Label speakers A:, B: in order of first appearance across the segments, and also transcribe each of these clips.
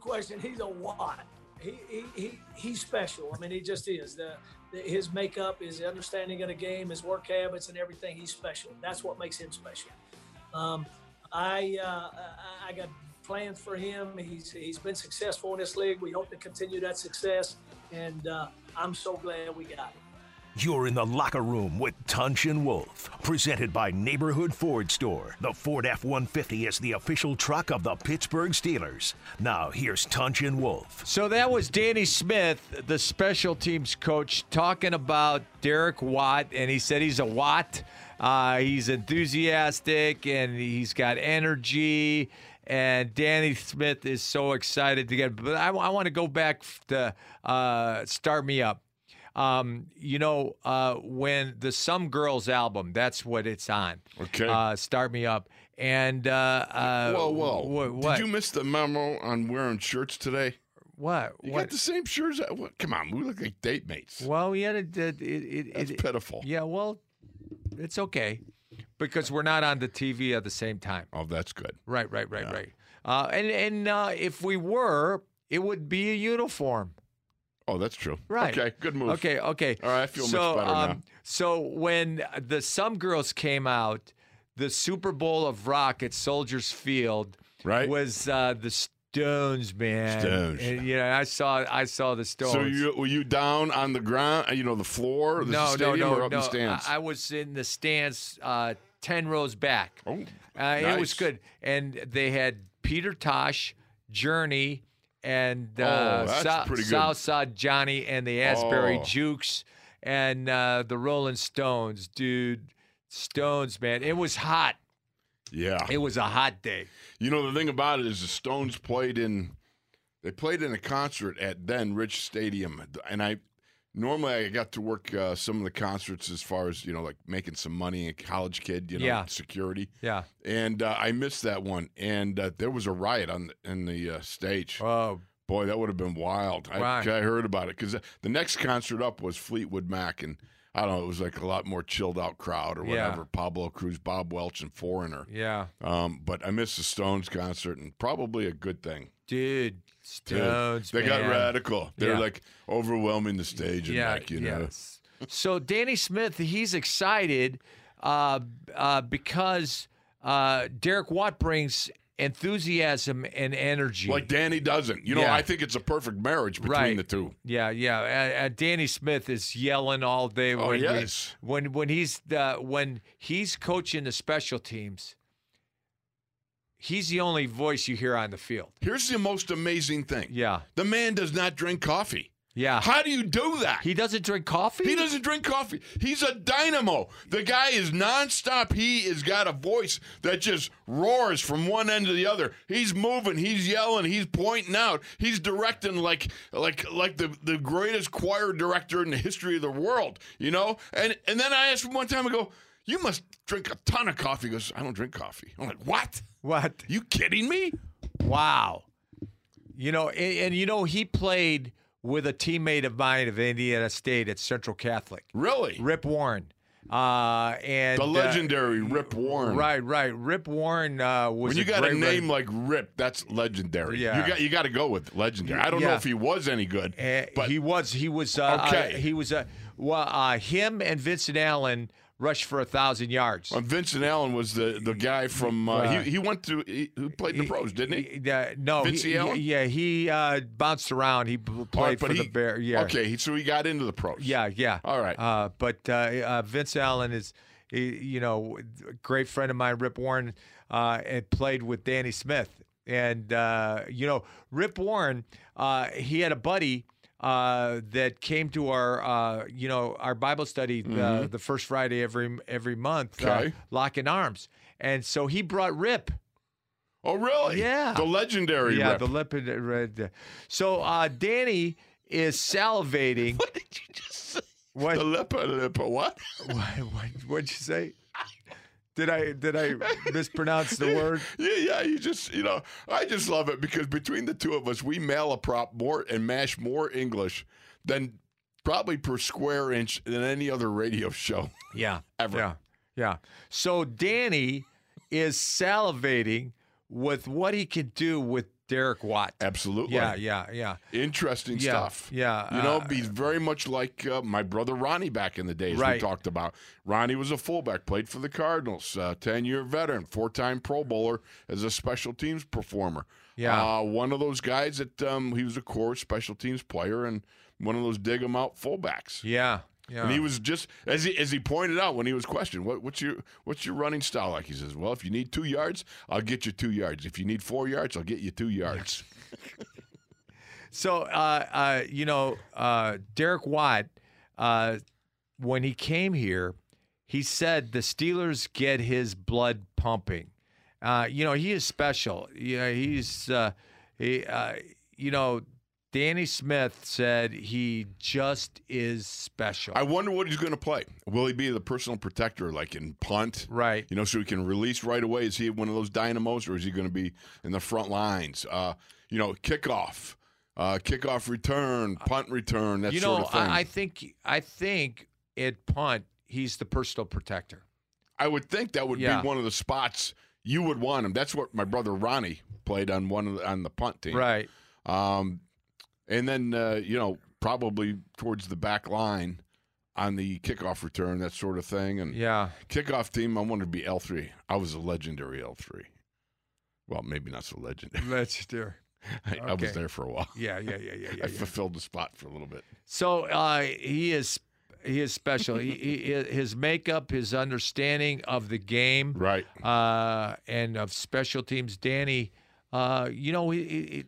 A: question. He's a what? He, he, he, he's special. I mean, he just is. The, the his makeup, his understanding of the game, his work habits, and everything. He's special. That's what makes him special. Um, I uh, I I got plans for him. He's he's been successful in this league. We hope to continue that success, and uh, I'm so glad we got him.
B: You're in the locker room with Tunch and Wolf, presented by Neighborhood Ford Store. The Ford F 150 is the official truck of the Pittsburgh Steelers. Now, here's Tunch and Wolf.
C: So that was Danny Smith, the special teams coach, talking about Derek Watt, and he said he's a Watt. Uh, he's enthusiastic and he's got energy. And Danny Smith is so excited to get. But I, I want to go back to uh, start me up. Um, you know, uh, when the Some Girls album, that's what it's on.
D: Okay.
C: Uh, start me up. And uh, uh,
D: whoa, whoa!
C: wh- what?
D: Did you miss the memo on wearing shirts today?
C: what?
D: You
C: what?
D: got the same shirts. I- What? Come on, we look like date mates.
C: Well, we had a, it, it,
D: That's
C: it,
D: pitiful.
C: Yeah, well, it's okay because we're not on the TV at the same time.
D: Oh, that's good.
C: Right, right, right, right. Uh, and and uh, if we were, it would be a uniform.
D: Oh, that's true.
C: Right.
D: Okay. Good move.
C: Okay, okay.
D: All right, I feel much
C: so, um,
D: better now.
C: So when the Some Girls came out, the Super Bowl of Rock at Soldiers Field
D: Right.
C: was uh, the Stones, man.
D: Stones.
C: And, you know, I saw I saw the Stones.
D: So you were you down on the ground? uh, You know, the floor, the
C: no, no,
D: stadium,
C: no,
D: or up
C: no.
D: in the stands?
C: I, I was in the stands uh, ten rows back.
D: oh,
C: Uh, It was
D: nice.
C: good, and they had Peter Tosh, Journey, and
D: Oh,
C: uh,
D: that's
C: Sou-
D: pretty good.
C: Southside Johnny, and the Asbury
D: Oh.
C: Jukes, and uh, the Rolling Stones, dude. Stones, man. It was hot.
D: Yeah.
C: It was a hot day.
D: You know, the thing about it is the Stones played in they played in a concert at then Rich Stadium, and I normally I got to work uh, some of the concerts as far as you know, like making some money, a college kid, you know,
C: Yeah.
D: security,
C: Yeah.
D: and uh, I missed that one, and uh, there was a riot on the, in the uh, stage.
C: Oh,
D: Boy, that would have been wild. I,
C: Right.
D: I heard about it because the next concert up was Fleetwood Mac, and I don't know, it was like a lot more chilled out crowd or
C: Yeah.
D: whatever. Pablo Cruz, Bob Welch, and Foreigner.
C: yeah,
D: Um, but I missed the Stones concert, and probably a good thing.
C: dude. Stones.
D: they got
C: man.
D: radical. They're
C: Yeah.
D: like overwhelming the stage, and
C: yeah,
D: like you know,
C: yes. so Danny Smith, he's excited uh, uh, because uh, Derek Watt brings enthusiasm and energy.
D: like Danny doesn't. You know,
C: Yeah.
D: I think it's a perfect marriage between
C: Right.
D: the two.
C: yeah, yeah. Uh, uh, Danny Smith is yelling all day
D: Oh,
C: when we-
D: yes.
C: when when he's uh, when he's coaching the special teams. He's the only voice you hear on the field.
D: Here's the most amazing thing:
C: Yeah,
D: the man does not drink coffee.
C: yeah.
D: How do you do that?
C: He doesn't drink coffee.
D: He doesn't drink coffee. He's a dynamo. The guy is nonstop. He has got a voice that just roars from one end to the other. He's moving. He's yelling. He's pointing out. He's directing like like like the, the greatest choir director in the history of the world. You know. And and then I asked him one time. I go, "You must drink a ton of coffee." He goes, "I don't drink coffee." I'm like, "What?
C: What?
D: You kidding me?"
C: Wow. You know, and, and you know, he played with a teammate of mine of Indiana State at Central Catholic,
D: Really?
C: Rip Warren. Uh, and
D: The
C: uh,
D: legendary Rip Warren.
C: right, right. Rip Warren uh, was
D: When you
C: a
D: got
C: great
D: a name
C: running-
D: like Rip, that's legendary.
C: Yeah.
D: You got you got to go with legendary. I don't know
C: Yeah.
D: if he was any good,
C: Uh,
D: but
C: he was, he was, uh,
D: Okay.
C: uh, he was uh, well, uh, him and Vincent Allen rushed for a thousand yards.
D: uh, Vincent Allen was the, the guy from uh, he, he went to he, who played the pros, didn't he?
C: Yeah, no, he-
D: Vincent
C: he-
D: Allen?
C: yeah, he uh, bounced around. He b-
D: All right,
C: played for
D: he,
C: the Bear. Yeah,
D: Okay, he- so he got into the pros.
C: Yeah, yeah.
D: All right.
C: Uh, but uh, uh, Vince Allen is, eh, you know, a great friend of mine, Rip Warren, uh, and played with Danny Smith. And, uh, you know, Rip Warren, uh, he had a buddy uh, that came to our, uh, you know, our Bible study uh, the, the first Friday every every month, uh,
D: Mm-hmm. Okay.
C: Lock in Arms. And so he brought Rip.
D: Oh, really?
C: Yeah.
D: The legendary
C: Yeah,
D: Rip.
C: the lipid red. So uh, Danny is salivating.
D: what did you just say?
C: What?
D: The lip, lip, what?
C: What, what, what'd you say? Did I did I mispronounce the word?
D: Yeah, yeah. You just, you know, I just love it because between the two of us, we malaprop more and mash more English than probably per square inch than any other radio show.
C: Yeah.
D: Ever.
C: Yeah. Yeah. So Danny is salivating with what he can do with Derek Watt.
D: Absolutely.
C: Yeah, yeah, yeah.
D: Interesting
C: Yeah,
D: stuff.
C: yeah,
D: You know,
C: uh,
D: be very much like uh, my brother Ronnie back in the days we
C: Right.
D: talked about. Ronnie was a fullback, played for the Cardinals, uh, 10 year veteran, four time Pro Bowler as a special teams performer.
C: Yeah.
D: Uh, one of those guys that um, he was a core special teams player and one of those dig 'em out fullbacks.
C: Yeah. Yeah.
D: And he was just as he as he pointed out when he was questioned, what, what's your what's your running style like? He says, Well, if you need two yards, I'll get you two yards. If you need four yards, I'll get you two yards.
C: So, uh, uh, you know, uh, Derek Watt, uh, when he came here, he said the Steelers get his blood pumping. Uh, you know, he is special. Yeah, he's, uh, he, uh, you know, Danny Smith said he just is special.
D: I wonder what he's going to play. Will he be the personal protector, like in punt?
C: right.
D: You know, so he can release right away. Is he one of those dynamos, or is he going to be in the front lines? Uh, you know, kickoff, uh, kickoff return, punt return, that
C: you
D: sort
C: know,
D: of thing.
C: I, I think I think at punt he's the personal protector.
D: I would think that would
C: Yeah.
D: be one of the spots you would want him. That's what my brother Ronnie played on one of the, on the punt team.
C: Right.
D: Um, and then uh, you know probably towards the back line on the kickoff return, that sort of thing, and.
C: Yeah.
D: kickoff team, I wanted to be L three. I was a legendary L three. Well, maybe not so legendary.
C: Let's do.
D: I, I was
C: Okay.
D: there for a while.
C: Yeah. Yeah. Yeah. Yeah.
D: I
C: Yeah. yeah.
D: fulfilled the spot for a little bit.
C: So uh, he is he is special. he, he, his makeup, his understanding of the game,
D: Right.
C: uh, and of special teams. Danny, uh, you know, he, he, he-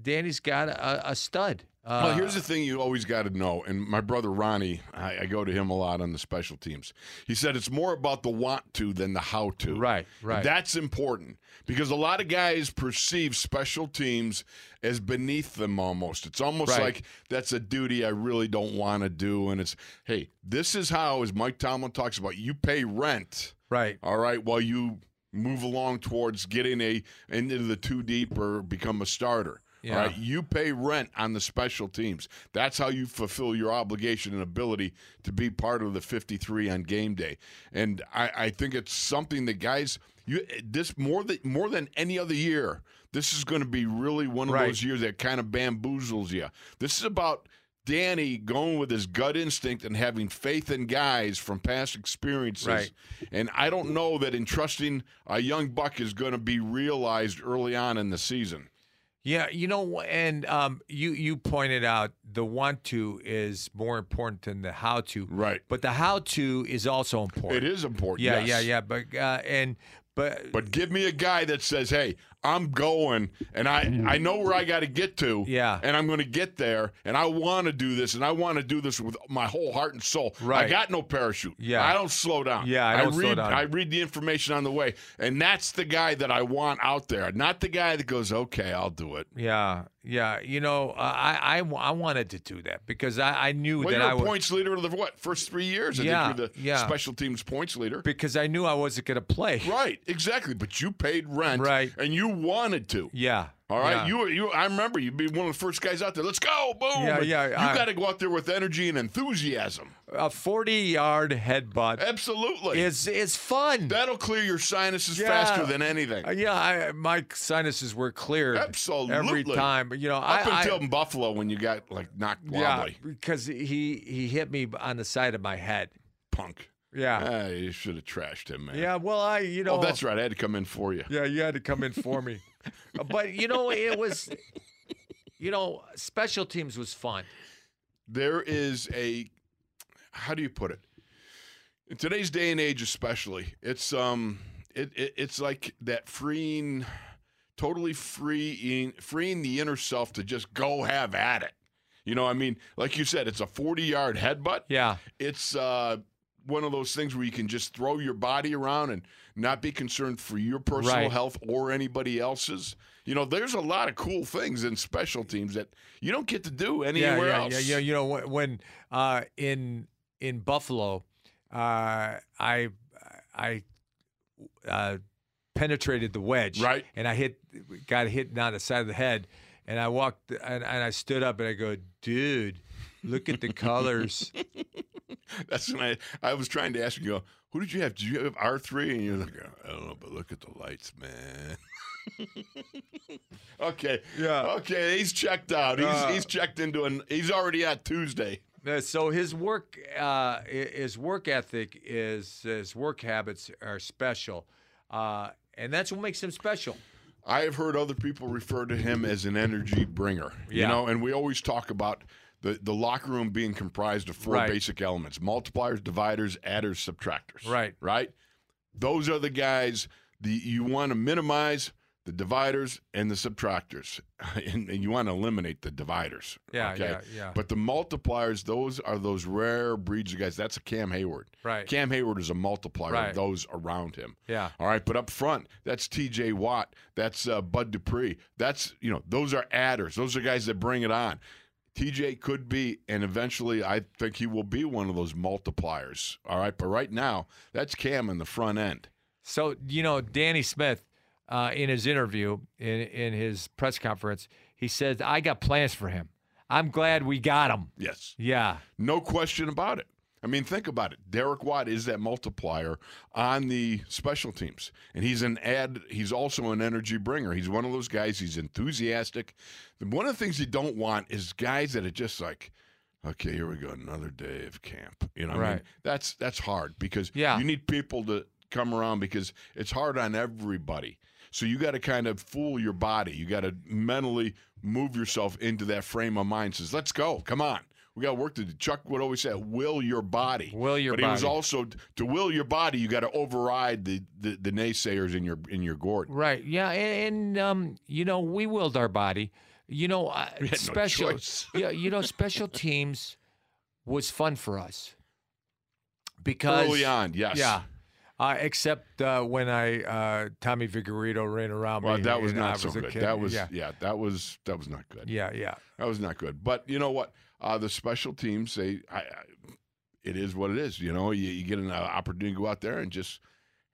C: Danny's got a, a stud. Uh,
D: well, here's the thing you always got to know, and my brother Ronnie, I, I go to him a lot on the special teams. He said it's more about the want to than the how to.
C: Right, right.
D: That's important because a lot of guys perceive special teams as beneath them almost. It's almost
C: Right.
D: like that's a duty I really don't want to do. And it's, hey, this is how, as Mike Tomlin talks about, you pay rent.
C: right.
D: All right. While you move along towards getting a into the two deep or become a starter.
C: Yeah.
D: All right. You pay rent on the special teams. That's how you fulfill your obligation and ability to be part of the 53 on game day. And I, I think it's something that guys you this more than more than any other year. This is going to be really one of
C: Right.
D: those years that kind of bamboozles you. This is about Danny going with his gut instinct and having faith in guys from past experiences.
C: Right.
D: And I don't know that entrusting a young buck is going to be realized early on in the season.
C: Yeah, you know, and um, you you pointed out the want to is more important than the how to,
D: Right.
C: but the how to is also important.
D: It is important.
C: Yeah,
D: yes.
C: yeah, yeah. But uh, and but
D: But give me a guy that says, "Hey, I'm going, and I I know where I got to get to,
C: Mm. Yeah.
D: and I'm going to get there, and I want to do this, and I want to do this with my whole heart and soul. I
C: Right.
D: got no parachute.
C: Yeah.
D: I don't slow down.
C: Yeah, I don't
D: read
C: slow down.
D: I read the information on the way, and that's the guy that I want out there, not the guy that goes, "Okay, I'll do it."
C: Yeah, yeah. You know, uh, I, I w- I wanted to do that because I, I knew
D: Well,
C: that
D: you're
C: I
D: a
C: would
D: points leader of the what first three years? I
C: Yeah,
D: think you're the
C: yeah.
D: special teams points leader.
C: because I knew I wasn't going to play.
D: Right, exactly. But you paid rent,
C: Right.
D: And you wanted to.
C: Yeah.
D: All right,
C: yeah.
D: you were you. I remember you'd be one of the first guys out there. Let's go, boom!
C: Yeah, yeah,
D: You
C: I-
D: got to go out there with energy and enthusiasm.
C: a forty-yard headbutt
D: Absolutely,
C: is is fun.
D: that'll clear your sinuses
C: Yeah.
D: faster than anything.
C: Uh, yeah, I, my sinuses were cleared every
D: Absolutely.
C: time. You know,
D: Up
C: I,
D: until
C: I,
D: Buffalo, when you got like knocked
C: yeah,
D: wobbly,
C: because he he hit me on the side of my head.
D: punk.
C: Yeah,
D: Ah, you should have trashed him, man.
C: yeah. Well, I you know
D: Oh, that's right. I had to come in for you.
C: Yeah, you had to come in for me. but you know, it was, you know, special teams was fun.
D: there is a how do you put it in today's day and age especially it's um it, it it's like that freeing totally freeing freeing the inner self to just go have at it you know i mean like you said it's a 40 yard headbutt
C: Yeah.
D: it's uh one of those things where you can just throw your body around and not be concerned for your personal
C: Right.
D: health or anybody else's. You know, there's a lot of cool things in special teams that you don't get to do anywhere
C: yeah,
D: else.
C: Yeah, yeah, you know when, when uh, in in Buffalo, uh, I I uh, penetrated the wedge,
D: Right.
C: and I hit got hit on the side of the head, and I walked and, and I stood up and I go, dude, look at the colors.
D: That's when I, I was trying to ask you, go, who did you have? Did you have R3? And you're like, I don't know, but look at the lights, man. Okay.
C: Yeah.
D: Okay. He's checked out. He's,
C: Uh,
D: he's checked into an. He's already at Tuesday.
C: Uh, So his work, uh, i- his work ethic is his work habits are special, uh, and that's what makes him special.
D: I have heard other people refer to him as an energy bringer. You
C: Yeah.
D: know, and we always talk about the, the locker room being comprised of four
C: Right.
D: basic elements multipliers, dividers, adders, subtractors.
C: Right.
D: Right? Those are the guys the you want to minimize the dividers and the subtractors. And, and you want to eliminate the dividers.
C: Yeah,
D: okay?
C: yeah, yeah.
D: But the multipliers, those are those rare breeds of guys. That's a Cam Hayward.
C: Right.
D: Cam Hayward is a multiplier
C: Right.
D: of those around him.
C: Yeah.
D: All right, but up front, that's T.J. Watt, that's uh, Bud Dupree, that's you know those are adders. Those are guys that bring it on. T.J. could be, and eventually, I think he will be one of those multipliers. All right, but right now, that's Cam in the front end.
C: So you know, Danny Smith, uh, in his interview, in in his press conference, he said, "I got plans for him. I'm glad we got him."
D: Yes,
C: Yeah,
D: no question about it. I mean, think about it. Derek Watt is that multiplier on the special teams, and he's an ad. He's also an energy bringer. He's one of those guys. He's enthusiastic. One of the things you don't want is guys that are just like, okay, here we go, another day of camp. You know, what I mean,
C: Right.
D: that's that's hard because
C: Yeah.
D: you need people to come around because it's hard on everybody. So you got to kind of fool your body. You got to mentally move yourself into that frame of mind. Says, let's go, come on. We got work to do. Chuck would always say, "Will your body."
C: Will your
D: but he was
C: body.
D: also to will your body. You got to override the, the the naysayers in your in your gourd.
C: right. Yeah, and, and um, you know, we willed our body. You know, uh,
D: had no
C: special.
D: choice.
C: yeah, you know, special teams was fun for us because
D: Early on, yes.
C: Yeah. Uh, except uh, when I uh, Tommy Vigorito ran around
D: Well,
C: me.
D: that was
C: and I
D: not so
C: a
D: good.
C: kid.
D: That was
C: yeah,
D: yeah. That was that was not good.
C: yeah, yeah.
D: That was not good. But you know what? Uh, the special teams, they, I, I, it is what it is. You know, you, you get an uh, opportunity to go out there and just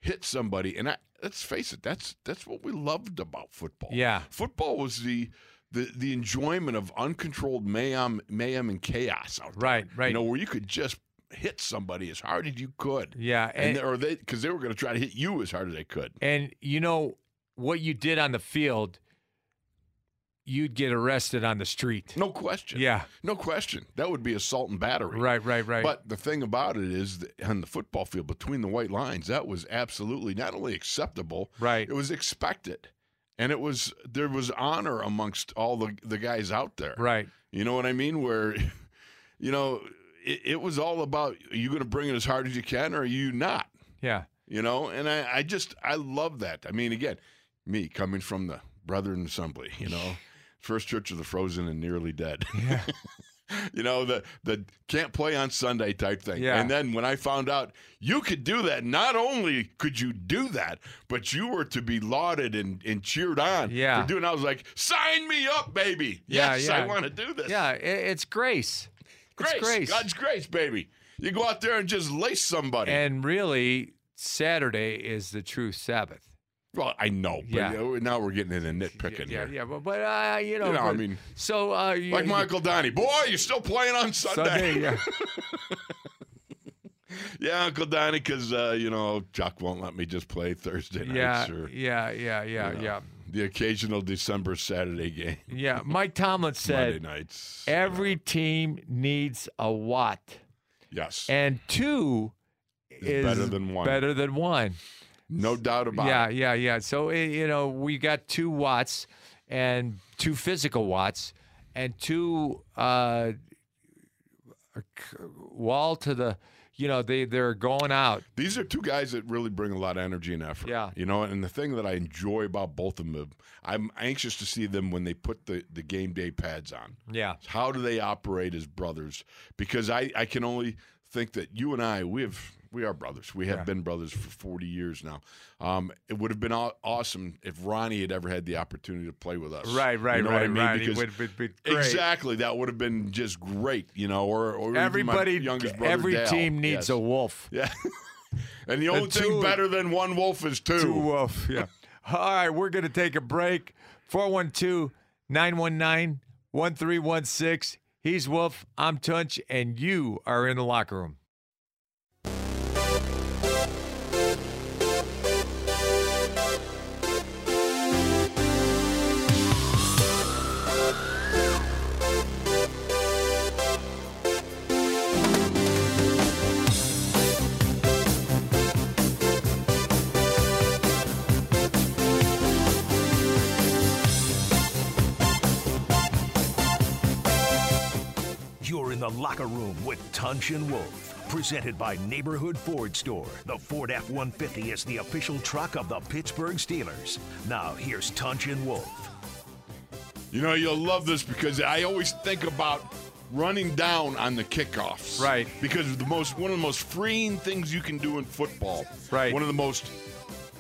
D: hit somebody. And I, let's face it, that's that's what we loved about football.
C: Yeah.
D: football was the the, the enjoyment of uncontrolled mayhem, mayhem and chaos out there.
C: Right, right.
D: You know, where you could just hit somebody as hard as you could.
C: Yeah,
D: And,
C: and-
D: or they because they were going to try to hit you as hard as they could.
C: And you know what you did on the field, you'd get arrested on the street.
D: No question.
C: Yeah.
D: No question. That would be assault and battery.
C: Right, right, right.
D: But the thing about it is, that on the football field between the white lines, that was absolutely not only acceptable,
C: Right.
D: It was expected, and it was there was honor amongst all the the guys out there,
C: right.
D: You know what I mean? Where, you know, it, it was all about are you going to bring it as hard as you can, or are you not?
C: Yeah.
D: You know, and I I just I love that. I mean, again, me coming from the Brethren Assembly, you know, First Church of the Frozen and Nearly Dead.
C: Yeah.
D: you know the the can't play on Sunday type thing.
C: Yeah.
D: And then when I found out you could do that, not only could you do that, but you were to be lauded and, and cheered on
C: Yeah.
D: for doing. I was like, sign me up, baby.
C: Yeah,
D: yes,
C: yeah.
D: I want to do this.
C: Yeah. i it's grace.
D: grace,
C: It's grace.
D: God's grace, baby. You go out there and just lace somebody.
C: and really, Saturday is the true Sabbath.
D: well, I know, but
C: Yeah.
D: you know, now we're getting into nitpicking
C: yeah,
D: here.
C: yeah. But, but uh, you know,
D: You know, I
C: but-
D: mean,
C: so uh, you,
D: Like my Uncle Donnie, boy, you're still playing on
C: Sunday, yeah.
D: Yeah, Uncle Donnie, because uh, you know Chuck won't let me just play Thursday
C: yeah,
D: nights or
C: yeah, yeah, yeah,
D: know.
C: yeah,
D: the occasional December Saturday game,
C: yeah. Mike Tomlin
D: Monday
C: said
D: nights.
C: every team needs a watt,
D: yes,
C: and two is,
D: better than one.
C: Better than one.
D: no doubt about
C: yeah,
D: it.
C: yeah, yeah. So i- you know, we got two watts and two physical watts and two uh, c- wall to the. You know, they they're going out.
D: These are two guys that really bring a lot of energy and effort.
C: Yeah.
D: you know, and the thing that I enjoy about both of them, I'm anxious to see them when they put the the game day pads on.
C: Yeah,
D: How do they operate as brothers? Because I, I can only think that you and I, we have we are brothers. We have been brothers for 40 years now. Um, it would have been aw- awesome if Ronnie had ever had the opportunity to play with us.
C: right, right,
D: You know
C: right,
D: what I mean?
C: right.
D: Because
C: it would be great.
D: exactly, that would have been just great, you know. Or, or even my
C: Everybody,
D: youngest brother,
C: every
D: Dal.
C: team needs
D: Yes.
C: a wolf.
D: yeah. and the only
C: two-
D: thing better than one wolf is two.
C: Two wolf. Yeah. All right, we're gonna take a break. 412-919-1316. He's Wolf. I'm Tunch, and you are in the locker room.
B: in the locker room with Tunch and Wolf. Presented by Neighborhood Ford Store. The Ford F 150 is the official truck of the Pittsburgh Steelers. Now, here's Tunch and Wolf.
D: You know, you'll love this because I always think about running down on the kickoffs.
C: Right.
D: Because the most one of the most freeing things you can do in football.
C: Right.
D: One of the most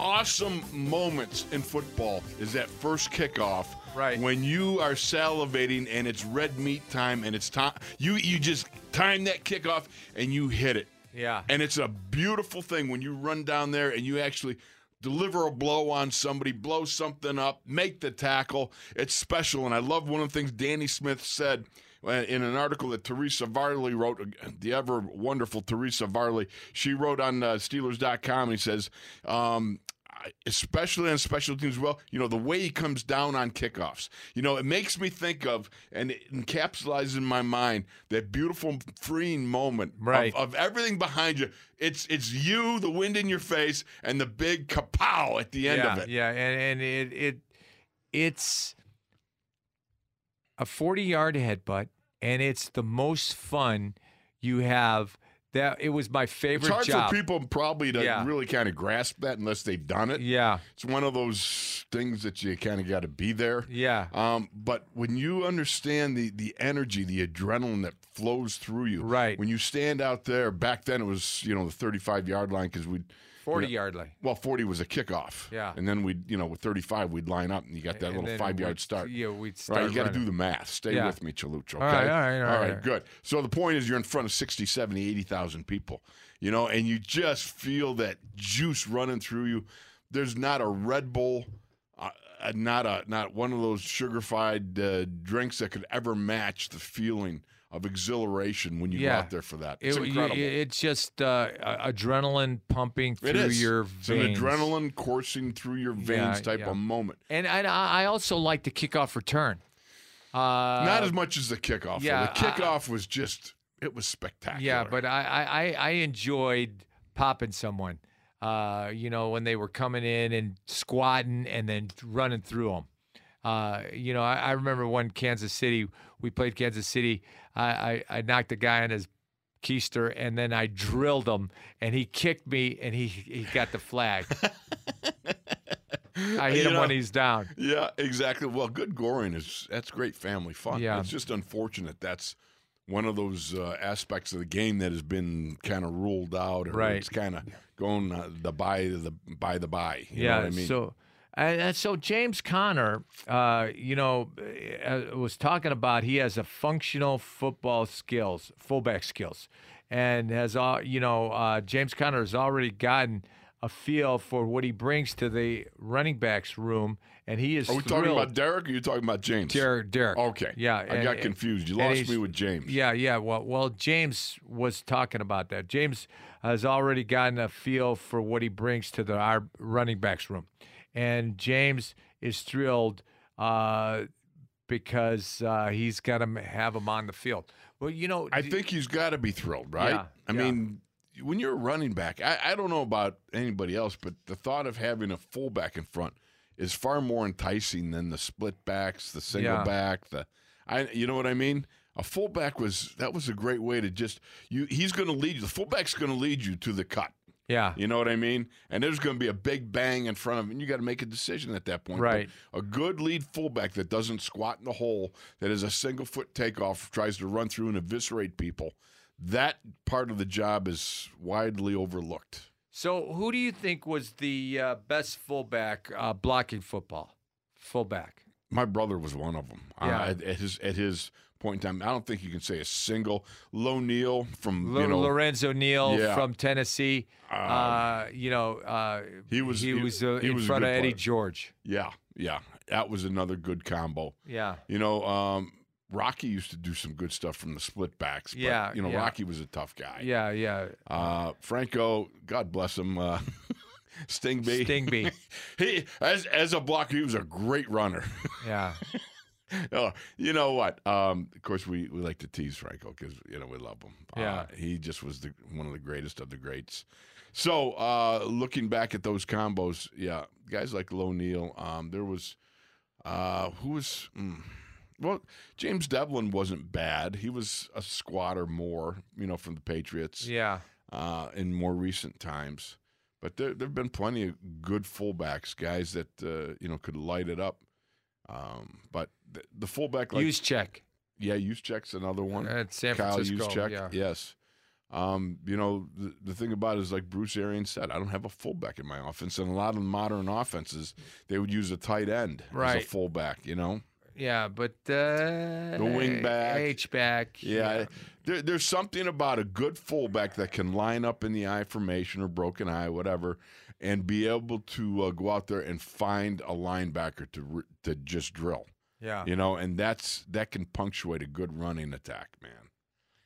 D: awesome moments in football is that first kickoff.
C: Right.
D: When you are salivating and it's red meat time and it's time you you just time that kickoff and you hit it.
C: Yeah.
D: And it's a beautiful thing when you run down there and you actually deliver a blow on somebody, blow something up, make the tackle. It's special. And I love one of the things Danny Smith said uh, in an article that Teresa Varley wrote, uh, the ever wonderful Teresa Varley. She wrote on uh, Steelers.com, and he says, um, I- especially on special teams well you know the way he comes down on kickoffs you know it makes me think of and it encapsulizes in my mind that beautiful freeing moment of-
C: Right.
D: of, everything behind you it's it's you the wind in your face and the big kapow at the end
C: yeah,
D: of it
C: Yeah, and, and it it it's a forty yard headbutt, and it's the most fun you have. That it was my
D: it's
C: favorite
D: hard
C: job.
D: for people probably to
C: Yeah.
D: really kind of grasp that unless they've done it
C: Yeah,
D: it's one of those things that you kind of got to be there
C: yeah,
D: Um, but when you understand the the energy, the adrenaline that flows through you,
C: Right.
D: When you stand out there, back then it was you know the thirty five yard line because we
C: forty
D: you know,
C: yard line.
D: well forty was a kickoff,
C: Yeah.
D: and then we you know with thirty five we'd line up and you got that
C: And
D: little
C: then
D: five yard
C: we'd-
D: start.
C: Yeah, we'd start.
D: Right, you got to
C: running.
D: do the math. Stay
C: Yeah.
D: with me, Chaluch, okay?
C: All right, all right, all right, all right.
D: good. So the point is you're in front of 60, 70, 80,000 people, you know, and you just feel that juice running through you. There's not a Red Bull, uh, uh, not a not one of those sugar-fied uh, drinks that could ever match the feeling of exhilaration when you
C: Yeah.
D: go out there for that.
C: It-
D: It's
C: you-
D: incredible.
C: it- it's just uh, a- adrenaline pumping through
D: it is.
C: your
D: it's an
C: veins.
D: adrenaline coursing through your
C: Yeah,
D: veins type
C: yeah.
D: of moment.
C: and I, I I also like the kickoff return. Uh,
D: Not as much as the kickoff. though.
C: yeah,
D: the
C: I-
D: kickoff was just it was spectacular.
C: Yeah, but I, I, I- I enjoyed popping someone. Uh, you know, when they were coming in and squatting and then running through them. Uh, you know, I, I remember when Kansas City, we played Kansas City. I, I, I knocked a guy on his keister and then I drilled him and he kicked me and he, he got the flag. I hit
D: Uh, You
C: him
D: know,
C: when he's down.
D: Yeah, exactly. Well, good goring is that's great family fun.
C: Yeah.
D: It's just unfortunate that's one of those uh, aspects of the game that has been kind of ruled out, or
C: Right.
D: it's kind of going uh, the by the by the by. You know
C: yeah.
D: what I mean?
C: So, and and so James Conner, uh, you know, uh, was talking about he has a functional football skills, fullback skills, and has all you know. Uh, James Conner has already gotten a feel for what he brings to the running backs room, and he is.
D: are we
C: thrilled.
D: talking about Derek? or Are you talking about James?
C: Derek? Derek.
D: Okay.
C: Yeah.
D: I
C: and-
D: got
C: and-
D: confused. You
C: and
D: lost
C: he's-
D: me with James.
C: yeah, yeah. Well, well, James was talking about that. James has already gotten a feel for what he brings to the our running backs room, and James is thrilled uh, because uh, he's got to have him on the field. Well, you know,
D: I
C: d-
D: think he's got to be thrilled, right?
C: Yeah,
D: I
C: yeah.
D: mean, when you're a running back, I, I don't know about anybody else, but the thought of having a fullback in front is far more enticing than the split backs, the single
C: Yeah.
D: back, the I you know what I mean? A fullback was that was a great way to just you he's going to lead you. The fullback's going to lead you to the cut.
C: yeah,
D: You know what I mean? And there's going to be a big bang in front of him, and you got to make a decision at that point. But
C: Right.
D: a good lead fullback that doesn't squat in the hole, that is a single foot takeoff, tries to run through and eviscerate people. That part of the job is widely overlooked.
C: So, who do you think was the uh, best fullback uh, blocking football? Fullback.
D: My brother was one of them.
C: Yeah.
D: Uh, at, at his at his point in time, I don't think you can say a single. Low Neal from
C: Lo-
D: you know
C: Lorenzo Neal
D: Yeah.
C: from Tennessee.
D: Uh,
C: Uh, you know, uh,
D: he was-
C: he,
D: he-
C: was uh,
D: he
C: in
D: was a
C: front of
D: good
C: Eddie
D: player.
C: George.
D: yeah yeah that was another good combo.
C: Yeah.
D: You know, um, Rocky used to do some good stuff from the split backs. But,
C: Yeah,
D: You know,
C: yeah.
D: Rocky was a tough guy.
C: Yeah, yeah.
D: Uh, Franco, God bless him. Uh, Sting B.
C: Stingby.
D: He, as, as a blocker, he was a great runner.
C: yeah.
D: oh, you know what? Um, of course, we, we like to tease Franco because, you know, we love him. Uh,
C: Yeah.
D: he just was the, one of the greatest of the greats. So, uh, looking back at those combos, yeah, guys like Low Neal, um, there was, uh, who was, mm, Well, James Devlin wasn't bad. He was a squatter more, you know, from the Patriots
C: Yeah.
D: uh, in more recent times. But there there have been plenty of good fullbacks, guys that uh, you know could light it up. Um, but the, the fullback, like
C: Use check.
D: yeah, Juszczyk's another one.
C: At Uh, San
D: Kyle
C: Francisco.
D: Juszczyk,
C: yeah.
D: yes. Um, you know, the, the thing about it is, like Bruce Arians said, I don't have a fullback in my offense. And a lot of modern offenses, they would use a tight end as
C: Right.
D: a fullback, you know?
C: Yeah, but uh,
D: The wing back.
C: H back.
D: Yeah. There, there's something about a good fullback that can line up in the eye formation or broken eye, whatever, and be able to uh, go out there and find a linebacker to, re- to just drill.
C: yeah.
D: You know, and that's that can punctuate a good running attack, man.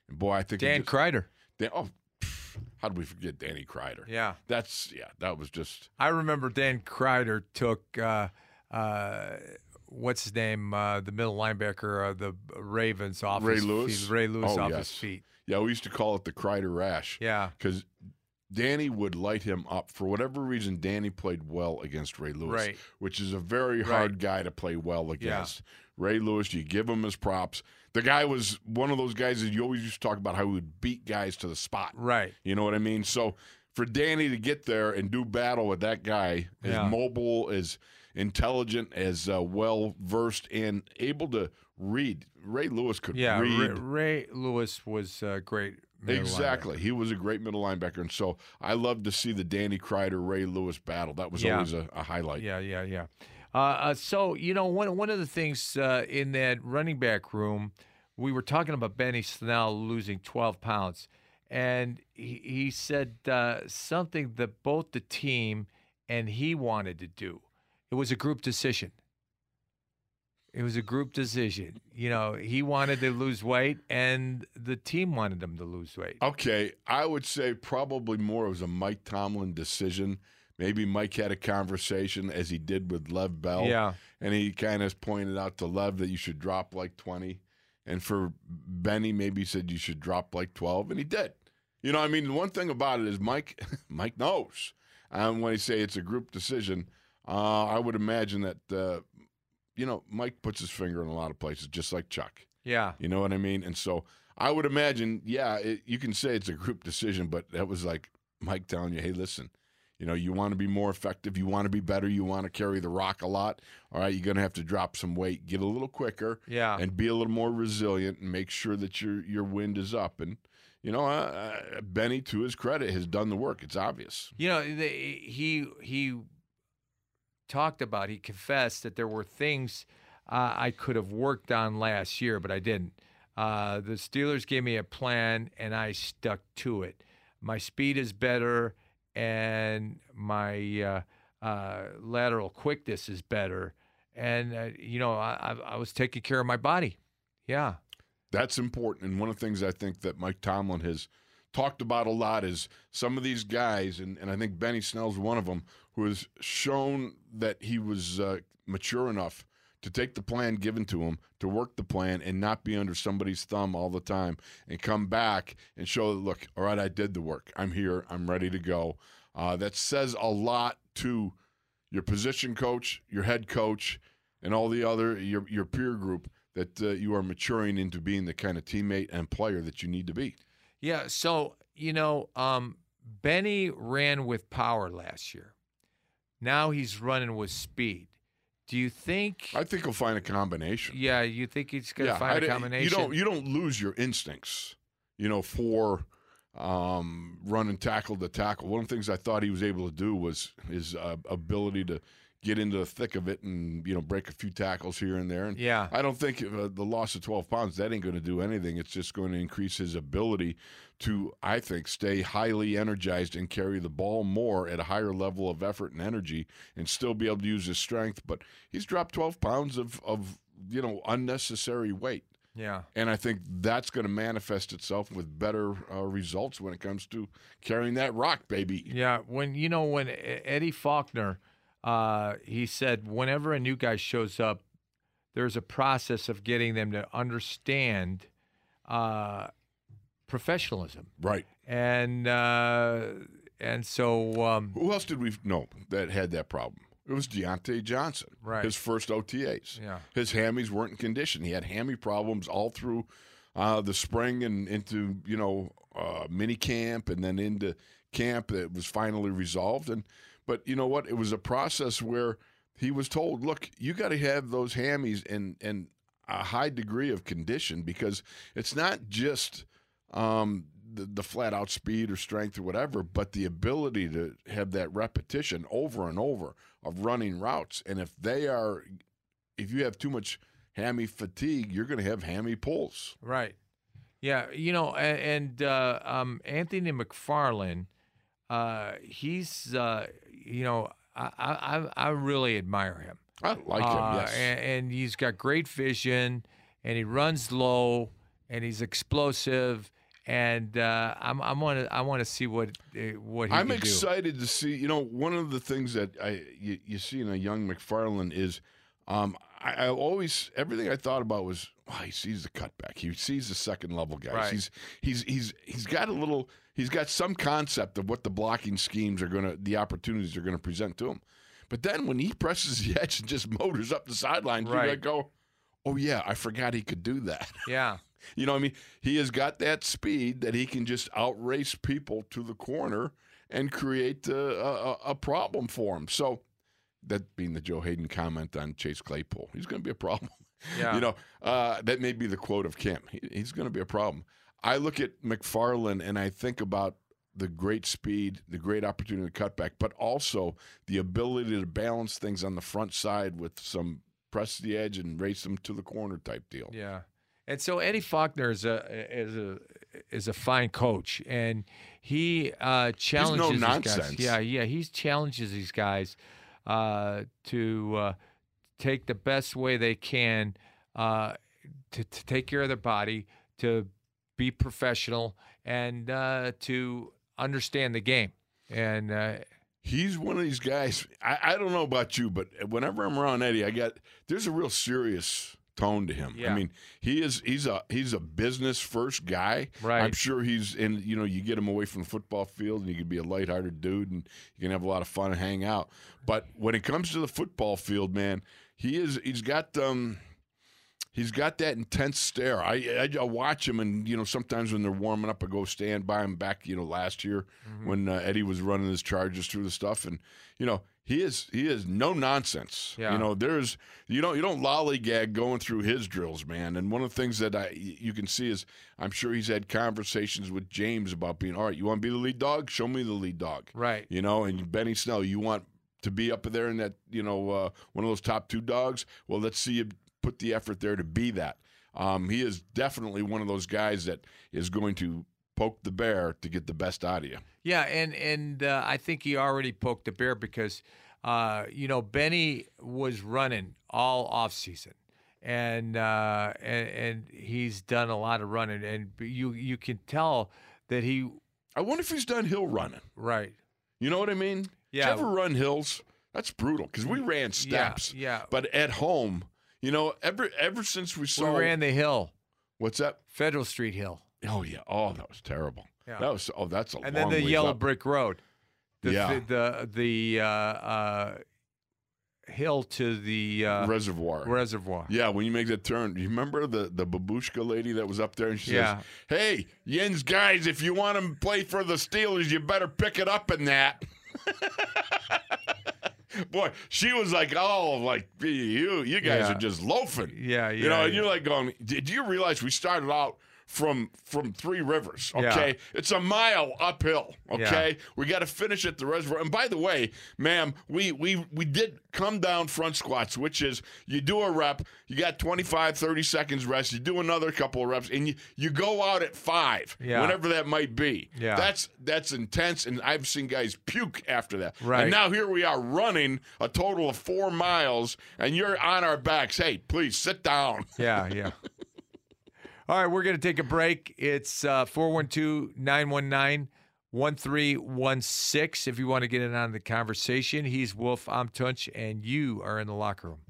D: And boy, I think we
C: Dan
D: just-
C: Kreider.
D: Dan, oh, pff, how did we forget Danny Kreider?
C: Yeah,
D: That's yeah, that was just
C: I remember Dan Kreider took uh, uh, what's his name, uh, the middle linebacker of the Ravens off
D: Ray
C: his
D: Lewis?
C: feet. Ray Lewis
D: Oh,
C: off
D: yes.
C: his feet.
D: yeah. We used to call it the Kreider rash
C: Yeah,
D: because Danny would light him up for whatever reason. Danny played well against Ray Lewis,
C: Right.
D: which is a very hard guy to play well against. Ray Lewis, you give him his props. The guy was one of those guys that you always used to talk about how he would beat guys to the spot.
C: right.
D: You know what I mean? So for Danny to get there and do battle with that guy, as
C: Yeah.
D: mobile, as intelligent, as uh, well versed, and able to read, Ray Lewis could
C: Yeah, Ray,
D: read.
C: Ray Lewis was uh, great. middle
D: Exactly. He was a great middle linebacker. And so I love to see the Danny Kreider Ray Lewis battle. That was
C: Yeah.
D: always a, a highlight.
C: Yeah, yeah, yeah. Uh, uh, so you know, one one of the things uh, in that running back room, we were talking about Benny Snell losing twelve pounds, and he, he said uh, something that both the team and he wanted to do. It was a group decision. It was a group decision. You know, he wanted to lose weight, and the team wanted him to lose weight.
D: Okay. I would say probably more it was a Mike Tomlin decision. Maybe Mike had a conversation as he did with Lev Bell.
C: Yeah,
D: and he kind of pointed out to Lev that you should drop like 20. And for Benny, maybe he said you should drop like 12, and he did. You know, I mean, the one thing about it is Mike, Mike knows. And when I say it's a group decision, uh, I would imagine that, uh, you know, Mike puts his finger in a lot of places, just like Chuck.
C: yeah.
D: You know what I mean? And so I would imagine, yeah, it, you can say it's a group decision, but that was like Mike telling you, hey, listen, you know, you want to be more effective, you want to be better, you want to carry the rock a lot. All right, you're going to have to drop some weight, get a little quicker,
C: Yeah.
D: and be a little more resilient, and make sure that your your wind is up. And you know, uh, uh, Benny, to his credit, has done the work. It's obvious.
C: You know, the, he he talked about he confessed that there were things uh, I could have worked on last year, but I didn't. Uh, the Steelers gave me a plan, and I stuck to it. My speed is better, and my uh, uh, lateral quickness is better, and uh, you know, I, I, I was taking care of my body. Yeah,
D: That's important. And one of the things I think that Mike Tomlin has talked about a lot is some of these guys, and, and I think Benny Snell's one of them, who has shown that he was uh, mature enough to take the plan given to him, to work the plan, and not be under somebody's thumb all the time, and come back and show that, look, all right, I did the work. I'm here. I'm ready to go. Uh, that says a lot to your position coach, your head coach, and all the other your your peer group that uh, you are maturing into being the kind of teammate and player that you need to be.
C: Yeah, so you know, um, Benny ran with power last year. Now he's running with speed. Do you think?
D: I think he'll find a combination.
C: yeah, you think he's going to
D: I
C: find a
D: di-
C: combination?
D: You don't you don't lose your instincts, you know, for um, running tackle to tackle. One of the things I thought he was able to do was his uh, ability to get into the thick of it and you know break a few tackles here and there. And
C: Yeah.
D: I don't think uh, the loss of 12 pounds that ain't going to do anything. It's just going to increase his ability to, I think, stay highly energized and carry the ball more at a higher level of effort and energy, and still be able to use his strength. But he's dropped 12 pounds of of you know unnecessary weight,
C: yeah,
D: and I think that's going to manifest itself with better uh, results when it comes to carrying that rock, baby.
C: yeah. When you know when E- Eddie Faulkner, uh, he said, whenever a new guy shows up, there's a process of getting them to understand uh, professionalism,
D: Right.
C: and um, uh, and so um,
D: Who else did we know that had that problem? It was Deontay Johnson,
C: Right.
D: his first OTAs.
C: Yeah.
D: His hammies weren't in condition. He had hammy problems all through uh, the spring and into, you know, uh, mini camp and then into camp that was finally resolved. And But you know what? It was a process where he was told, look, you got to have those hammies in, in a high degree of condition because it's not just – um, the, the flat out speed or strength or whatever, but the ability to have that repetition over and over of running routes. And if they are, if you have too much hammy fatigue, you're going to have hammy pulls.
C: Right. Yeah. You know, and, and uh, um, Anthony McFarlane, uh, he's, uh, you know, I, I, I I really admire him.
D: I like
C: Uh,
D: him. Yes.
C: and, and he's got great vision, and he runs low, and he's explosive. And uh, I'm I'm want to I want to see what uh, what he
D: I'm
C: can
D: excited to see. You know, one of the things that I you, you see in a young McFarland is, um, I, I always everything I thought about was oh, he sees the cutback, he sees the second level guys.
C: Right.
D: He's he's he's he's got a little, he's got some concept of what the blocking schemes are gonna, the opportunities are gonna present to him. But then when he presses the edge and just motors up the sideline, you
C: Right.
D: gotta go, oh yeah, I forgot he could do that.
C: do. Yeah.
D: You know, what I mean, he has got that speed that he can just outrace people to the corner and create uh, a, a, a problem for him. So, that being the Joe Hayden comment on Chase Claypool, he's going to be a problem.
C: Yeah.
D: You know, uh, that may be the quote of Kim. He, he's going to be a problem. I look at McFarland and I think about the great speed, the great opportunity to cut back, but also the ability to balance things on the front side with some press the edge and race them to the corner type deal.
C: Yeah, and so Eddie Faulkner is a is a is a fine coach, and he uh, challenges these guys.
D: nonsense.
C: Yeah, yeah, he challenges these guys uh, to uh, take the best way they can uh, to, to take care of their body, to be professional, and uh, to understand the game. And uh,
D: he's one of these guys. I, I don't know about you, but whenever I'm around Eddie, I got there's a real serious tone to him.
C: Yeah.
D: I mean, he is he's a he's a business first guy.
C: Right.
D: I'm sure he's in. You know, you get him away from the football field, and he can be a lighthearted dude, and you can have a lot of fun and hang out. But when it comes to the football field, man, he is he's got um. He's got that intense stare. I, I I watch him, and you know sometimes when they're warming up, I go stand by him. Back you know last year
C: Mm-hmm.
D: when uh, Eddie was running his charges through the stuff, and you know he is he is no nonsense.
C: Yeah.
D: You know there's you don't you don't lollygag going through his drills, man. And one of the things that I you can see is I'm sure he's had conversations with James about being all right. You want to be the lead dog? Show me the lead dog.
C: right,
D: You know, and Benny Snell, you want to be up there in that, you know, uh, one of those top two dogs. Well, let's see you put the effort there to be that. Um, he is definitely one of those guys that is going to poke the bear to get the best out of you.
C: Yeah, and and uh, I think he already poked the bear because, uh, you know, Benny was running all off season, and uh, and and he's done a lot of running, and you you can tell that he
D: I wonder if he's done hill running.
C: right.
D: You know what I mean?
C: Yeah.
D: Did you ever run hills? That's brutal because we ran steps.
C: yeah.
D: But at home, you know, ever ever since we saw
C: we ran the hill,
D: what's that?
C: Federal Street Hill,
D: Oh yeah. Oh, that was terrible.
C: Yeah.
D: That was oh, that's a
C: and then
D: long
C: the
D: ways
C: yellow
D: up.
C: brick road. The,
D: Yeah.
C: The the, the uh, uh, hill to the uh,
D: reservoir.
C: reservoir.
D: Yeah, when you make that turn, you remember the the babushka lady that was up there, and she
C: Yeah.
D: says, "Hey, Yen's guys, if you want to play for the Steelers, you better pick it up in that." Boy, she was like, "Oh, like you, you guys
C: Yeah.
D: are just loafing."
C: Yeah,
D: you know,
C: yeah,
D: and you're
C: yeah.
D: like going, "Did you realize we started out?" From from Three Rivers,
C: Yeah.
D: okay, it's a mile uphill.
C: Yeah.
D: Okay, we got to finish at the reservoir. And by the way, ma'am, we we we did come down front squats, which is you do a rep, you got 25, 30 seconds rest, you do another couple of reps, and you, you go out at five,
C: Yeah.
D: whatever that might be.
C: Yeah.
D: That's that's intense, and I've seen guys puke after that.
C: Right.
D: And now here we are running a total of four miles, and you're on our backs. Hey, please sit down.
C: Yeah, yeah. All right, we're going to take a break. It's uh, 412 919 1316. If you want to get in on the conversation, he's Wolf, I'm Tunch, and you are in the locker room.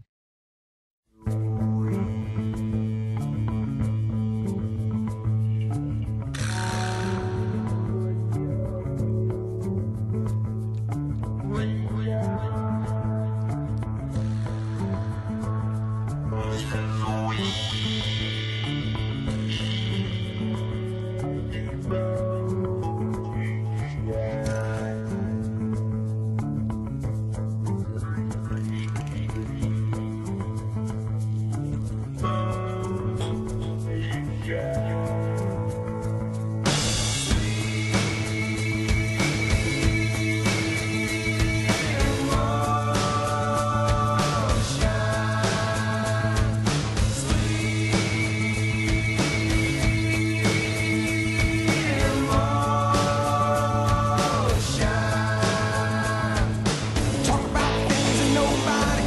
E: Talk about things that nobody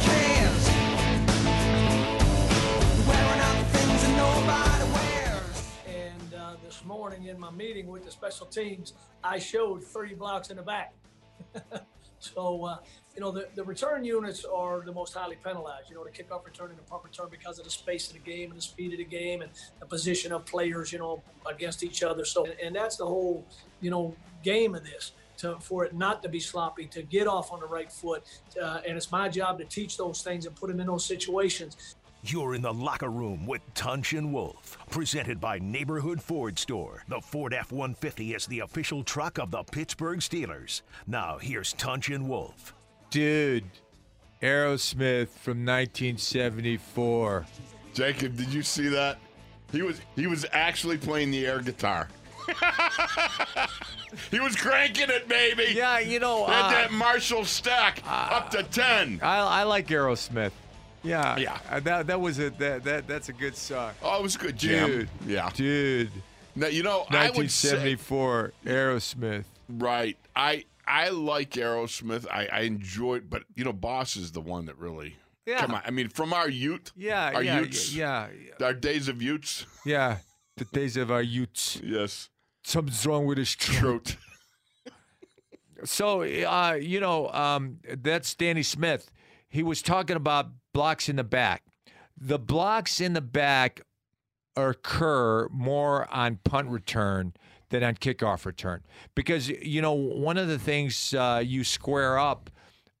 E: cares. Wearing out things that nobody wears.
A: And uh, this morning in my meeting with the special teams, I showed 30 blocks in the back. so, uh, you know, the, the return units are the most highly penalized, you know, the kickoff return and the punt return because of the space of the game and the speed of the game and the position of players, you know, against each other. So, and that's the whole, you know, game of this. To, for it not to be sloppy, to get off on the right foot. Uh, and it's my job to teach those things and put them in those situations.
B: You're in the locker room with Tunch and Wolf, presented by Neighborhood Ford Store. The Ford F 150 is the official truck of the Pittsburgh Steelers. Now, here's Tunch and Wolf.
C: Dude, Aerosmith from 1974.
D: Jacob, did you see that? He was he was actually playing the air guitar. he was cranking it, baby.
C: Yeah, you know,
D: Had
C: uh,
D: that Marshall stack up to ten.
C: I, I like Aerosmith. Yeah,
D: Yeah.
C: uh, that that was a that, that that's a good song,
D: Oh, it was a good jam.
C: dude.
D: Yeah.
C: dude.
D: Now, you know, I would say
C: 1974 Aerosmith.
D: right. I I like Aerosmith. I I enjoy it, but you know, Boss is the one that really.
C: Yeah.
D: Come on. I mean, from our youth.
C: Yeah,
D: Our
C: yeah,
D: Utes.
C: yeah,
D: Our days of youths.
C: yeah. The days of our youths.
D: Yes.
C: Something's wrong with his throat.
D: Truth.
C: So, uh, you know, um, that's Danny Smith. He was talking about blocks in the back. The blocks in the back occur more on punt return than on kickoff return because you know one of the things uh, you square up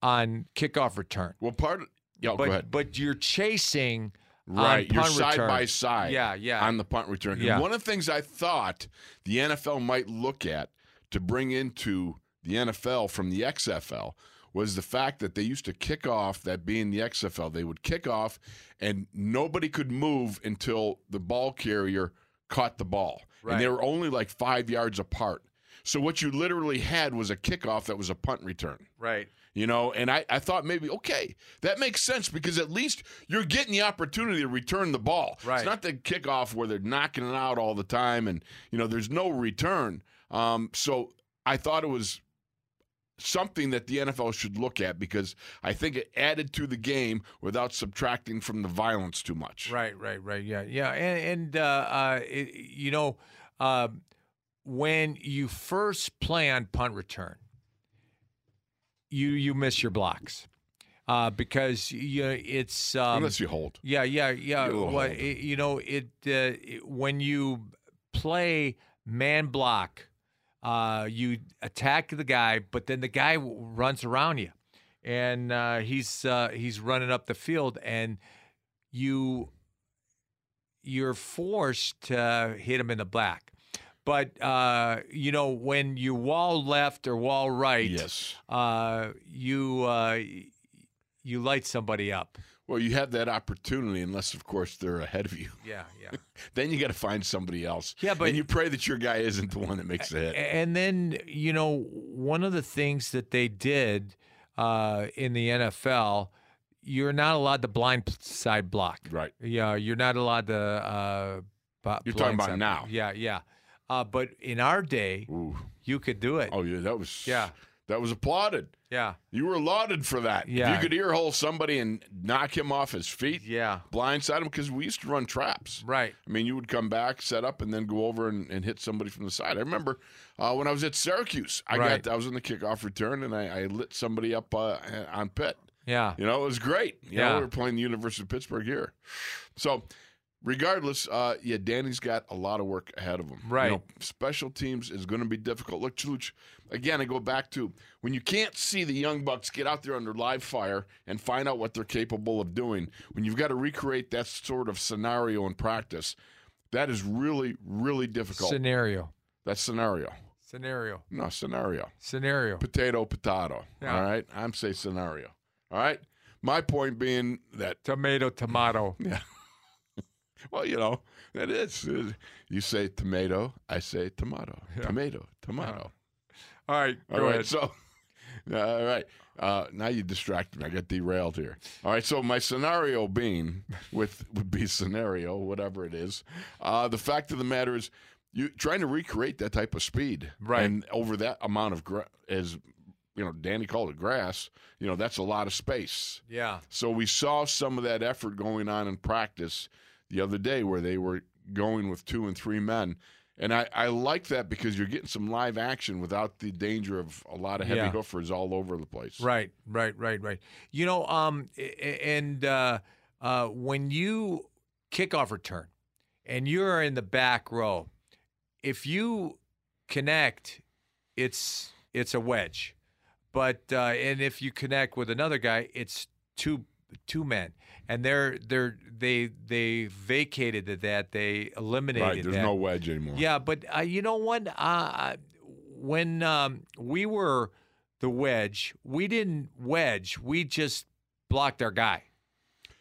C: on kickoff return,
D: Well, part of. Yeah, go ahead.
C: but but you're chasing on
D: Right, you're
C: punt
D: side
C: return.
D: by side.
C: Yeah, yeah.
D: On the punt return. And
C: Yeah.
D: one of the things I thought the NFL might look at to bring into the NFL from the XFL was the fact that they used to kick off that being the XFL. They would kick off and nobody could move until the ball carrier caught the ball.
C: Right.
D: And they were only like five yards apart. So what you literally had was a kickoff that was a punt return
C: right.
D: you know and I, I thought maybe okay that makes sense because at least you're getting the opportunity to return the ball
C: Right.
D: it's not the kickoff where they're knocking it out all the time and you know there's no return um, so i thought it was something that the nfl should look at because i think it added to the game without subtracting from the violence too much
C: Right, right, right. Yeah, yeah. And, and uh, uh, it, you know, uh, when you first play on punt return, you you miss your blocks uh, because you it's um,
D: unless you hold
C: yeah, yeah, yeah.
D: Get a little
C: Well,
D: hold.
C: it, you know, it, uh, it- when you play man block, uh, you attack the guy, but then the guy w- runs around you, and uh, he's uh, he's running up the field, and you you're forced to hit him in the back. But uh, you know when you wall left or wall right,
D: yes
C: uh, you uh, y- you light somebody up.
D: well you have that opportunity unless of course they're ahead of you
C: Yeah, yeah.
D: then you got to find somebody else
C: Yeah, but-
D: and you pray that your guy isn't the one that makes the hit
C: And then, you know, one of the things that they did uh, in the NFL, you're not allowed to blindside block.
D: right
C: Yeah, you're not allowed to. Uh, b-
D: You're talking about
C: blindside-
D: now.
C: Yeah, yeah. Uh, but in our day,
D: Ooh.
C: you could do it.
D: Oh yeah, that was
C: Yeah.
D: that was applauded.
C: Yeah,
D: You were lauded for that. If
C: Yeah.
D: you could earhole somebody and knock him off his feet,
C: yeah.
D: blindside him because we used to run traps.
C: Right.
D: I mean, you would come back, set up, and then go over and, and hit somebody from the side. I remember uh, when I was at Syracuse, I
C: Right.
D: got I was in the kickoff return and I, I lit somebody up uh, on pit.
C: Yeah.
D: You know, it was great. You
C: Yeah.
D: know, we were playing the University of Pittsburgh here. So, regardless, uh, yeah, Danny's got a lot of work ahead of him. You
C: Right.
D: know, special teams is going to be difficult. Look, Chulich, again, I go back to when you can't see the Young Bucks get out there under live fire and find out what they're capable of doing, when you've got to recreate that sort of scenario in practice, that is really, really difficult.
C: Scenario.
D: That's scenario.
C: Scenario.
D: No, scenario
C: Scenario.
D: potato potato.
C: Yeah.
D: All right. I'm say scenario. All right. My point being that
C: Tomato. Tomato.
D: yeah. Well, you know, it is. It- You say tomato, I say tomato. Tomato, tomato.
C: All right, go
D: All right,
C: ahead.
D: so all right. Uh, now you distracted me. I got derailed here. All right, so my scenario being with would be scenario, whatever it is. Uh, the fact of the matter is, you trying to recreate that type of speed,
C: Right.
D: And over that amount of gra- as you know, Danny called it grass. You know, that's a lot of space.
C: yeah,
D: So we saw some of that effort going on in practice the other day where they were going with two and three men. And I, I like that because you're getting some live action without the danger of a lot of heavy
C: Yeah.
D: hoofers all over the place.
C: right, right, right, right. You know, um, a- a- and uh, uh, when you kickoff return and you're in the back row, if you connect, it's it's a wedge, but uh, and if you connect with another guy, it's two two men, and they're they're they they vacated that they eliminated
D: Right, there's
C: that.
D: no wedge anymore.
C: Yeah, but uh, you know what? Uh, I- when um, we were the wedge, we didn't wedge. We just blocked our guy.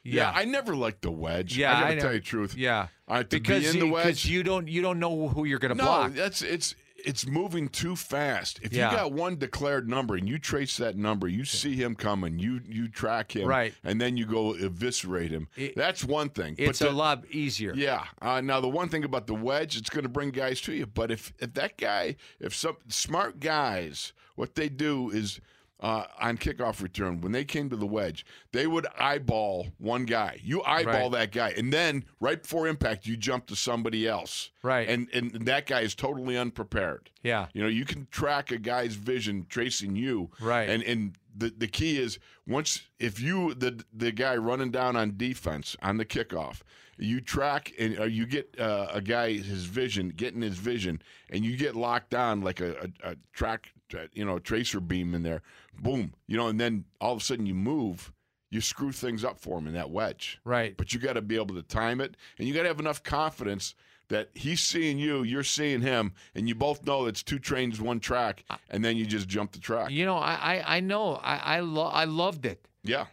D: Yeah, I never liked the wedge.
C: Yeah,
D: I gotta
C: I know.
D: tell you the truth.
C: yeah.
D: I to
C: Because
D: be in the
C: you- 'cause
D: wedge.
C: you don't you don't know who you're going to
D: no,
C: block.
D: that's it's it's moving too fast. If
C: Yeah.
D: you got one declared number and you trace that number, you see him coming, you you track him,
C: Right.
D: and then you go eviscerate him.
C: It-
D: that's one thing.
C: It's
D: but
C: a
D: the-
C: lot easier.
D: Yeah. Uh, now the one thing about the wedge, it's going to bring guys to you. But if if that guy, if some smart guys, what they do is uh, on kickoff return, when they came to the wedge, they would eyeball one guy. You eyeball that guy, and then right before impact, you jump to somebody else.
C: Right.
D: And and that guy is totally unprepared.
C: Yeah.
D: You know, you can track a guy's vision tracing you.
C: Right.
D: And and the, the key is once if you the the guy running down on defense on the kickoff, you track and or you get uh, a guy his vision, getting his vision, and you get locked on like a, a, a track, uh, you know, tracer beam in there. Boom, you know, and then all of a sudden you move, you screw things up for him in that wedge.
C: Right.
D: But you got to be able to time it, and you got to have enough confidence that he's seeing you, you're seeing him, and you both know it's two trains, one track, and then you just jump the track.
C: You know, I I, I know. I I, lo- I loved it.
D: Yeah,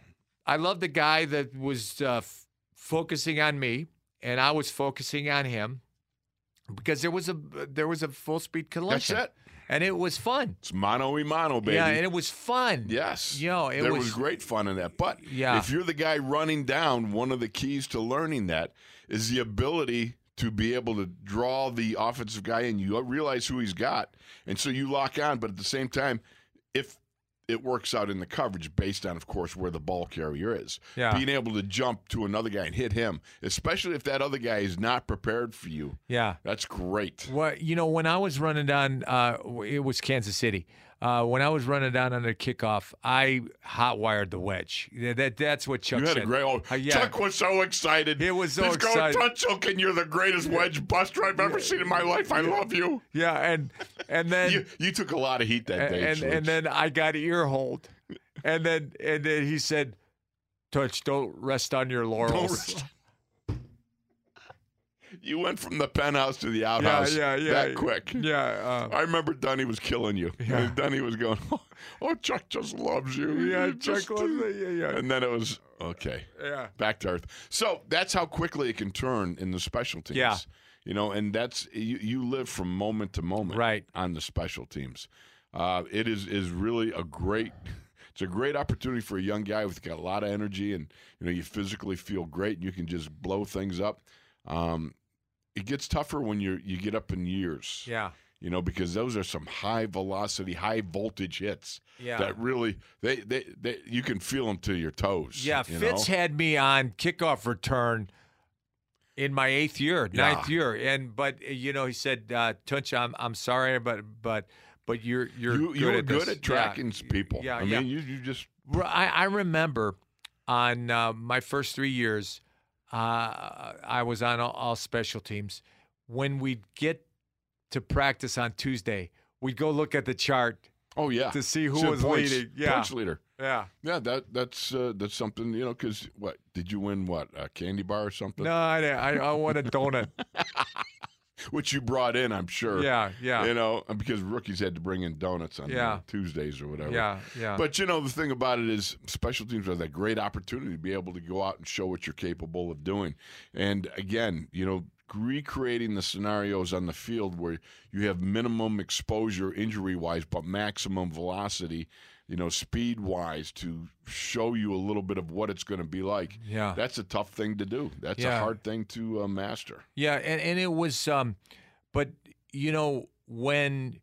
C: I loved the guy that was uh, f- focusing on me, and I was focusing on him because there was a there was a full speed collision.
D: it.
C: and it was fun.
D: it's mono e mono, baby.
C: Yeah, and it was fun.
D: yes,
C: Yo, it
D: there
C: was-
D: was, great fun in that. But
C: Yeah.
D: if you're the guy running down, one of the keys to learning that is the ability to be able to draw the offensive guy in. You realize who he's got, and so you lock on. But at the same time, if it works out in the coverage based on, of course, where the ball carrier is.
C: Yeah.
D: Being able to jump to another guy and hit him, especially if that other guy is not prepared for you,
C: Yeah.
D: that's great.
C: Well, you know, when I was running down, uh, w- it was Kansas City. Uh, when I was running down on the kickoff, I hot wired the wedge. That, that- that's what Chuck
D: You had
C: said.
D: a great. Oh,
C: Uh, yeah.
D: Chuck was so excited.
C: He was so
D: He's
C: excited.
D: going, Tunchuk, and you're the greatest wedge buster I've ever seen in my life. I love you.
C: yeah, and and then
D: You, you took a lot of heat that
C: and
D: day.
C: and,
D: Schwartz.
C: and then I got ear hold, and then and then he said, "Touch, don't rest on your
D: Don't
C: laurels."
D: rest- you went from the penthouse to the outhouse.
C: yeah, yeah,
D: That
C: yeah.
D: quick.
C: Yeah, uh,
D: I remember Dunny was killing you.
C: Yeah.
D: And Dunny was going, oh, Chuck just loves you.
C: yeah,
D: He
C: Chuck
D: just-
C: was, yeah, yeah,
D: And then it was, okay.
C: yeah.
D: back to earth. So that's how quickly it can turn in the special teams.
C: Yeah.
D: You know, and that's you, you live from moment to moment
C: Right.
D: on the special teams. Uh, it is is really a great it's a great opportunity for a young guy with got a lot of energy and you know you physically feel great and you can just blow things up. Um, it gets tougher when you you get up in years.
C: Yeah,
D: You know, because those are some high velocity, high voltage hits
C: yeah.
D: that really they, they they you can feel them to your toes.
C: Yeah,
D: you know?
C: Fitz had me on kickoff return in my eighth year,
D: Yeah.
C: ninth year, and but uh, you know he said, uh, "Tunch, I'm I'm sorry, but but but you're you're
D: you,
C: good
D: you were
C: at
D: good
C: this."
D: at tracking
C: Yeah.
D: people.
C: Yeah,
D: I
C: yeah.
D: mean, you, you just
C: Re- I, I remember on uh, my first three years, uh, I was on all, all special teams. When we'd get to practice on Tuesday, we'd go look at the chart
D: oh yeah
C: to see who
D: Said
C: was
D: points,
C: leading. Yeah,
D: points leader.
C: yeah.
D: Yeah, that that's uh, that's something you know. Because what did you win? What a candy bar or something?
C: No, I, didn't. I, I want a donut.
D: which you brought in, I'm sure.
C: Yeah, yeah.
D: You know, uh, because rookies had to bring in donuts on
C: Yeah.
D: uh, Tuesdays or whatever.
C: Yeah, yeah.
D: But you know, the thing about it is, special teams are that great opportunity to be able to go out and show what you're capable of doing. And again, you know, recreating the scenarios on the field where you have minimum exposure injury wise, but maximum velocity, you know, speed wise to show you a little bit of what it's going to be like.
C: Yeah.
D: That's a tough thing to do. That's
C: Yeah.
D: a hard thing to uh, master.
C: Yeah, and, and it was um but you know, when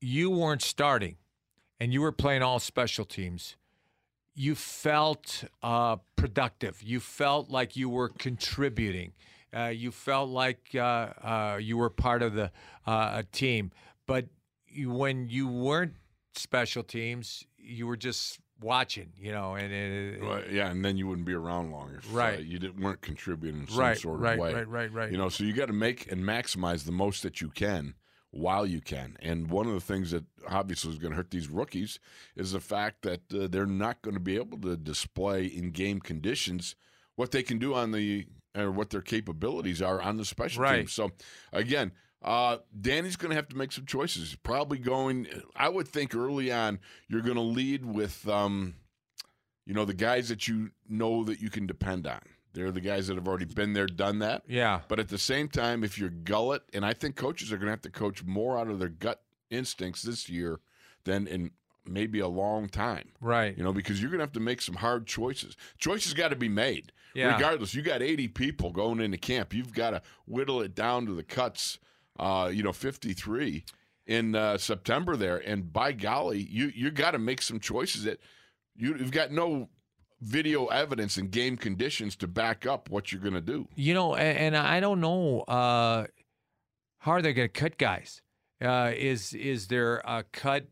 C: you weren't starting and you were playing all special teams, you felt uh, productive. You felt like you were contributing. Uh, you felt like uh, uh, you were part of the uh, a team. But you, when you weren't special teams, you were just watching, you know, and it,
D: Well, yeah, and then you wouldn't be around long if uh,
C: Right.
D: you didn't, weren't contributing in some
C: right,
D: sort of
C: right,
D: way.
C: right, right, right.
D: You know, so you got to make and maximize the most that you can while you can. And one of the things that obviously is going to hurt these rookies is the fact that uh, they're not going to be able to display in game conditions what they can do on the or what their capabilities are on the special
C: Right.
D: teams. So again, uh, Danny's going to have to make some choices. Probably going, I would think early on, you're going to lead with. Um, you know the guys that you know that you can depend on they're the guys that have already been there done that
C: yeah.
D: but at the same time if your gullet and i think coaches are going to have to coach more out of their gut instincts this year than in maybe a long time
C: Right.
D: you know because you're going to have to make some hard choices choices got to be made
C: Yeah.
D: regardless you got 80 people going into camp you've got to whittle it down to the cuts uh, you know 53 in uh, september there and by golly you you got to make some choices that you, you've got no video evidence and game conditions to back up what you're going to do
C: You know, a- and, and I don't know uh, how are they going to cut guys? Uh, is is there a cut?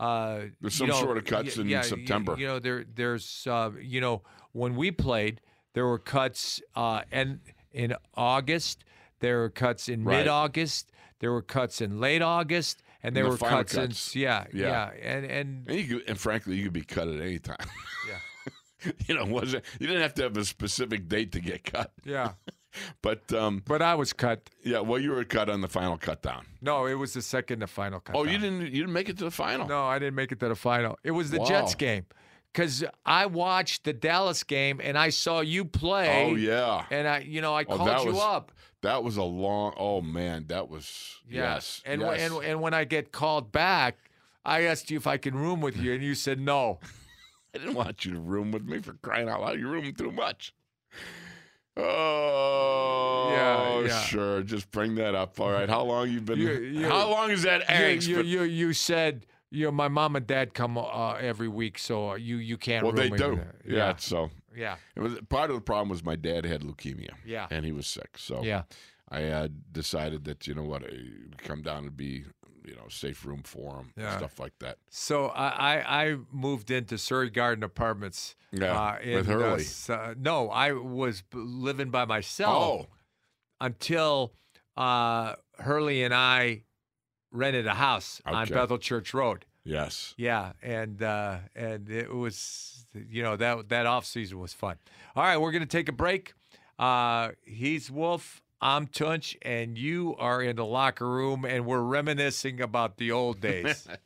C: Uh,
D: There's
C: you
D: some
C: know,
D: sort of cuts
C: y-
D: in
C: yeah, y-
D: September.
C: You know, there there's uh, you know when we played, there were cuts uh, and in August, there were cuts in
D: Right.
C: mid August, there were cuts in late August, and there
D: the
C: were
D: final
C: cuts,
D: cuts.
C: in yeah, yeah,
D: Yeah.
C: and and
D: And, you could, and frankly, you could be cut at any time.
C: Yeah.
D: you know, wasn't you didn't have to have a specific date to get cut,
C: yeah.
D: but um,
C: But I was cut.
D: yeah, well, you were cut on the final cut down.
C: No, it was the second to final cut.
D: Oh, you
C: down.
D: didn't you didn't make it to the final.
C: No, I didn't make it to the final. It was the
D: Wow.
C: Jets game because I watched the Dallas game and I saw you play.
D: Oh yeah,
C: And I, you know, I
D: Oh,
C: called
D: that
C: you
D: was-
C: up.
D: that was a long. Oh man, that was
C: Yeah.
D: yes.
C: And
D: yes.
C: and and when I get called back, I asked you if I can room with you, and you said no.
D: I didn't want you to room with me for crying out loud. You're rooming too much. Oh
C: yeah.
D: sure. Just bring that up. All right. How long you been?
C: You- you-
D: how long is that
C: You,
D: angst?
C: you,
D: been-
C: you you said you know, my mom and dad come uh, every week, so you you can't.
D: well, they
C: room with
D: do.
C: me.
D: yeah. So
C: yeah,
D: It was part of the problem was my dad had leukemia.
C: Yeah.
D: and he was sick. So
C: yeah, yeah.
D: I uh, decided that you know what, it would come down to be you know safe room for him, and
C: Yeah.
D: stuff like that.
C: So I, I, I moved into Surrey Garden Apartments. uh,
D: Yeah, with
C: in,
D: Hurley.
C: s- uh, no, I was b- living by myself
D: oh,
C: until uh, Hurley and I rented a house on
D: Okay.
C: Bethel Church Road.
D: yes,
C: Yeah, and uh, and it was you know that that off season was fun. All right, we're gonna take a break. Uh, he's Wolf. I'm Tunch, and you are in the locker room, and we're reminiscing about the old days.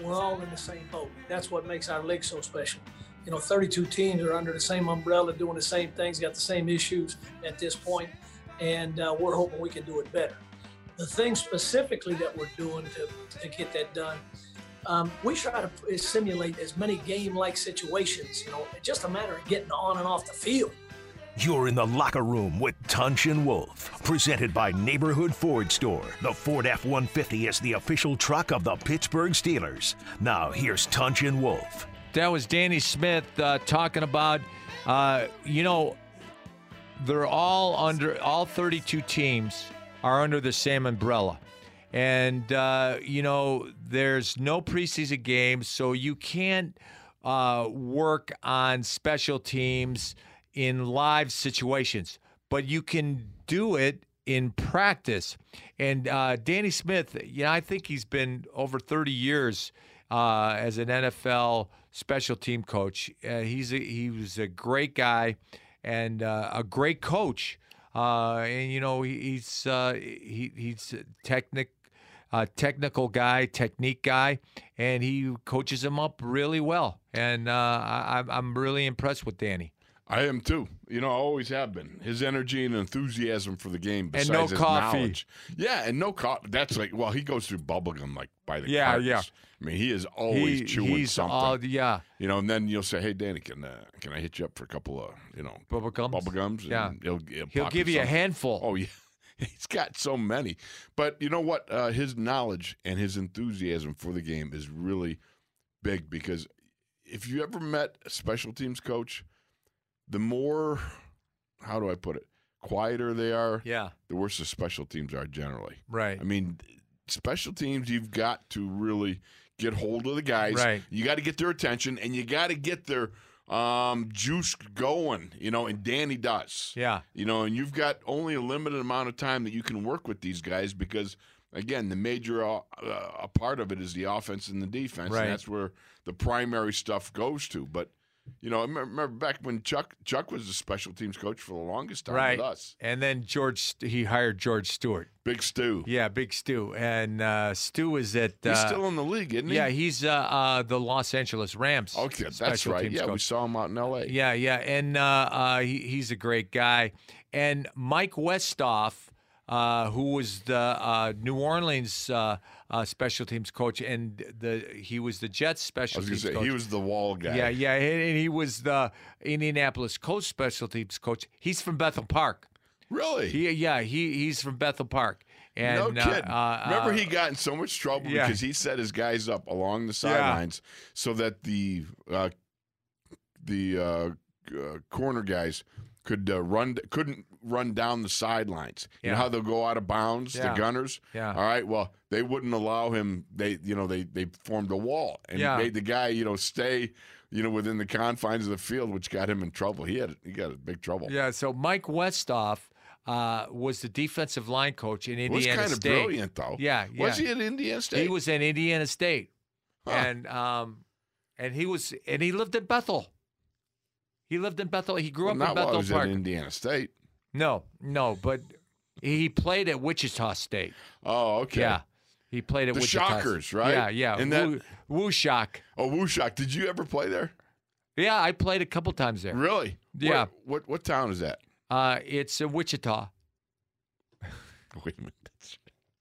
A: We're all in the same boat. That's what makes our league so special. You know, 32 teams are under the same umbrella, doing the same things, got the same issues at this point, and uh, we're hoping we can do it better. The thing specifically that we're doing to, to get that done, um, we try to simulate as many game-like situations. You know, it's just a matter of getting on and off the field.
B: You're in the locker room with Tunch and Wolf, presented by Neighborhood Ford Store. The Ford F 150 is the official truck of the Pittsburgh Steelers. Now, here's Tunch and Wolf.
C: That was Danny Smith uh, talking about, uh, you know, they're all under, all 32 teams are under the same umbrella. And, uh, you know, there's no preseason games, so you can't uh, work on special teams in live situations, but you can do it in practice. And uh, Danny Smith, you know, I think he's been over 30 years uh, as an NFL special team coach. Uh, he's a, he was a great guy and uh, a great coach. Uh, and you know he, he's uh, he, he's a technic, uh, technical guy, technique guy, and he coaches him up really well. And uh, I, I'm- I'm really impressed with Danny.
D: I am too. You know, I always have been. His energy and enthusiasm for the game, besides
C: no
D: his
C: coffee.
D: knowledge. Yeah, and no coffee. That's like, well, he goes through bubblegum like by the
C: Yeah,
D: cartons.
C: yeah.
D: I mean, he is always
C: He-
D: chewing
C: he's
D: something.
C: all- yeah,
D: you know, and then you'll say, "Hey, Danny, can uh, can I hit you up for a couple of you know
C: Bubblegums?
D: Bubblegums?
C: Yeah.
D: and he'll he'll,
C: he'll
D: pop
C: give you a
D: some.
C: handful.
D: Oh yeah, he's got so many. But you know what? Uh, his knowledge and his enthusiasm for the game is really big because if you ever met a special teams coach, the more how do I put it? Quieter they are,
C: yeah,
D: the worse the special teams are generally.
C: right.
D: I mean, special teams, you've got to really get hold of the guys.
C: Right.
D: You got to get their attention and you got to get their um, juice going, you know, and Danny does.
C: yeah,
D: You know, and you've got only a limited amount of time that you can work with these guys because, again, the major uh, a part of it is the offense and the defense.
C: Right.
D: And that's where the primary stuff goes to. But, you know, I remember- remember back when Chuck Chuck was the special teams coach for the longest time
C: right.
D: with us.
C: And then George, he hired George Stewart.
D: Big Stu.
C: Yeah, Big Stu, and uh, Stu is at.
D: He's
C: uh,
D: still in the league, isn't he?
C: yeah, he's uh, uh, the Los Angeles Rams.
D: Okay, that's
C: special
D: right.
C: teams
D: Yeah, we
C: coach.
D: saw him out in L.A.
C: Yeah, yeah, and uh, uh, he, he's a great guy. And Mike Westoff, uh, who was the uh, New Orleans uh, uh, special teams coach, and the he was the
D: I
C: Jets special
D: was gonna
C: teams
D: say
C: coach.
D: he was the wall guy.
C: yeah, yeah, and, and he was the Indianapolis Coast special teams coach. He's from Bethel Park.
D: really.
C: He, yeah, he he's from Bethel Park. And
D: no
C: uh,
D: kid.
C: uh,
D: Remember,
C: uh,
D: he got in so much trouble
C: yeah.
D: because he set his guys up along the sidelines so that the uh, the uh, uh, corner guys could uh, run couldn't run down the sidelines. You
C: Yeah.
D: know how they'll go out of bounds,
C: Yeah.
D: the gunners.
C: Yeah.
D: All right. Well, they wouldn't allow him. They you know they they formed a wall and
C: Yeah.
D: made the guy you know stay you know within the confines of the field, which got him in trouble. He had he got in big trouble.
C: uh, Yeah, so Mike Westoff uh, was the defensive line coach in
D: was
C: Indiana
D: kind of
C: State.
D: brilliant though.
C: Yeah,
D: Was
C: yeah.
D: he at Indiana State?
C: He was in Indiana State,
D: Huh.
C: and um, and he was and he lived in Bethel. He lived in Bethel. He grew
D: Well,
C: up
D: not
C: in
D: while I
C: Bethel
D: was
C: Park.
D: at Indiana State.
C: no, no, but he played at Wichita State.
D: Oh, okay.
C: Yeah, he played at
D: The
C: Wichita. State.
D: Shockers, right?
C: Yeah, yeah.
D: And that-
C: Woo, Woo Shock.
D: Oh, Wushak, did you ever play there?
C: Yeah, I played a couple times there.
D: Really?
C: Yeah.
D: What what, what town is that?
C: Uh, it's in Wichita.
D: Wait a minute. That's,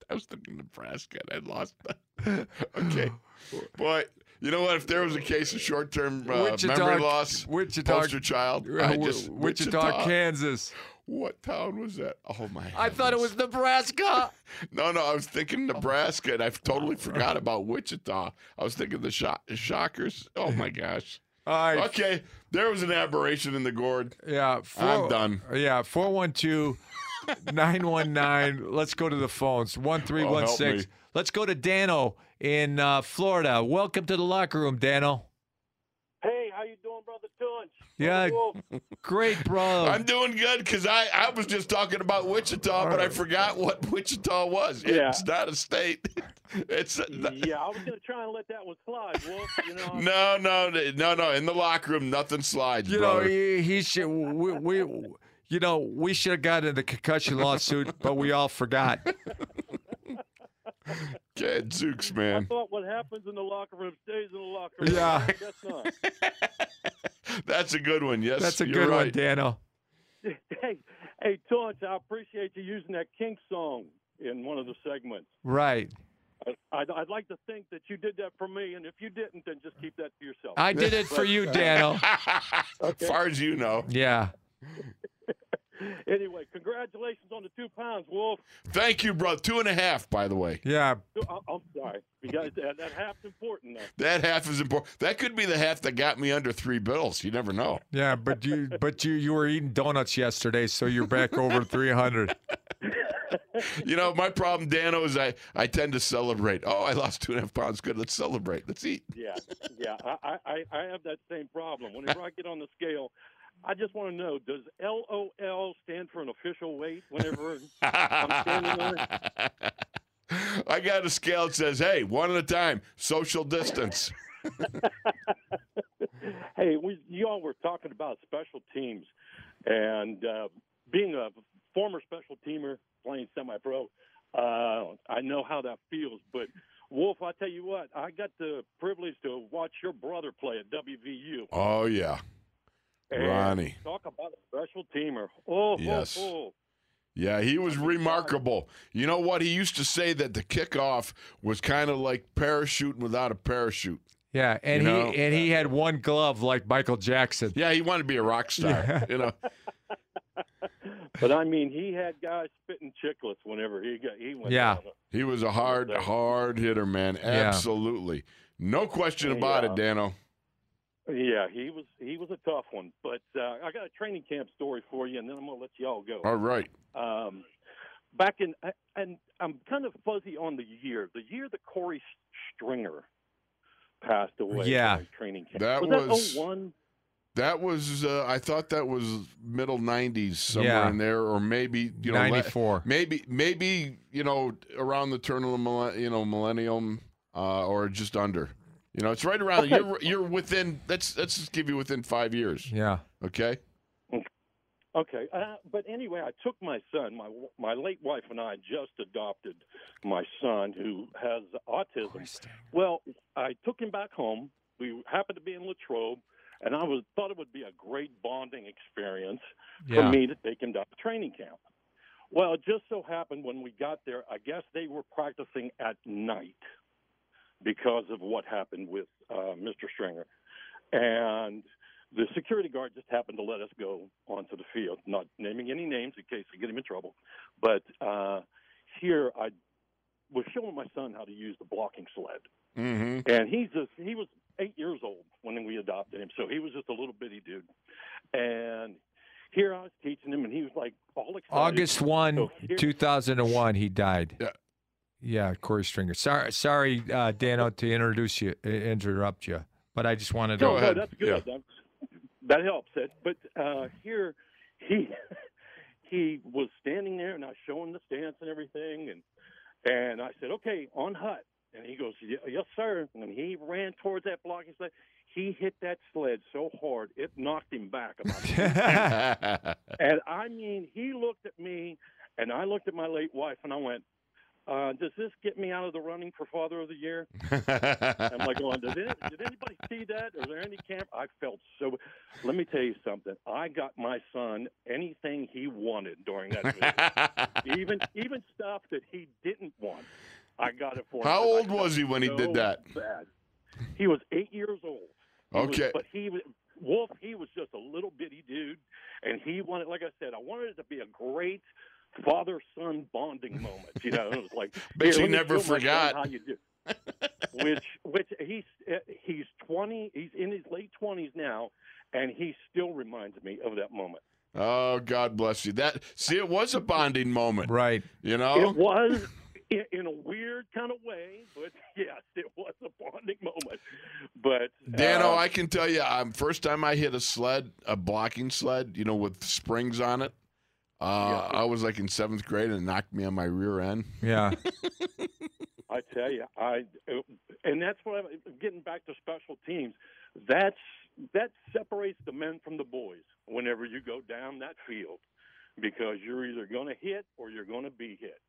D: I was thinking Nebraska. And I lost. That. okay. But you know what? If there was a case of short-term uh,
C: Wichita-
D: memory loss,
C: Wichita- uh,
D: poster child, I just
C: Wichita, Kansas.
D: What town was that? Oh my!
C: I thought it
D: heavens.
C: was Nebraska.
D: No, no, I was thinking Nebraska, and I've totally forgot about Wichita. I was thinking the shock, Shockers. Oh my gosh.
C: All right.
D: Okay, there was an aberration in the gourd.
C: Yeah. Four,
D: I'm done.
C: Yeah. 412 919. Let's go to the phones.
D: Oh, help me.
C: 1316. Let's go to Dano in uh, Florida. Welcome to the locker room, Dano.
F: Hey, how you doing, brother Tunch?
C: Yeah. Great,
F: Oh.
C: bro.
D: I'm doing good because I, I was just talking about Wichita, but I forgot what Wichita was.
F: Yeah.
D: It's not a state. It's
F: Yeah, I was gonna try and let that one slide, Wolf. You know,
D: no, no, no, no. In the locker room, nothing slides,
C: you know,
D: brother.
C: he, he should, we, we, you know, we should have gotten the concussion lawsuit, but we all forgot.
D: Kid Zooks,
F: I
D: man.
F: thought what happens in the locker room stays in the locker room.
C: Yeah.
F: that's not.
D: That's a good one. Yes,
C: That's a
D: you're
C: good one,
D: right.
C: Dano.
F: hey, hey, Tunch, I appreciate you using that King song in one of the segments.
C: Right.
F: I- I'd, I'd like to think that you did that for me, and if you didn't, then just keep that to yourself.
C: I did it for you, Dano.
D: Far as you know.
C: Yeah.
F: Anyway, congratulations on the two pounds, Wolf.
D: Thank you, bro. Two and a half, by the way.
C: Yeah.
F: I, I'm sorry, because that, that half's important. Though.
D: That half is important. That could be the half that got me under three bills. You never know.
C: Yeah, but you but you you were eating donuts yesterday, so you're back over 300.
D: you know, my problem, Dano, is I, I tend to celebrate. Oh, I lost two and a half pounds. Good. Let's celebrate. Let's eat.
F: yeah, yeah. I, I, I have that same problem. Whenever I get on the scale, I just want to know: Does LOL stand for an official weight? Whenever I'm standing there,
D: I got a scale that says, hey, one at a time, social distance.
F: hey, we, you all were talking about special teams, and uh, being a former special teamer playing semi-pro, uh, I know how that feels. But Wolf, I tell you what, I got the privilege to watch your brother play at WVU.
D: Oh, yeah.
F: And
D: Ronnie.
F: Talk about a special teamer. Oh,
D: Yes.
F: oh, oh.
D: Yeah, he was remarkable. You know what? He used to say that the kickoff was kind of like parachuting without a parachute.
C: Yeah, and
D: You
C: he
D: know,
C: and he had one glove like Michael Jackson.
D: Yeah, he wanted to be a rock star. You know,
F: But I mean, he had guys spitting chicklets whenever he got he went.
C: Yeah.
F: down.
D: he was a hard, hard hitter, man.
C: Yeah.
D: Absolutely, no question about it, Dano.
F: yeah, he was he was a tough one. But uh, I got a training camp story for you, and then I'm gonna let you all go.
D: All right,
F: Um, back in and I'm kind of fuzzy on the year. The year that Corey Stringer passed away.
C: Yeah.
F: during training camp.
D: That was-
F: that 01?
D: that was. Uh, I thought that was middle '90s somewhere
C: Yeah.
D: in there, or maybe you know, le-
C: 94.
D: maybe maybe you know, around the turn of the millen- you know millennium, uh, or just under. You know, it's right around. You're you're within. That's let's just give you within five years.
C: Yeah.
D: Okay.
F: Okay, uh, but anyway, I took my son. My my late wife and I just adopted my son who has autism. Well, I took him back home. We happened to be in Latrobe, and I was thought it would be a great bonding experience for
C: Yeah.
F: me to take him down to training camp. Well, it just so happened when we got there, I guess they were practicing at night because of what happened with uh, Mr. Stringer. And the security guard just happened to let us go onto the field, not naming any names in case I get him in trouble. But uh, here I was showing my son how to use the blocking sled
D: Mm-hmm.
F: and he's just he was eight years old when we adopted him, so he was just a little bitty dude. And here I was teaching him, and he was like all excited.
C: August one,
F: So here-
C: two thousand and one, he died.
D: Yeah.
C: Yeah, Corey Stringer. Sorry, sorry, uh, Dano, to introduce you, uh, interrupt you, but I just wanted
D: Uh,
C: to.
D: Go
F: No, no,
D: ahead.
F: that's good. That- That helps. It. But uh, here, he he was standing there, and I showed him the stance and everything, and and I said, "Okay, on hut." And he goes, "Ye- "Yes, sir." And he ran towards that blocking sled. He hit that sled so hard it knocked him back about And I mean, he looked at me, and I looked at my late wife, and I went, uh, "Does this get me out of the running for Father of the Year?" I'm like, going, did, any, did anybody see that? Are there any camp? I felt so. Let me tell you something. I got my son anything he wanted during that visit, even even stuff that he didn't want. I got it for him.
D: How
F: and I
D: old
F: felt
D: was he when he
F: so
D: did that?
F: Bad. He was eight years old. He was-
D: Okay.
F: but he was Wolf. He was just a little bitty dude, and he wanted, like I said, I wanted it to be a great father-son bonding moment. You know, it was like,
D: Bet
F: here,
D: you
F: let me
D: never
F: show my son
D: forgot.
F: how you do. which, which he's uh, he's twenty. He's in his late twenties now, and he still reminds me of that moment.
D: oh, God bless you. That see, it was a bonding moment.
C: Right.
D: You
F: It
D: know,
F: was in, in a weird kind of way, but yes, it was a bonding moment. But
D: Dano,
F: uh,
D: I can tell you, um, first time I hit a sled, a blocking sled, you know, with springs on it. Uh, I was like in seventh grade and it knocked me on my rear end.
C: Yeah.
F: I tell you, I and that's what I'm getting back to special teams. That's that separates the men from the boys whenever you go down that field because you're either going to hit or you're going to be hit.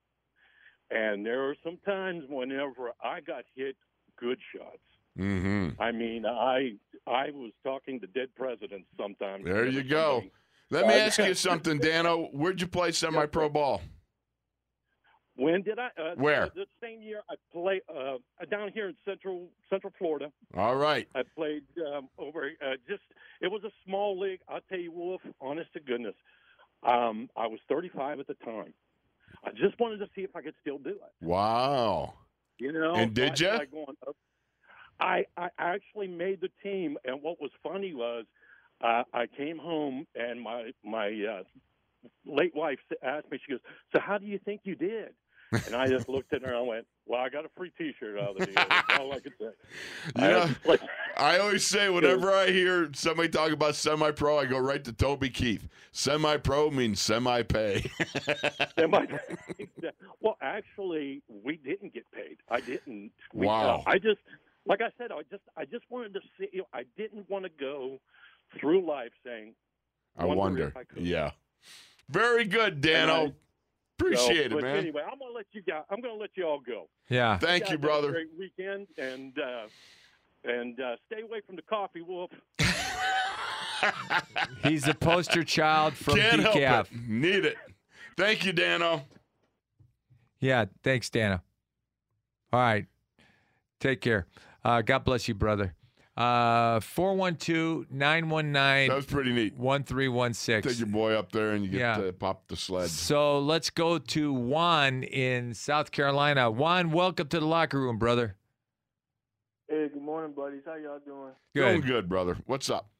F: And there are some times whenever I got hit good shots.
D: Mm-hmm.
F: I mean, I I was talking to dead presidents sometimes.
D: There you go. Let me ask you something, Dano. Where'd you play semi-pro ball?
F: When did I? Uh,
D: Where?
F: The same year I play uh, down here in central Central Florida.
D: All right.
F: I played um, over uh, just it was a small league. I'll tell you, Wolf, honest to goodness, um, I was 35 at the time. I just wanted to see if I could still do it.
D: Wow.
F: You know,
D: And did
F: I,
D: ya?
F: I, going up- I I actually made the team, and what was funny was uh, I came home and my my uh, late wife s- asked me, she goes, "So how do you think you did?" And I just looked at her and I went, "Well, I got a free T-shirt out of the deal. That's all I could say." I
D: Yeah.
F: was like-
D: I always say whenever I hear somebody talk about semi-pro, I go right to Toby Keith. Semi-pro means semi-pay.
F: Am I- well, actually, we didn't get paid. I didn't. We,
D: Wow.
F: uh, I just, like I said, I just, I just wanted to see. You know, I didn't want to go through life saying,
D: I
F: Wonder
D: wonder.
F: if I could.
D: Yeah. Very good, Dano.
F: And so,
D: Appreciate it,
F: but
D: man.
F: Anyway, I'm gonna let you guys. I'm gonna let you all go.
C: Yeah.
D: Thank
F: guys
D: you,
F: have a
D: brother.
F: great weekend, and uh, and uh, stay away from the coffee wolf.
C: He's the poster child from
D: Can't
C: DCAF.
D: help it. Need it. Thank you, Dano.
C: Yeah. Thanks, Dana. All right. Take care. Uh, God bless you, brother. Uh, 412
D: That
C: 919
D: was pretty neat. Take
C: 1316.
D: your boy up there and you get
C: Yeah.
D: to pop the sled.
C: So let's go to Juan in South Carolina. Juan, welcome to the locker room, brother.
G: Hey, good morning, buddies. How y'all doing?
D: Doing
C: Good.
D: good, brother. What's up?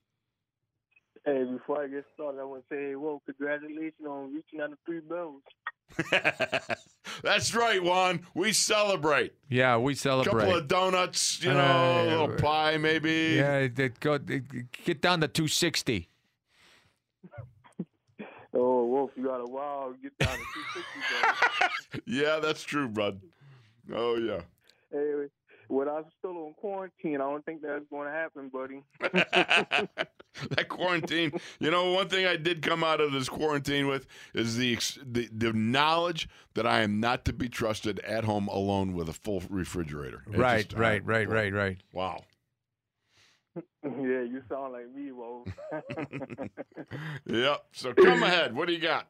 G: Hey, before I get started, I want to say, well, congratulations on reaching out to three bells.
D: That's right, Juan. We celebrate.
C: Yeah, we
D: A
C: celebrate.
D: couple of donuts, you know,
C: Uh,
D: a little pie maybe.
C: yeah, they go, they get down to 260.
G: Oh, Wolf, you got a wow. Get down to 260, buddy.
D: Yeah, that's true, bud. Oh yeah.
G: Hey, when I was still on quarantine, I don't think that's going to happen, buddy.
D: that quarantine. You know, one thing I did come out of this quarantine with is the, ex- the the knowledge that I am not to be trusted at home alone with a full refrigerator. It
C: Right,
D: just-
C: right, right, right, right.
D: Wow.
G: yeah, you sound like me, Wolf.
D: Yep. So come ahead. What do you got?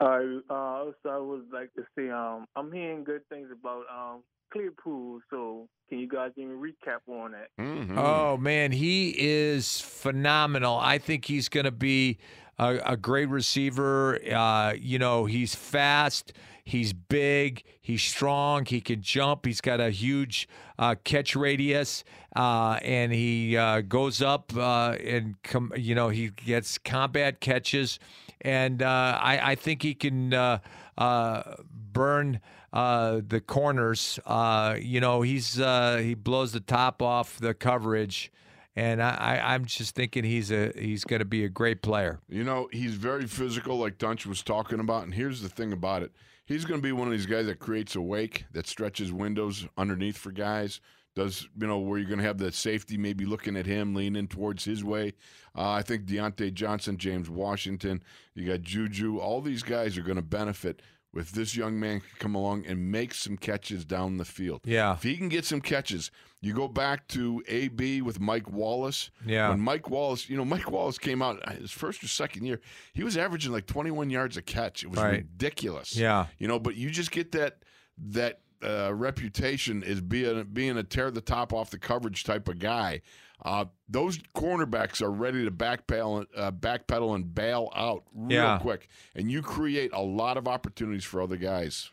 G: All right. Uh, also, I would like to say um, I'm hearing good things about um, Clearpool, so can you guys give me a recap on that?
D: Mhm.
C: Oh man, he is phenomenal. I think he's going to be a, a great receiver. Uh, you know, he's fast, he's big, he's strong, he can jump. He's got a huge uh, catch radius, uh, and he uh, goes up uh, and com- you know he gets combat catches, and uh, I, I think he can uh, uh, burn uh, the corners. Uh, you know, he's uh, he blows the top off the coverage, and I, I I'm just thinking he's a he's going to be a great player.
D: You know, he's very physical, like Dunch was talking about. And here's the thing about it he's going to be one of these guys that creates a wake, that stretches windows underneath for guys. Does, you know, where you're going to have the safety maybe looking at him, leaning towards his way. Uh, I think Deontay Johnson, James Washington, you got Juju, all these guys are going to benefit if this young man can come along and make some catches down the field.
C: Yeah.
D: If he can get some catches, you go back to AB with Mike Wallace.
C: Yeah.
D: When Mike Wallace, you know, Mike Wallace came out his first or second year, he was averaging like 21 yards a catch. It was
C: Right.
D: ridiculous.
C: Yeah.
D: You know, but you just get that that uh, reputation as being being a tear the top off the coverage type of guy. Uh, those cornerbacks are ready to backpedal, uh, backpedal and bail out real
C: Yeah.
D: quick, and you create a lot of opportunities for other guys.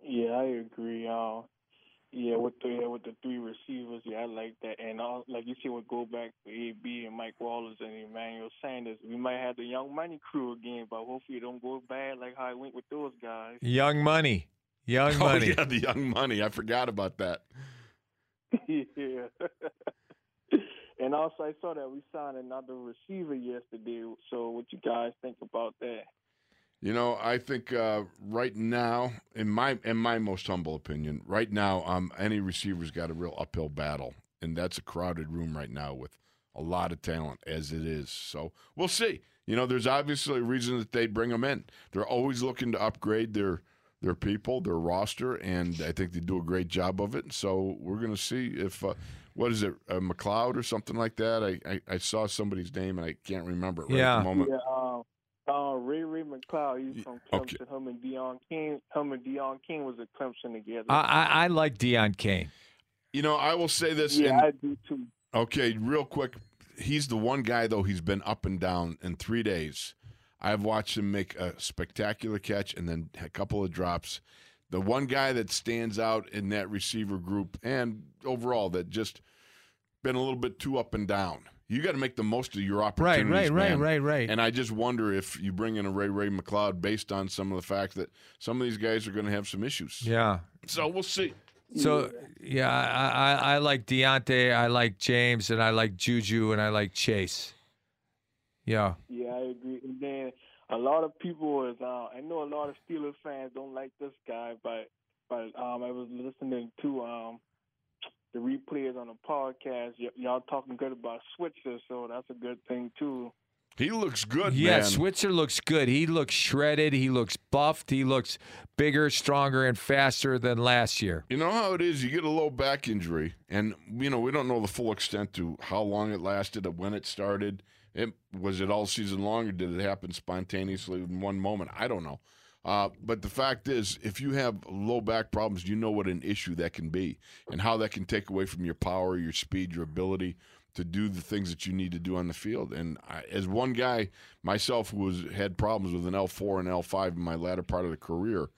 G: Yeah, I agree. Uh, yeah, with the yeah, with the three receivers, yeah, I like that. And uh, like you said, with go back for AB and Mike Wallace and Emmanuel Sanders, we might have the Young Money crew again, but hopefully it don't go bad like how it went with those guys.
C: Young money, young money.
D: Oh yeah, the young money. I forgot about that.
G: yeah. and also, I saw that we signed another receiver yesterday. So, what you guys think about that?
D: You know, I think uh, right now, in my in my most humble opinion, right now, um, any receiver's got a real uphill battle, and that's a crowded room right now with a lot of talent as it is. So we'll see. You know, there's obviously a reason that they bring them in. They're always looking to upgrade their their people, their roster, and I think they do a great job of it. So we're going to see if uh, what is it, uh, McLeod or something like that. I, I I saw somebody's name and I can't remember it right at
C: Yeah.
D: the moment.
G: Yeah, um, uh, Ray Ray McLeod,
D: Y-
G: he's from Clemson.
D: okay.
G: Him and Dion King, him and Dion King was at Clemson together.
C: I, I I like Dion Kane.
D: You know, I will say this.
G: yeah,
D: and-
G: I do too.
D: Okay, real quick. He's the one guy though. He's been up and down in three days. I've watched him make a spectacular catch and then a couple of drops. The one guy that stands out in that receiver group and overall that just been a little bit too up and down. You got to make the most of your
C: Right,
D: opportunities.
C: right, right,
D: man.
C: right, right.
D: And I just wonder if you bring in a Ray Ray McLeod based on some of the fact that some of these guys are going to have some issues.
C: yeah.
D: So we'll see.
C: So yeah, I, I, I like Deontay, I like James, and I like Juju, and I like Chase. Yeah.
G: Yeah, I agree. And then a lot of people is uh, I know a lot of Steelers fans don't like this guy, but but um, I was listening to um the replays on the podcast. Y- y'all talking good about Switzer, so that's a good thing too.
D: He looks good,
C: Yeah,
D: man.
C: Switzer looks good. He looks shredded. He looks buffed. He looks bigger, stronger, and faster than last year.
D: You know how it is. You get a low back injury, and you know we don't know the full extent to how long it lasted, or when it started. It was it all season long, or did it happen spontaneously in one moment? I don't know. Uh, but the fact is, if you have low back problems, you know what an issue that can be, and how that can take away from your power, your speed, your ability to do the things that you need to do on the field. And I, as one guy myself who was had problems with an L four and L five in my latter part of the career,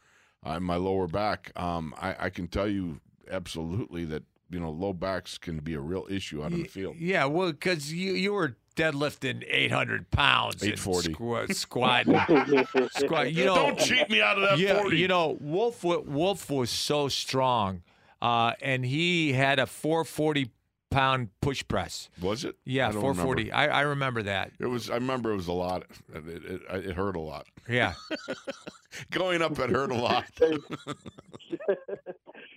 D: uh, my lower back. Um, I, I can tell you absolutely that you know low backs can be a real issue out on the field.
C: Yeah, well, because you you were deadlifting 800 pounds, and
D: 840.
C: squa- squatting, squat. You know,
D: Don't cheat me out of that
C: yeah,
D: forty.
C: you know, Wolf wa- Wolf was so strong, uh, and he had a 440 pound push press.
D: was it?
C: Yeah,
D: I don't
C: 440.
D: remember.
C: I, I remember that.
D: It was. I remember it was a lot. It, it, it- it hurt a lot.
C: Yeah,
D: Going up, it hurt a lot.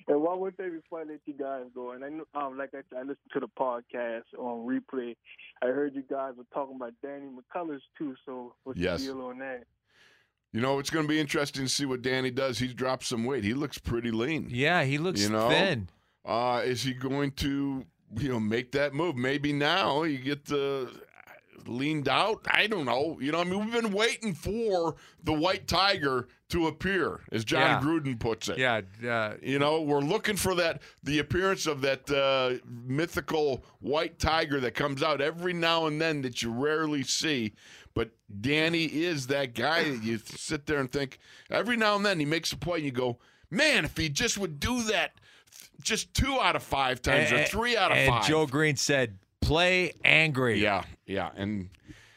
G: And one more thing before I let you guys go, and I know, um, like I, said, I listened to the podcast on replay. I heard you guys were talking about Danny McCullers too. So what's
D: Yes.
G: the deal on that?
D: You know, it's going to be interesting to see what Danny does. He's dropped some weight. He looks pretty lean.
C: yeah, he looks
D: You know?
C: thin.
D: Uh, is he going to, you know, make that move? Maybe now you get the uh, leaned out. I don't know. You know, I mean, we've been waiting for the white tiger to appear, as John
C: Yeah.
D: Gruden puts it.
C: Yeah, uh,
D: You know, we're looking for that the appearance of that uh, mythical white tiger that comes out every now and then that you rarely see. But Danny is that guy that you sit there and think every now and then he makes a play and you go, man, if he just would do that, th- just two out of five times or
C: and-
D: three out of
C: and
D: five.
C: Joe Green said, "Play angry."
D: yeah, yeah, and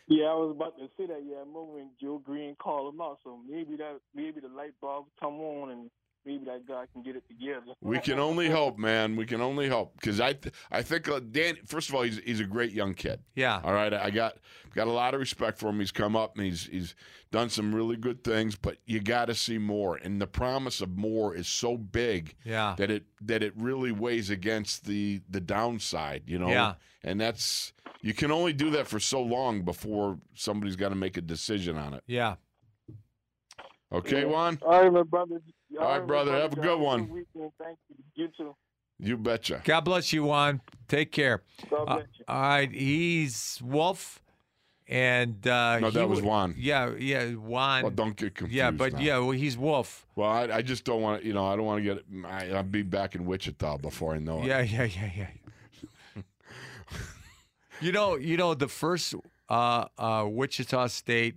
G: Yeah, I was about to say that. Yeah, I remember when Joe Green called him out. So maybe that, maybe the light bulb come on, and maybe that guy can get it together.
D: We can only hope, man. We can only hope because I, th- I think uh, Dan. First of all, he's he's a great young kid.
C: Yeah.
D: All right, I got got a lot of respect for him. He's come up and he's he's done some really good things, but you got to see more. And the promise of more is so big
C: yeah.
D: that it that it really weighs against the the downside. You know.
C: Yeah.
D: And that's you can only do that for so long before somebody's got to make a decision on it.
C: Yeah.
D: Okay, Juan.
G: All right, my brother.
D: All right, brother, have a good
G: Have
D: one.
G: weekend. Thank you. You too.
D: You betcha.
C: God bless you, Juan. Take care.
G: God
C: Uh,
G: bless you.
C: all right, he's Wolf, and uh,
D: No,
C: he
D: that was
C: wa-
D: Juan.
C: Yeah, yeah, Juan.
D: Well, don't get confused.
C: yeah, but
D: now.
C: yeah, well, he's Wolf.
D: Well, I, I just don't want to, you know, I don't want to get, I, I'll be back in Wichita before I know it.
C: Yeah, yeah, yeah, yeah. you know, you know, the first uh, uh, Wichita State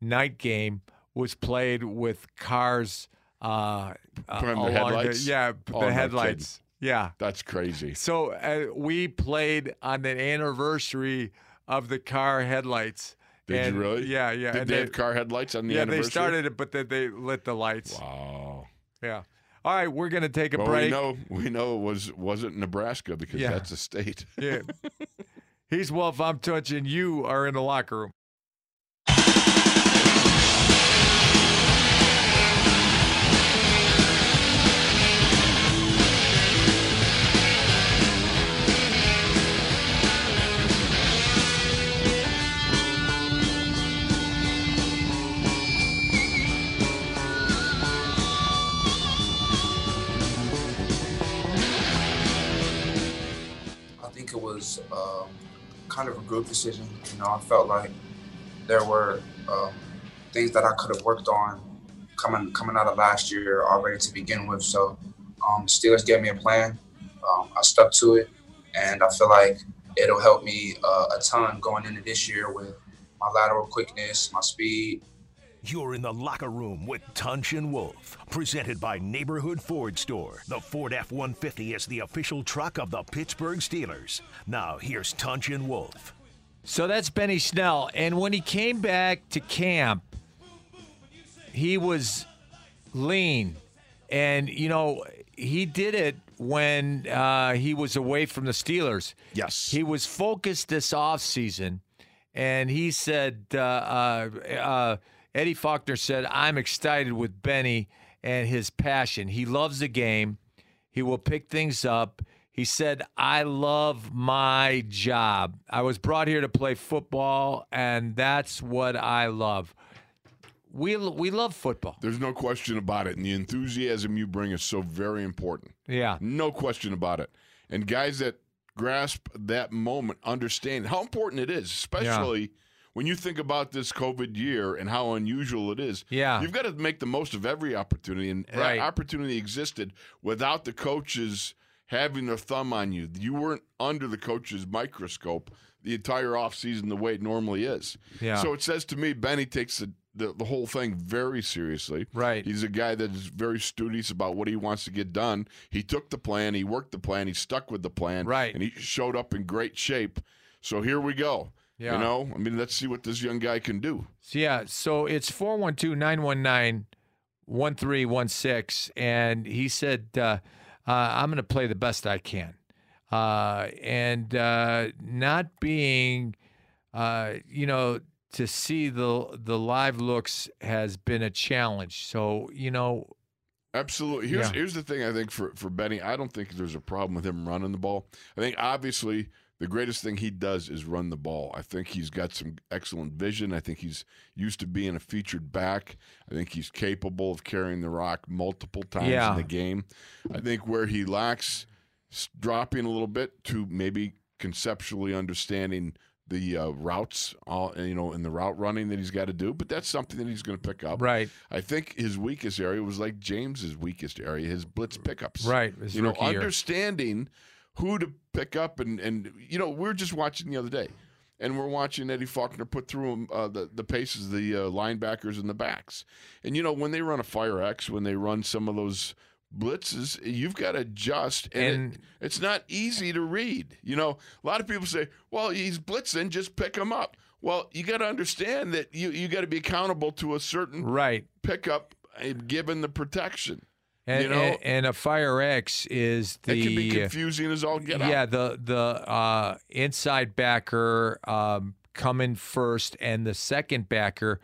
C: night game was played with cars. Uh, uh,
D: Put on the
C: along
D: headlights? Oh,
C: yeah,
D: no
C: the
D: kidding.
C: headlights. Yeah.
D: That's crazy.
C: So uh, we played on the anniversary of the car headlights.
D: Did you
C: And-
D: really?
C: Yeah, yeah.
D: Did
C: and
D: they, have car headlights on the
C: Yeah,
D: anniversary?
C: they started it, but then they lit the lights.
D: Wow.
C: Yeah. All right, we're gonna take a
D: Well,
C: break.
D: we know, we know it was, wasn't Nebraska because
C: Yeah.
D: that's a state.
C: Yeah. He's Wolf. I'm Tunch, and you are in the locker room.
H: I think it was um, kind of a group decision. You know, I felt like there were um, things that I could have worked on coming coming out of last year already to begin with. So um, Steelers gave me a plan. Um, I stuck to it, and I feel like it'll help me uh, a ton going into this year with my lateral quickness, my speed,
B: You're in the locker room with Tunch and Wolf, presented by Neighborhood Ford Store. The Ford F 150 is the official truck of the Pittsburgh Steelers. Now, here's Tunch and Wolf.
C: So that's Benny Snell. And when he came back to camp, he was lean. And, you know, he did it when uh, he was away from the Steelers.
D: Yes.
C: He was focused this offseason. And he said, uh, uh, uh, Eddie Faulkner said, I'm excited with Benny and his passion. He loves the game. He will pick things up. He said, I love my job. I was brought here to play football, and that's what I love. We, we love football.
D: There's no question about it. And the enthusiasm you bring is so very important.
C: Yeah.
D: No question about it. And guys that grasp that moment understand how important it is, especially when you think about this COVID year and how unusual it is.
C: Yeah.
D: You've got to make the most of every opportunity. And that
C: Right.
D: opportunity existed without the coaches having their thumb on you. You weren't under the coach's microscope the entire offseason the way it normally is.
C: Yeah.
D: So it says to me, Benny takes the, the, the whole thing very seriously.
C: Right.
D: He's a guy that is very studious about what he wants to get done. He took the plan, he worked the plan, he stuck with the plan.
C: Right.
D: And he showed up in great shape. So here we go.
C: Yeah.
D: You know, I mean, let's see what this young guy can do.
C: So, yeah. So it's 412 919 1316. And he said, uh, uh, I'm going to play the best I can. Uh, and uh, not being, uh, you know, to see the the live looks has been a challenge. So, you know,
D: Absolutely. Here's
C: Yeah.
D: here's the thing I think for, for Benny, I don't think there's a problem with him running the ball. I think obviously the greatest thing he does is run the ball. I think he's got some excellent vision. I think he's used to being a featured back. I think he's capable of carrying the rock multiple times
C: Yeah.
D: in the game. I think where he lacks s- dropping a little bit to maybe conceptually understanding the uh, routes, all you know, and the route running that he's got to do. But that's something that he's going to pick up.
C: right,
D: I think his weakest area was like James's weakest area, his blitz pickups.
C: right. his
D: you know,
C: rookie year.
D: understanding who to pick up and and you know, we were just watching the other day, and we're watching Eddie Faulkner put through him uh, the the paces, the uh, linebackers and the backs, and you know when they run a fire X, when they run some of those blitzes, you've got to adjust, and,
C: And-
D: it- it's not easy to read. You know, a lot of people say, "Well, he's blitzing, just pick him up." Well, you got to understand that you you got to be accountable to a certain
C: right.
D: pickup uh, given the protection.
C: And,
D: you know-
C: and, and a Fire X is the. uh,
D: it can be confusing as all get out.
C: yeah, the the uh, inside backer um, coming first and the second backer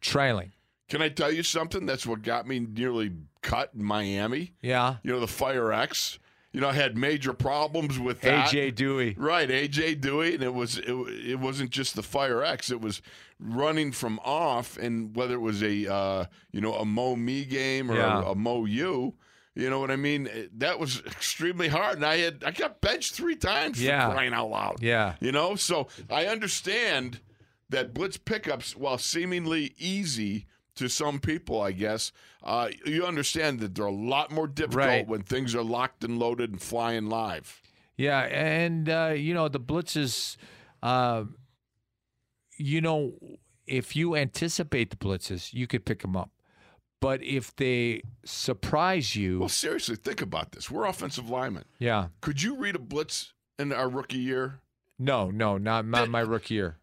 C: trailing.
D: Can I tell you something? That's what got me nearly cut in Miami.
C: Yeah,
D: You know, the Fire X. You know, I had major problems with that.
C: AJ Dewey.
D: Right, AJ Dewey, and it was it, it wasn't just the Fire X; it was running from off, and whether it was a uh, you know a Mo Me game or
C: Yeah.
D: a, a Mo You, you know what I mean? It- That was extremely hard, and I had I got benched three times
C: Yeah.
D: for crying out loud.
C: Yeah.
D: you know, so I understand that blitz pickups, while seemingly easy. To some people, I guess uh, you understand that they're a lot more difficult
C: Right.
D: when things are locked and loaded and flying live.
C: Yeah, and uh, you know the blitzes. Uh, you know, if you anticipate the blitzes, you could pick them up. But if they surprise you,
D: Well, seriously, think about this. We're offensive linemen.
C: yeah,
D: Could you read a blitz in our rookie year?
C: no, no, not not my rookie year.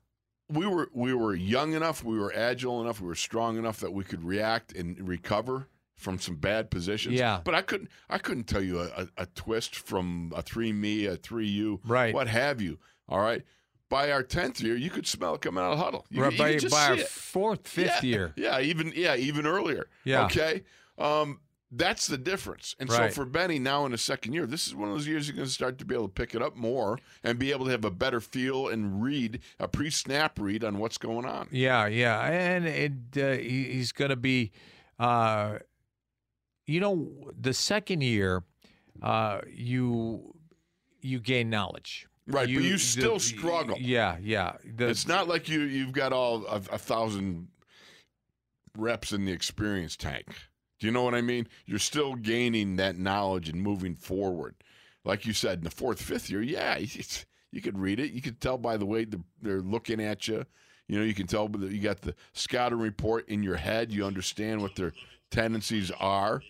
D: We were we were young enough, we were agile enough, we were strong enough that we could react and recover from some bad positions.
C: Yeah.
D: But I couldn't I couldn't tell you a, a, a twist from a three me, a three you,
C: Right.
D: what have you. All right. By our tenth year, you could smell it coming out of the huddle. You,
C: Right,
D: you
C: by
D: could just
C: by
D: see
C: our
D: it.
C: fourth, fifth
D: yeah,
C: year.
D: Yeah, even yeah, even earlier.
C: Yeah.
D: Okay. Um, that's the difference. And
C: Right.
D: so for Benny now in his second year, this is one of those years you're going to start to be able to pick it up more and be able to have a better feel and read a pre-snap read on what's going on.
C: Yeah, yeah, and and uh, he, he's going to be, uh, you know, the second year, uh, you you gain knowledge,
D: Right, but you
C: the-
D: still struggle.
C: Yeah, yeah. The-
D: It's not like you you've got all a, a thousand reps in the experience tank. Do you know what I mean? You're still gaining that knowledge and moving forward. Like you said, in the fourth, fifth year, yeah, it's, you could read it. You could tell by the way the, they're looking at you. You know, you can tell that you got the scouting report in your head. You understand what their tendencies are.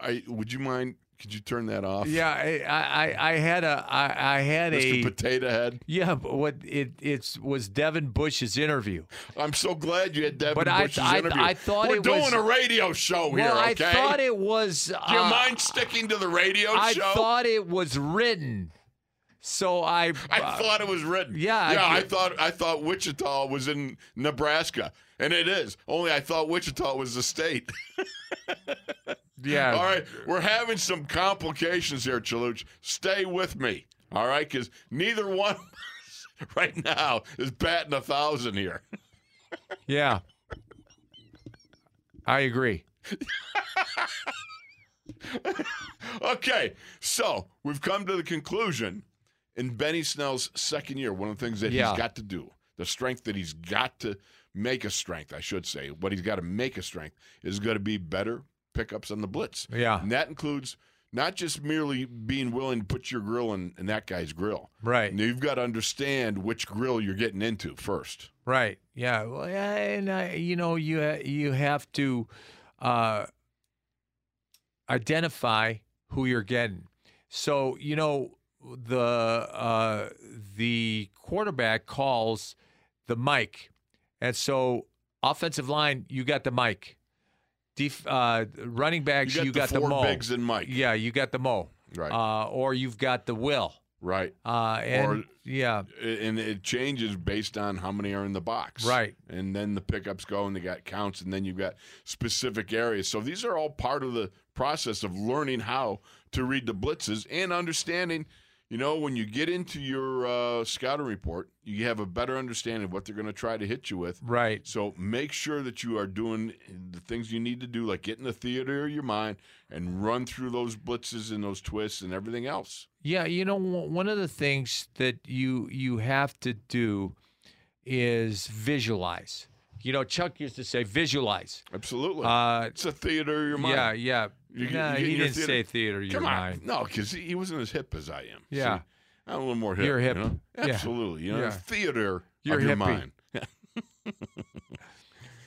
D: I, would you mind? Could you turn that off?
C: Yeah, I, I, I had a, I, I had
D: Mr.
C: a.
D: Potato Head.
C: yeah, but what it it's was Devin Bush's interview.
D: I'm so glad you had Devin
C: But I-
D: Bush's
C: I-
D: interview.
C: I thought
D: We're
C: it
D: doing
C: was-
D: a radio show here,
C: well, I
D: okay?
C: thought it was.
D: Do you
C: uh,
D: mind sticking to the radio
C: I
D: show?
C: thought it was written, so I.
D: I
C: uh,
D: thought it was written.
C: yeah,
D: yeah.
C: I-
D: I, thought I thought Wichita was in Nebraska, and it is. Only I thought Wichita was the state.
C: yeah.
D: All right, we're having some complications here, Chaluch. Stay with me, all right? Because neither one of us right now is batting a thousand here.
C: Yeah. I agree.
D: Okay, so we've come to the conclusion in Benny Snell's second year, one of the things that
C: Yeah.
D: he's got to do, the strength that he's got to make a strength, I should say, what he's got to make a strength is going to be better pickups on the blitz.
C: Yeah.
D: And that includes not just merely being willing to put your grill in, in that guy's grill.
C: Right.
D: Now you've got to understand which grill you're getting into first.
C: Right. Yeah. Well, yeah, and I, you know, you ha- you have to uh, identify who you're getting. So you know the uh, the quarterback calls the mic, and so offensive line you got the mic, Def- uh, running backs you got,
D: the four
C: mo.
D: bigs and Mike.
C: Yeah, you got the mo,
D: Right.
C: uh, or you've got the will.
D: right.
C: Uh, and
D: Or-
C: yeah,
D: and it changes based on how many are in the box.
C: Right.
D: And then the pickups go and they got counts and then you've got specific areas. So these are all part of the process of learning how to read the blitzes and understanding, you know, when you get into your uh, scouting report, you have a better understanding of what they're going to try to hit you with.
C: right.
D: So make sure that you are doing the things you need to do, like get in the theater of your mind and run through those blitzes and those twists and everything else.
C: Yeah, you know, w- one of the things that you you have to do is visualize. You know, Chuck used to say visualize.
D: Absolutely.
C: Uh,
D: it's a theater of your mind.
C: yeah, yeah.
D: You get-
C: Nah,
D: you get
C: he
D: your
C: didn't
D: theater-
C: say theater. You're
D: Come on,
C: mine.
D: no, because he, he wasn't as hip as I am.
C: Yeah.
D: See, I'm a little more hip.
C: You're hip.
D: You know?
C: Yeah.
D: Absolutely. You know,
C: Yeah.
D: theater
C: You're
D: of your
C: hippie.
D: mind.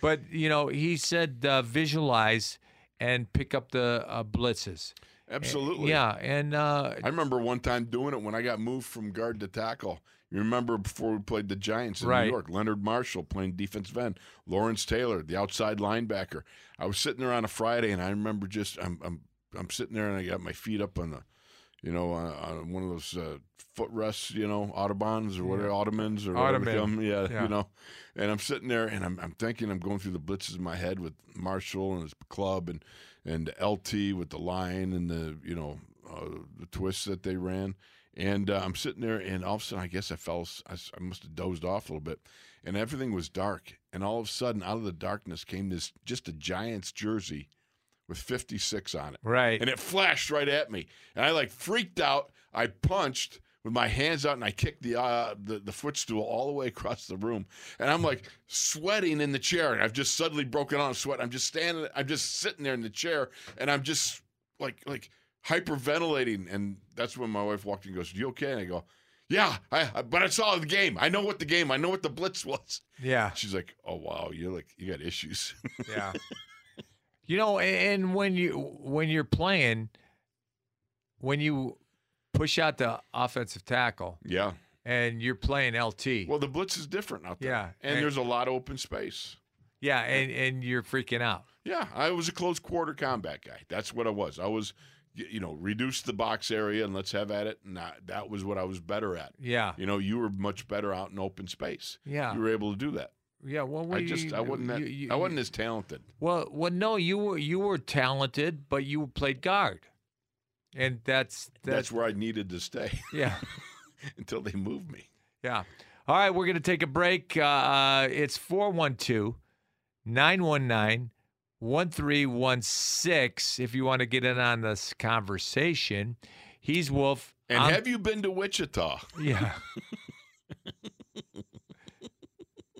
C: But you know, he said uh, visualize and pick up the uh, blitzes.
D: Absolutely.
C: Yeah, and uh,
D: I remember one time doing it when I got moved from guard to tackle. You remember before we played the Giants in
C: Right.
D: New York, Leonard Marshall playing defensive end, Lawrence Taylor, the outside linebacker. I was sitting there on a Friday, and I remember just I'm I'm I'm sitting there, and I got my feet up on the, you know, on, on one of those uh, footrests, you know, Autobahns or whatever, Ottomans or whatever. they
C: Ottoman.
D: call 'em. Yeah,
C: Yeah.
D: you know. And I'm sitting there, and I'm I'm thinking, I'm going through the blitzes in my head with Marshall and his club, and and LT with the line and the you know uh, the twists that they ran. And uh, I'm sitting there, and all of a sudden, I guess I fell. s- I, s- I must have dozed off a little bit, and everything was dark. And all of a sudden, out of the darkness came this just a Giants jersey with 56 on it
C: right.
D: and it flashed right at me. And I like freaked out. I punched with my hands out and I kicked the, uh, the the footstool all the way across the room. And I'm like sweating in the chair. And I've just suddenly broken out in sweat. I'm just standing. I'm just sitting there in the chair, and I'm just like like hyperventilating. And that's when my wife walked in and goes, "You okay?" And I go. Yeah, I, I- but I saw the game. I know what the game. I know what the blitz was.
C: yeah.
D: She's like, "Oh wow, you're like you got issues."
C: Yeah. you know, a- and when you when you're playing, when you push out the offensive tackle
D: yeah.
C: and you're playing LT,
D: Well, the blitz is different out there.
C: Yeah,
D: and
C: and-
D: there's a lot of open space.
C: yeah, and and you're freaking out.
D: Yeah, I was a close quarter combat guy. That's what I was. I was, y- you know, reduce the box area and let's have at it. And I, that was what I was better at.
C: Yeah.
D: You know, you were much better out in open space.
C: Yeah.
D: You were able to do that.
C: Yeah. Well,
D: I
C: we-
D: just, I wasn't that,
C: you- you-
D: I wasn't as talented.
C: Well, well, no, you were you were talented, but you played guard, and that's
D: That's
C: that's,
D: where I needed to stay
C: yeah.
D: until they moved me.
C: Yeah. All right, we're going to take a break. Uh, it's 412 919 1316 if you want to get in on this conversation. He's Wolf.
D: And
C: I'm-
D: have you been to Wichita?
C: yeah.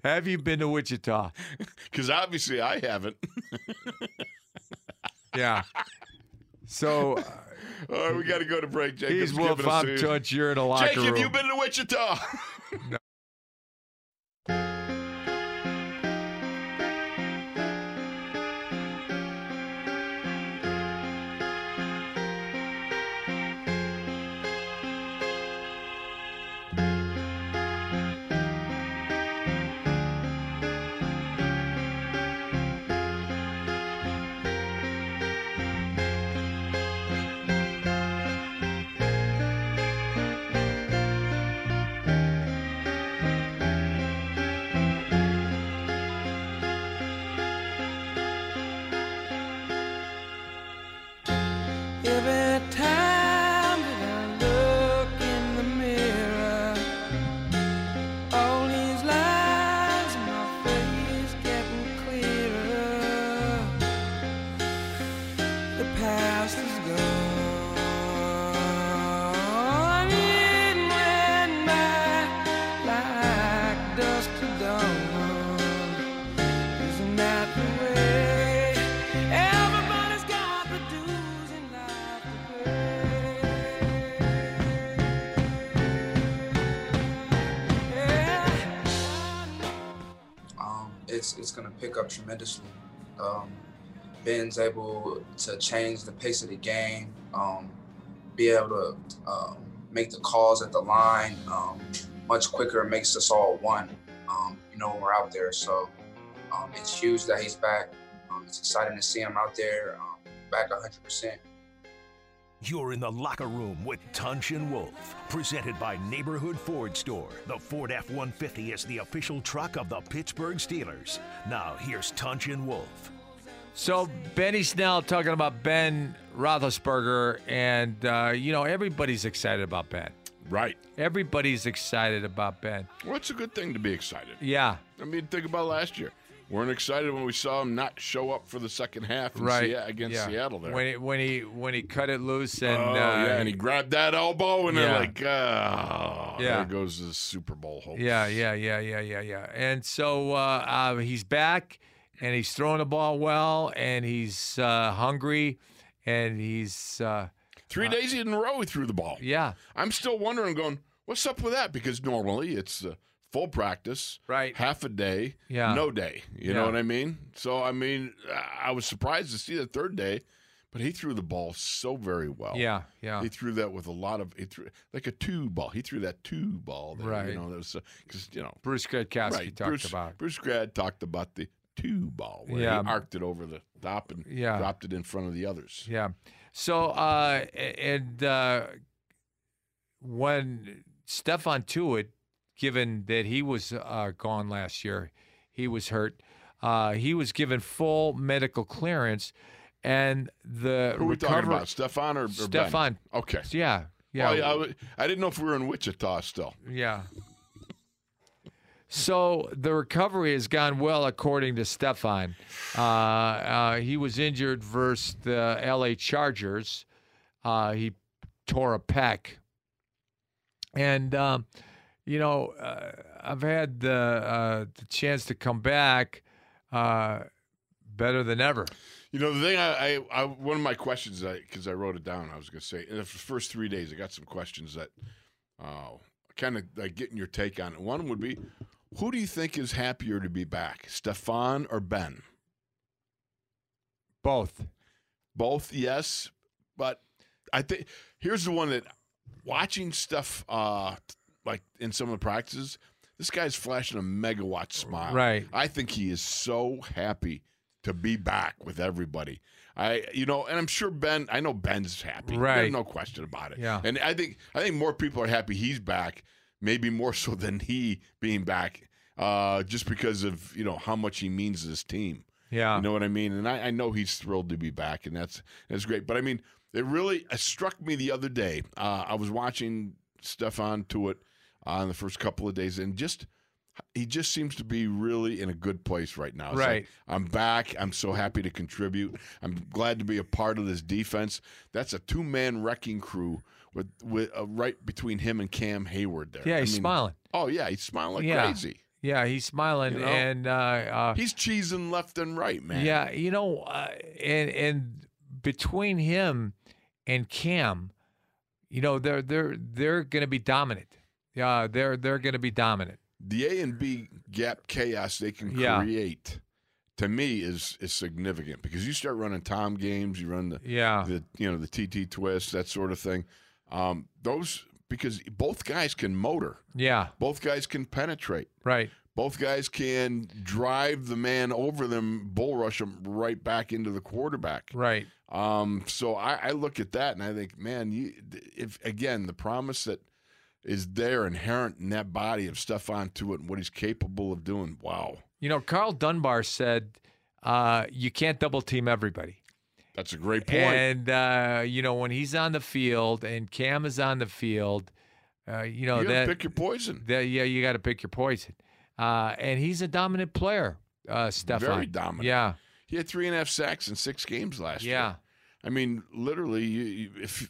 C: have you been to Wichita?
D: Because obviously I haven't.
C: Yeah. So uh,
D: All right, we got to go to break. Jacob's
C: he's Wolf.
D: giving us
C: I'm
D: a-
C: Touch. You're in a locker
D: Jake, have
C: room.
D: you been to Wichita?
E: dusk to dawn. Isn't that the way? Everybody's got the dues in life to pay. Yeah.
H: um, it's it's going to pick up tremendously. Um, Ben's able to change the pace of the game, um, be able to um, make the calls at the line um, much quicker, makes us all one, um, you know, when we're out there. So um, it's huge that he's back. Um, it's exciting to see him out there, um, back 100%.
B: You're in the locker room with Tunch and Wolf, presented by Neighborhood Ford Store. The Ford F 150 is the official truck of the Pittsburgh Steelers. Now, here's Tunch and Wolf.
C: So Benny Snell talking about Ben Roethlisberger, and uh, you know everybody's excited about Ben.
D: Right.
C: Everybody's excited about Ben.
D: Well, it's a good thing to be excited.
C: Yeah,
D: I mean, think about last year. Weren't excited when we saw him not show up for the second half in
C: right.
D: Se- against
C: Yeah.
D: Seattle there.
C: when he, when he when he cut it loose and
D: oh,
C: uh,
D: yeah, and he grabbed that elbow, and
C: Yeah.
D: they're like, oh,
C: Yeah.
D: there goes the Super Bowl hope.
C: Yeah, yeah, yeah, yeah, yeah, yeah. And so uh, uh, he's back, and he's throwing the ball well, and he's uh, hungry, and he's uh,
D: Three days in a row, he threw the ball.
C: yeah,
D: I'm still wondering, going, what's up with that? Because normally it's uh, full practice,
C: Right.
D: Half a day,
C: Yeah.
D: no day. You
C: Yeah.
D: know what I mean? So I mean, I- I was surprised to see the third day, but he threw the ball so very well.
C: yeah, yeah,
D: He threw that with a lot of he threw like a two ball. He threw that two ball, there,
C: Right.
D: You know that was because you know
C: Bruce Gradkowski
D: right.
C: talked
D: Bruce,
C: about.
D: Bruce Grad talked about the two ball where
C: Yeah.
D: he arced it over the top and
C: Yeah.
D: dropped it in front of the others.
C: Yeah. So uh, a- and uh, when Stefan Tuitt, given that he was uh, gone last year, he was hurt. Uh, he was given full medical clearance, and the
D: Who are we talking
C: recovery.
D: about, Stefan or, or Ben?
C: Stefan.
D: Okay.
C: Yeah.
D: Yeah,
C: Yeah.
D: I, w- I didn't know if we were in Wichita still.
C: Yeah. So the recovery has gone well, according to Stefan. Uh, uh, he was injured versus the LA Chargers. Uh, he tore a pec. And, um, you know, uh, I've had the, uh, the chance to come back uh, better than ever.
D: You know, the thing I, I, I one of my questions, because I, wrote it down, I was going to say, in the first three days, I got some questions that uh, kind of like getting your take on it. One would be, who do you think is happier to be back, Stefan or Ben?
C: Both.
D: Both, yes, but I think here's the one that watching stuff uh, like in some of the practices, this guy's flashing a megawatt smile.
C: Right.
D: I think he is so happy to be back with everybody. I you know, and I'm sure Ben I know Ben's happy.
C: Right.
D: There's no question about it.
C: Yeah.
D: And I think I think more people are happy he's back, maybe more so than he being back. Uh, just because of you know how much he means to this team,
C: Yeah.
D: you know what I mean? And I, I know he's thrilled to be back, and that's that's great. But I mean, it really it struck me the other day. Uh, I was watching Stefan Tuitt on the first couple of days, and just he just seems to be really in a good place right now. It's like,
C: Right.
D: I'm back. I'm so happy to contribute. I'm glad to be a part of this defense. That's a two man wrecking crew with with uh, right between him and Cam Hayward there.
C: yeah,
D: I
C: he's
D: mean,
C: smiling.
D: Oh yeah, he's smiling like
C: Yeah.
D: crazy.
C: Yeah, he's smiling.
D: You know?
C: and uh, uh,
D: He's cheesing left and right, man.
C: Yeah, you know, uh, and and between him and Cam, you know, they're they're they're going to be dominant. Yeah, they're they're going to be dominant.
D: the A and B gap chaos they can
C: Yeah.
D: create to me is is significant because you start running Tom games, you run the
C: Yeah,
D: the you know the TT twist that sort of thing. Um, those because both guys can motor,
C: yeah,
D: both guys can penetrate,
C: right.
D: both guys can drive the man over them, bull rush him right back into the quarterback.
C: Right.
D: Um, so I, I look at that and I think, man, you, if again the promise that is there inherent in that body of Stefan Tuitt and what he's capable of doing. Wow,
C: You know, Carl Dunbar said uh, you can't double team everybody.
D: that's a great point.
C: And uh, you know, when he's on the field and Cam is on the field, uh, you know
D: you gotta
C: that
D: pick your poison.
C: that yeah, you got to pick your poison. Uh, and he's a dominant player, uh, Stefan.
D: Very dominant.
C: Yeah,
D: He had three and a half sacks in six games last year.
C: yeah.
D: I mean, literally, you, you, if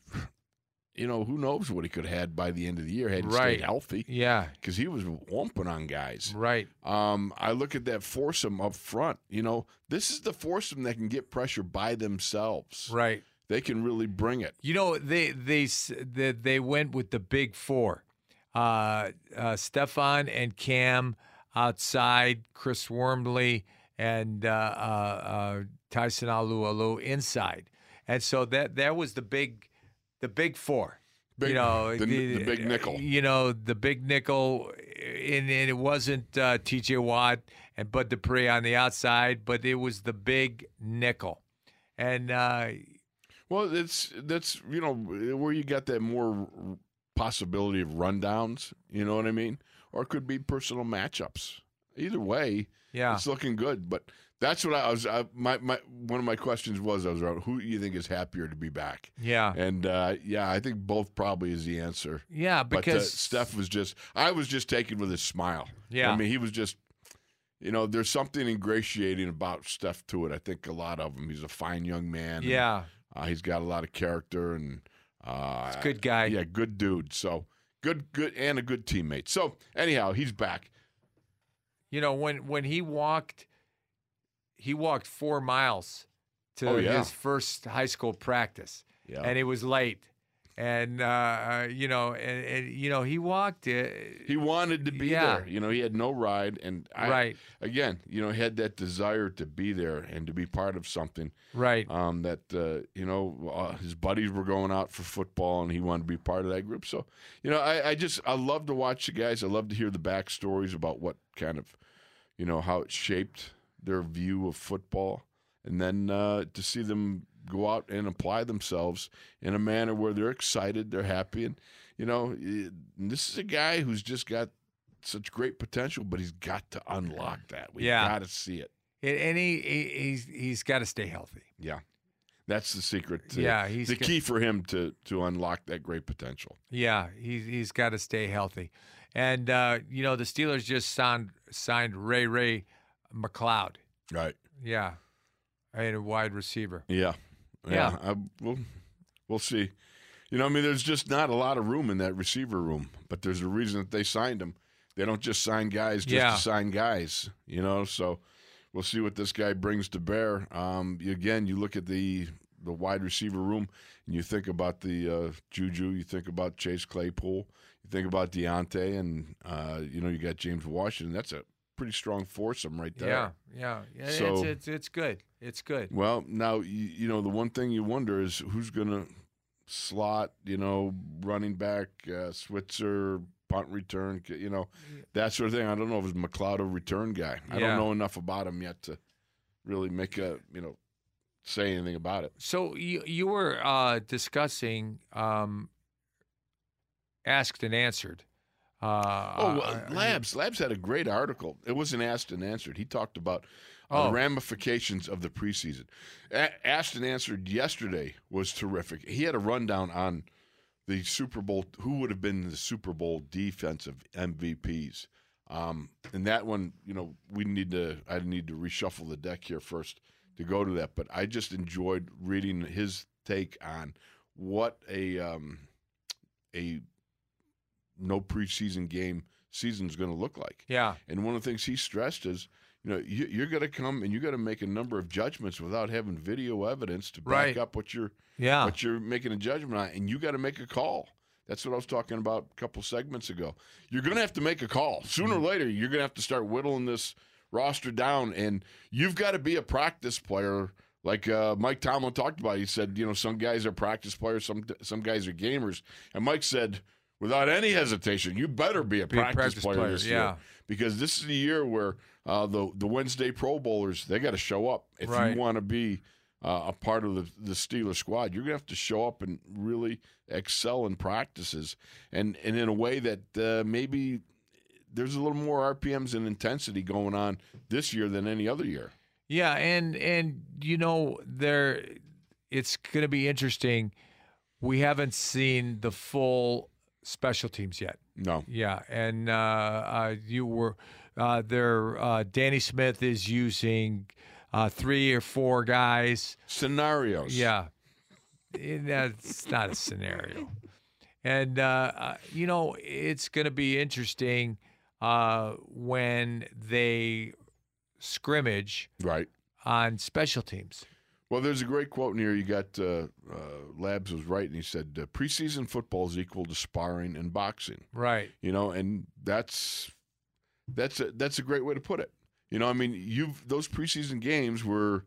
D: you know, who knows what he could have had by the end of the year had he stayed
I: Right.
D: healthy
I: Yeah.
D: because he was whumping on guys.
I: Right.
D: Um, I look at that foursome up front. You know, this is the foursome that can get pressure by themselves.
I: Right.
D: They can really bring it.
C: You know, they they s- they, they went with the big four. Uh, uh, Stefan and Cam outside, Chris Wormley and uh, uh, uh, Tyson Alualu inside, and so that that was the big the big four.
D: Big-
C: you know,
D: the- the big nickel.
C: You know, the big nickel, and, and it wasn't uh, T.J. Watt and Bud Dupree on the outside, but it was the big nickel, and uh,
D: Well, it's that's you know where you got that more r- possibility of rundowns. You know what I mean? Or it could be personal matchups. Either way,
C: yeah.
D: it's looking good. But that's what I was. I, my my one of my questions was I was around who you think is happier to be back,
C: Yeah.
D: and uh, yeah, I think both probably is the answer.
C: Yeah,
D: But
C: because
D: uh, Steph was just, I was just taken with his smile.
C: Yeah.
D: I mean, he was just, you know, there's something ingratiating about Steph to it. I think a lot of him. He's a fine young man. and,
C: Yeah,
D: uh, he's got a lot of character and. Uh,
C: a good guy.
D: Yeah, good dude. So good, good, and a good teammate. So anyhow, he's back.
C: you know when when he walked, he walked four miles to
D: Oh, yeah.
C: his first high school practice,
D: Yeah.
C: and it was late, and uh, uh, you know, and, and you know he walked it.
D: He wanted to be
C: Yeah.
D: there. You know, he had no ride, and I,
C: Right,
D: again, you know, he had that desire to be there and to be part of something.
C: right,
D: um, that uh, you know uh, his buddies were going out for football and he wanted to be part of that group. So you know, I, I just I love to watch the guys. I love to hear the backstories about what kind of you know how it shaped their view of football, and then uh, to see them go out and apply themselves in a manner where they're excited, they're happy, and you know, eh, this is a guy who's just got such great potential, but he's got to unlock that. We've
C: Yeah.
D: got to see it.
C: and, and he, he he's he's got to stay healthy.
D: That's the secret. To,
C: yeah, he's
D: the
C: got-
D: key for him to to unlock that great potential.
C: Yeah, he's he's got to stay healthy, and uh, you know the Steelers just signed signed Ray Ray McLeod.
D: Right.
C: Yeah, and a wide receiver.
D: Yeah.
C: Yeah.
D: I, we'll we'll see. You know, I mean, there's just not a lot of room in that receiver room, but there's a reason that they signed him. They don't just sign guys just
C: Yeah.
D: to sign guys. You know, so we'll see what this guy brings to bear. Um, you- again, you look at the the wide receiver room, and you think about the uh, Juju, you think about Chase Claypool, you think about Deontay, and uh, you know you got James Washington. That's a pretty strong foursome right there.
C: Yeah, yeah, yeah. it's,
D: So-
C: it's it's good. It's good.
D: Well, now you, you know the one thing you wonder is who's going to slot. You know, running back, uh, Switzer, punt return. c- You know, that sort of thing. I don't know if it's McLeod a return guy. I
C: Yeah.
D: don't know enough about him yet to really make a you know say anything about it.
C: So you you were uh, discussing um, asked and answered. Uh,
D: Oh,
C: uh,
D: well,
C: are you-
D: Labs. Labs had a great article. It wasn't asked and answered. He talked about
C: Oh.
D: the ramifications of the preseason. A- asked and answered yesterday was terrific. He had a rundown on the Super Bowl. Who would have been the Super Bowl defensive MVPs? Um, and that one, you know, we need to. I need to reshuffle the deck here first to go to that. But I just enjoyed reading his take on what a um, a no preseason game season's going to look like.
C: Yeah,
D: And one of the things he stressed is, you know, you, you're going to come and you're going to make a number of judgments without having video evidence to back
C: Right.
D: up what you're
C: yeah,
D: what you're making a judgment on, and you got to make a call. That's what I was talking about a couple segments ago. You're going to have to make a call sooner or
C: Mm-hmm.
D: later. You're going to have to start whittling this roster down, and you've got to be a practice player. Like uh, Mike Tomlin talked about, he said, you know, some guys are practice players, some some guys are gamers, and Mike said, without any hesitation, you better be a
C: Be a
D: practice,
C: practice
D: player,
C: player,
D: this
C: yeah.
D: year because this is the year where uh, the the Wednesday Pro Bowlers they got to show up if
C: Right.
D: you want to be uh, a part of the, the Steelers squad. You're gonna have to show up and really excel in practices and and in a way that uh, maybe there's a little more RPMs and intensity going on this year than any other year.
C: yeah. And and you know there, it's going to be interesting. We haven't seen the full special teams yet.
D: No,
C: Yeah, and uh, uh, you were uh, there. Uh, Danny Smith is using uh, three or four guys.
D: scenarios.
C: Yeah, Eh, that's not a scenario. And, uh, uh, you know, it's going to be interesting uh, when they scrimmage
D: Right.
C: on special teams.
D: Well, there's a great quote in here. You got uh, uh, Labs was right, and he said, uh, "Preseason football is equal to sparring and boxing."
C: Right.
D: You know, and that's that's a, that's a great way to put it. You know, I mean, you've those preseason games were,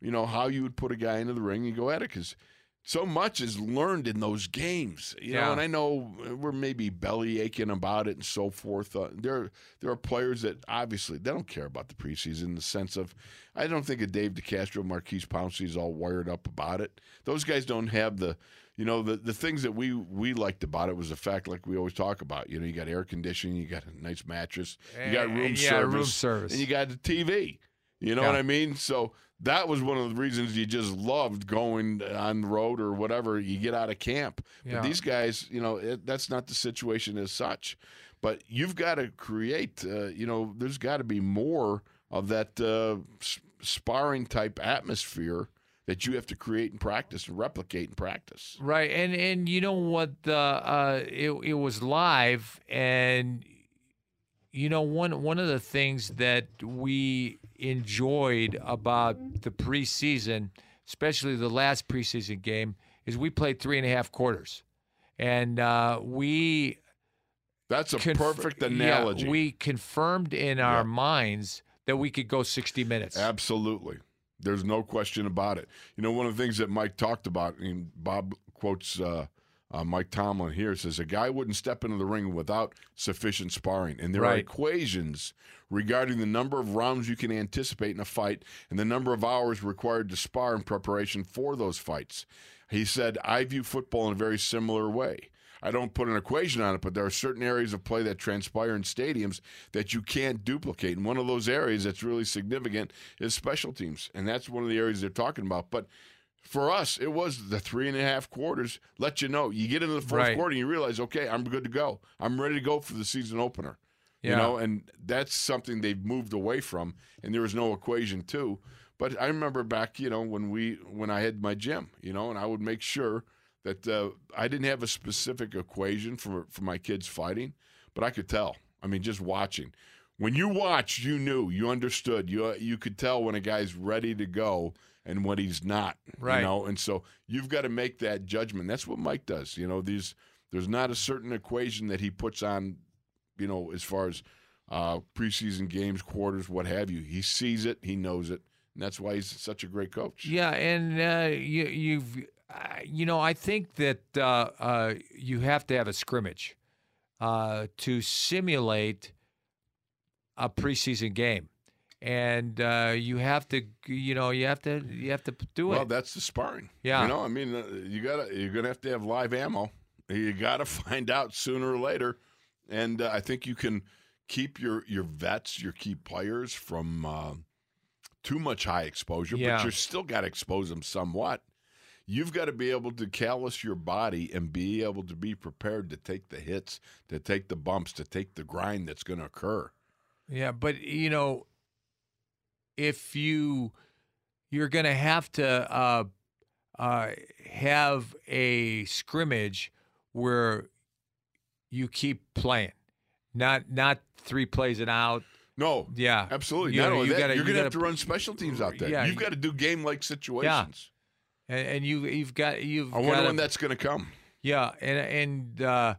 D: you know, how you would put a guy into the ring and go at it because so much is learned in those games. You know,
C: Yeah.
D: and I know we're maybe belly aching about it and so forth. Uh, there there are players that obviously they don't care about the preseason in the sense of I don't think a Dave DeCastro, Marquise Pouncey is all wired up about it. Those guys don't have the, you know, the, the things that we we liked about it was the fact, like we always talk about, you know, you got air conditioning, you got a nice mattress, you got
C: Eh,
D: room
C: yeah,
D: service,
C: room service.
D: and you got the TV. You know what
C: Yeah.
D: I mean? So that was one of the reasons you just loved going on the road or whatever. You get out of camp.
C: Yeah.
D: But these guys, you know, it, that's not the situation as such. But you've got to create, uh, you know, there's got to be more of that uh, s- sparring type atmosphere that you have to create and practice and replicate and practice.
C: Right, and and you know what? The uh, it it was live, and you know one one of the things that we enjoyed about the preseason, especially the last preseason game, is we played three and a half quarters, and uh, we
D: That's a
C: conf-
D: perfect
C: yeah,
D: analogy.
C: we confirmed in our
D: Yeah.
C: minds that we could go sixty minutes.
D: Absolutely. There's no question about it. You know, one of the things that Mike talked about, and Bob quotes uh, uh, Mike Tomlin here, says a guy wouldn't step into the ring without sufficient sparring. And there are
C: Right.
D: equations regarding the number of rounds you can anticipate in a fight and the number of hours required to spar in preparation for those fights. He said, I view football in a very similar way. I don't put an equation on it, but there are certain areas of play that transpire in stadiums that you can't duplicate. And one of those areas that's really significant is special teams. And that's one of the areas they're talking about. But for us, it was the three and a half quarters let you know. You get into the fourth
C: Right.
D: quarter and you realize, okay, I'm good to go. I'm ready to go for the season opener.
C: Yeah.
D: You know, and that's something they've moved away from, and there was no equation too. But I remember back, you know, when we when I had my gym, you know, and I would make sure that uh, I didn't have a specific equation for for my kids fighting, but I could tell. I mean, just watching. When you watched, you knew, you understood, you you could tell when a guy's ready to go and when he's not.
C: Right.
D: You know, and so you've got to make that judgment. That's what Mike does. You know, these there's not a certain equation that he puts on you know, as far as uh, preseason games, quarters, what have you. He sees it, he knows it, and that's why he's such a great coach.
C: Yeah, and uh, you, you've, uh, you know, I think that uh, uh, you have to have a scrimmage uh, to simulate a preseason game, and uh, you have to, you know, you have to, you have to do
D: well,
C: it.
D: that's the sparring.
C: Yeah.
D: you know, I mean, uh, you gotta you're gonna have to have live ammo. You gotta find out sooner or later, and uh, I think you can keep your your vets, your key players from uh, too much high exposure,
C: Yeah.
D: but you're still got to expose them somewhat. You've got to be able to callous your body and be able to be prepared to take the hits, to take the bumps, to take the grind that's going to occur.
C: Yeah, but you know, if you you're going to have to uh, uh, have a scrimmage where you keep playing, not not three plays and out.
D: No,
C: Yeah,
D: absolutely.
C: You
D: Not
C: know,
D: only
C: you
D: that,
C: gotta-
D: you're
C: you
D: going to have to
C: gotta-
D: run special teams out there.
C: Yeah,
D: You've
C: you-
D: got to do game like situations.
C: and, and you you've got you've.
D: I wonder
C: gotta-
D: when that's going to come.
C: Yeah, and and uh,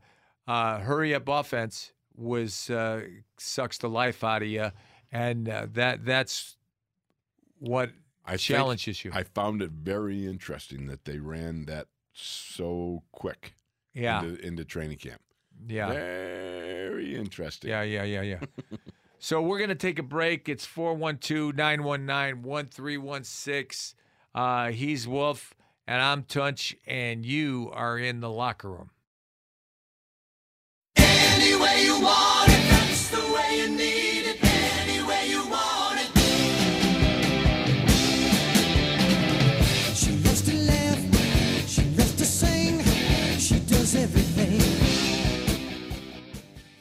C: uh, hurry up offense was uh, sucks the life out of you, and uh, that that's what
D: I think-
C: challenges you.
D: I found it very interesting that they ran that so quick
C: yeah,
D: into, into training camp.
C: yeah.
D: Very interesting.
C: Yeah, yeah, yeah, yeah. so we're going to take a break. It's 412 919 1316. Uh, He's Wolf, and I'm Tunch, and you are in the locker room.
E: Any way you want it, that's the way you need it. Any way you want it. She loves to laugh, she loves to sing, she does everything.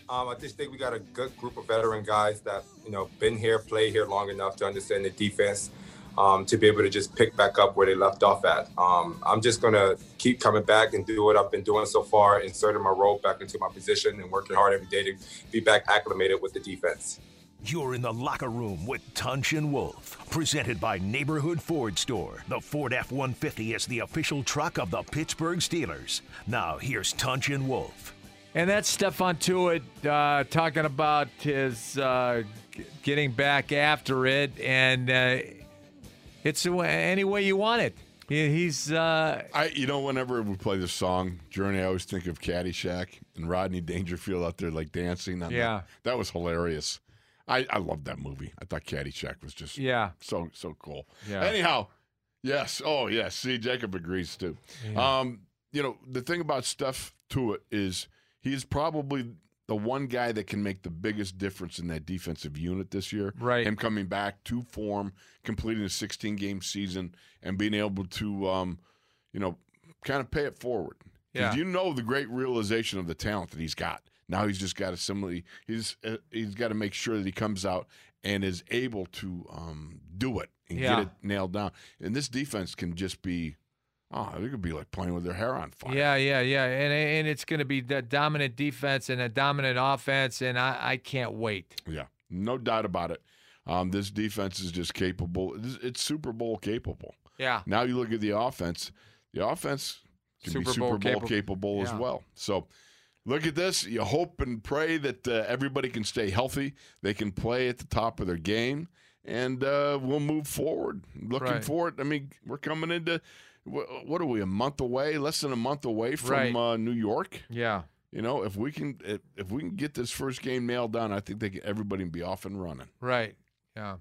I: Um, I just think we got a good group of veteran guys that you know been here, played here long enough to understand the defense. um, to be able to just pick back up where they left off at. Um, I'm just gonna keep coming back and do what I've been doing so far, inserting my role back into my position and working hard every day to be back acclimated with the defense.
B: You're in the locker room with Tunch and Wolf, presented by Neighborhood Ford Store. The Ford F 150 is the official truck of the Pittsburgh Steelers. Now, here's Tunch and Wolf.
C: And that's Stefan Tuitt uh, talking about his uh, g- getting back after it, and uh, it's the way- any way you want it. He- He's uh,
D: I, you know, whenever we play this song, Journey, I always think of Caddyshack and Rodney Dangerfield out there like dancing. On
C: Yeah.
D: that, that was hilarious. I, I loved that movie. I thought Caddyshack was just
C: yeah,
D: so so cool.
C: Yeah.
D: Anyhow, yes. Oh yes. See, Jacob agrees too. Um, you know, the thing about Steph Tuitt is he is probably the one guy that can make the biggest difference in that defensive unit this year.
C: Right.
D: Him coming back to form, completing a 16 game season, and being able to, um, you know, kind of pay it forward. 'Cause
C: Yeah.
D: You know the great realization of the talent that he's got. Now he's just got to similarly he's uh, he's got to make sure that he comes out and is able to um, do it and
C: Yeah.
D: get it nailed down. And this defense can just be, oh, they could be like playing with their hair on fire.
C: yeah, yeah, yeah, and and it's going to be the dominant defense and a dominant offense, and I, I can't wait.
D: Yeah, no doubt about it. Um, this defense is just capable. It's it's Super Bowl capable.
C: Yeah,
D: Now you look at the offense. The offense can be
C: Super Bowl
D: Super Bowl
C: capable.
D: capable, as
C: Yeah.
D: well. So look at this. You hope and pray that uh, everybody can stay healthy. They can play at the top of their game, and uh, we'll move forward. Looking
C: Right.
D: forward. I mean, we're coming into wh- what are we a month away? Less than a month away from
C: Right.
D: uh, New York.
C: yeah,
D: You know, if we can if, if we can get this first game nailed down, I think they can, everybody can be off and running.
C: right, yeah,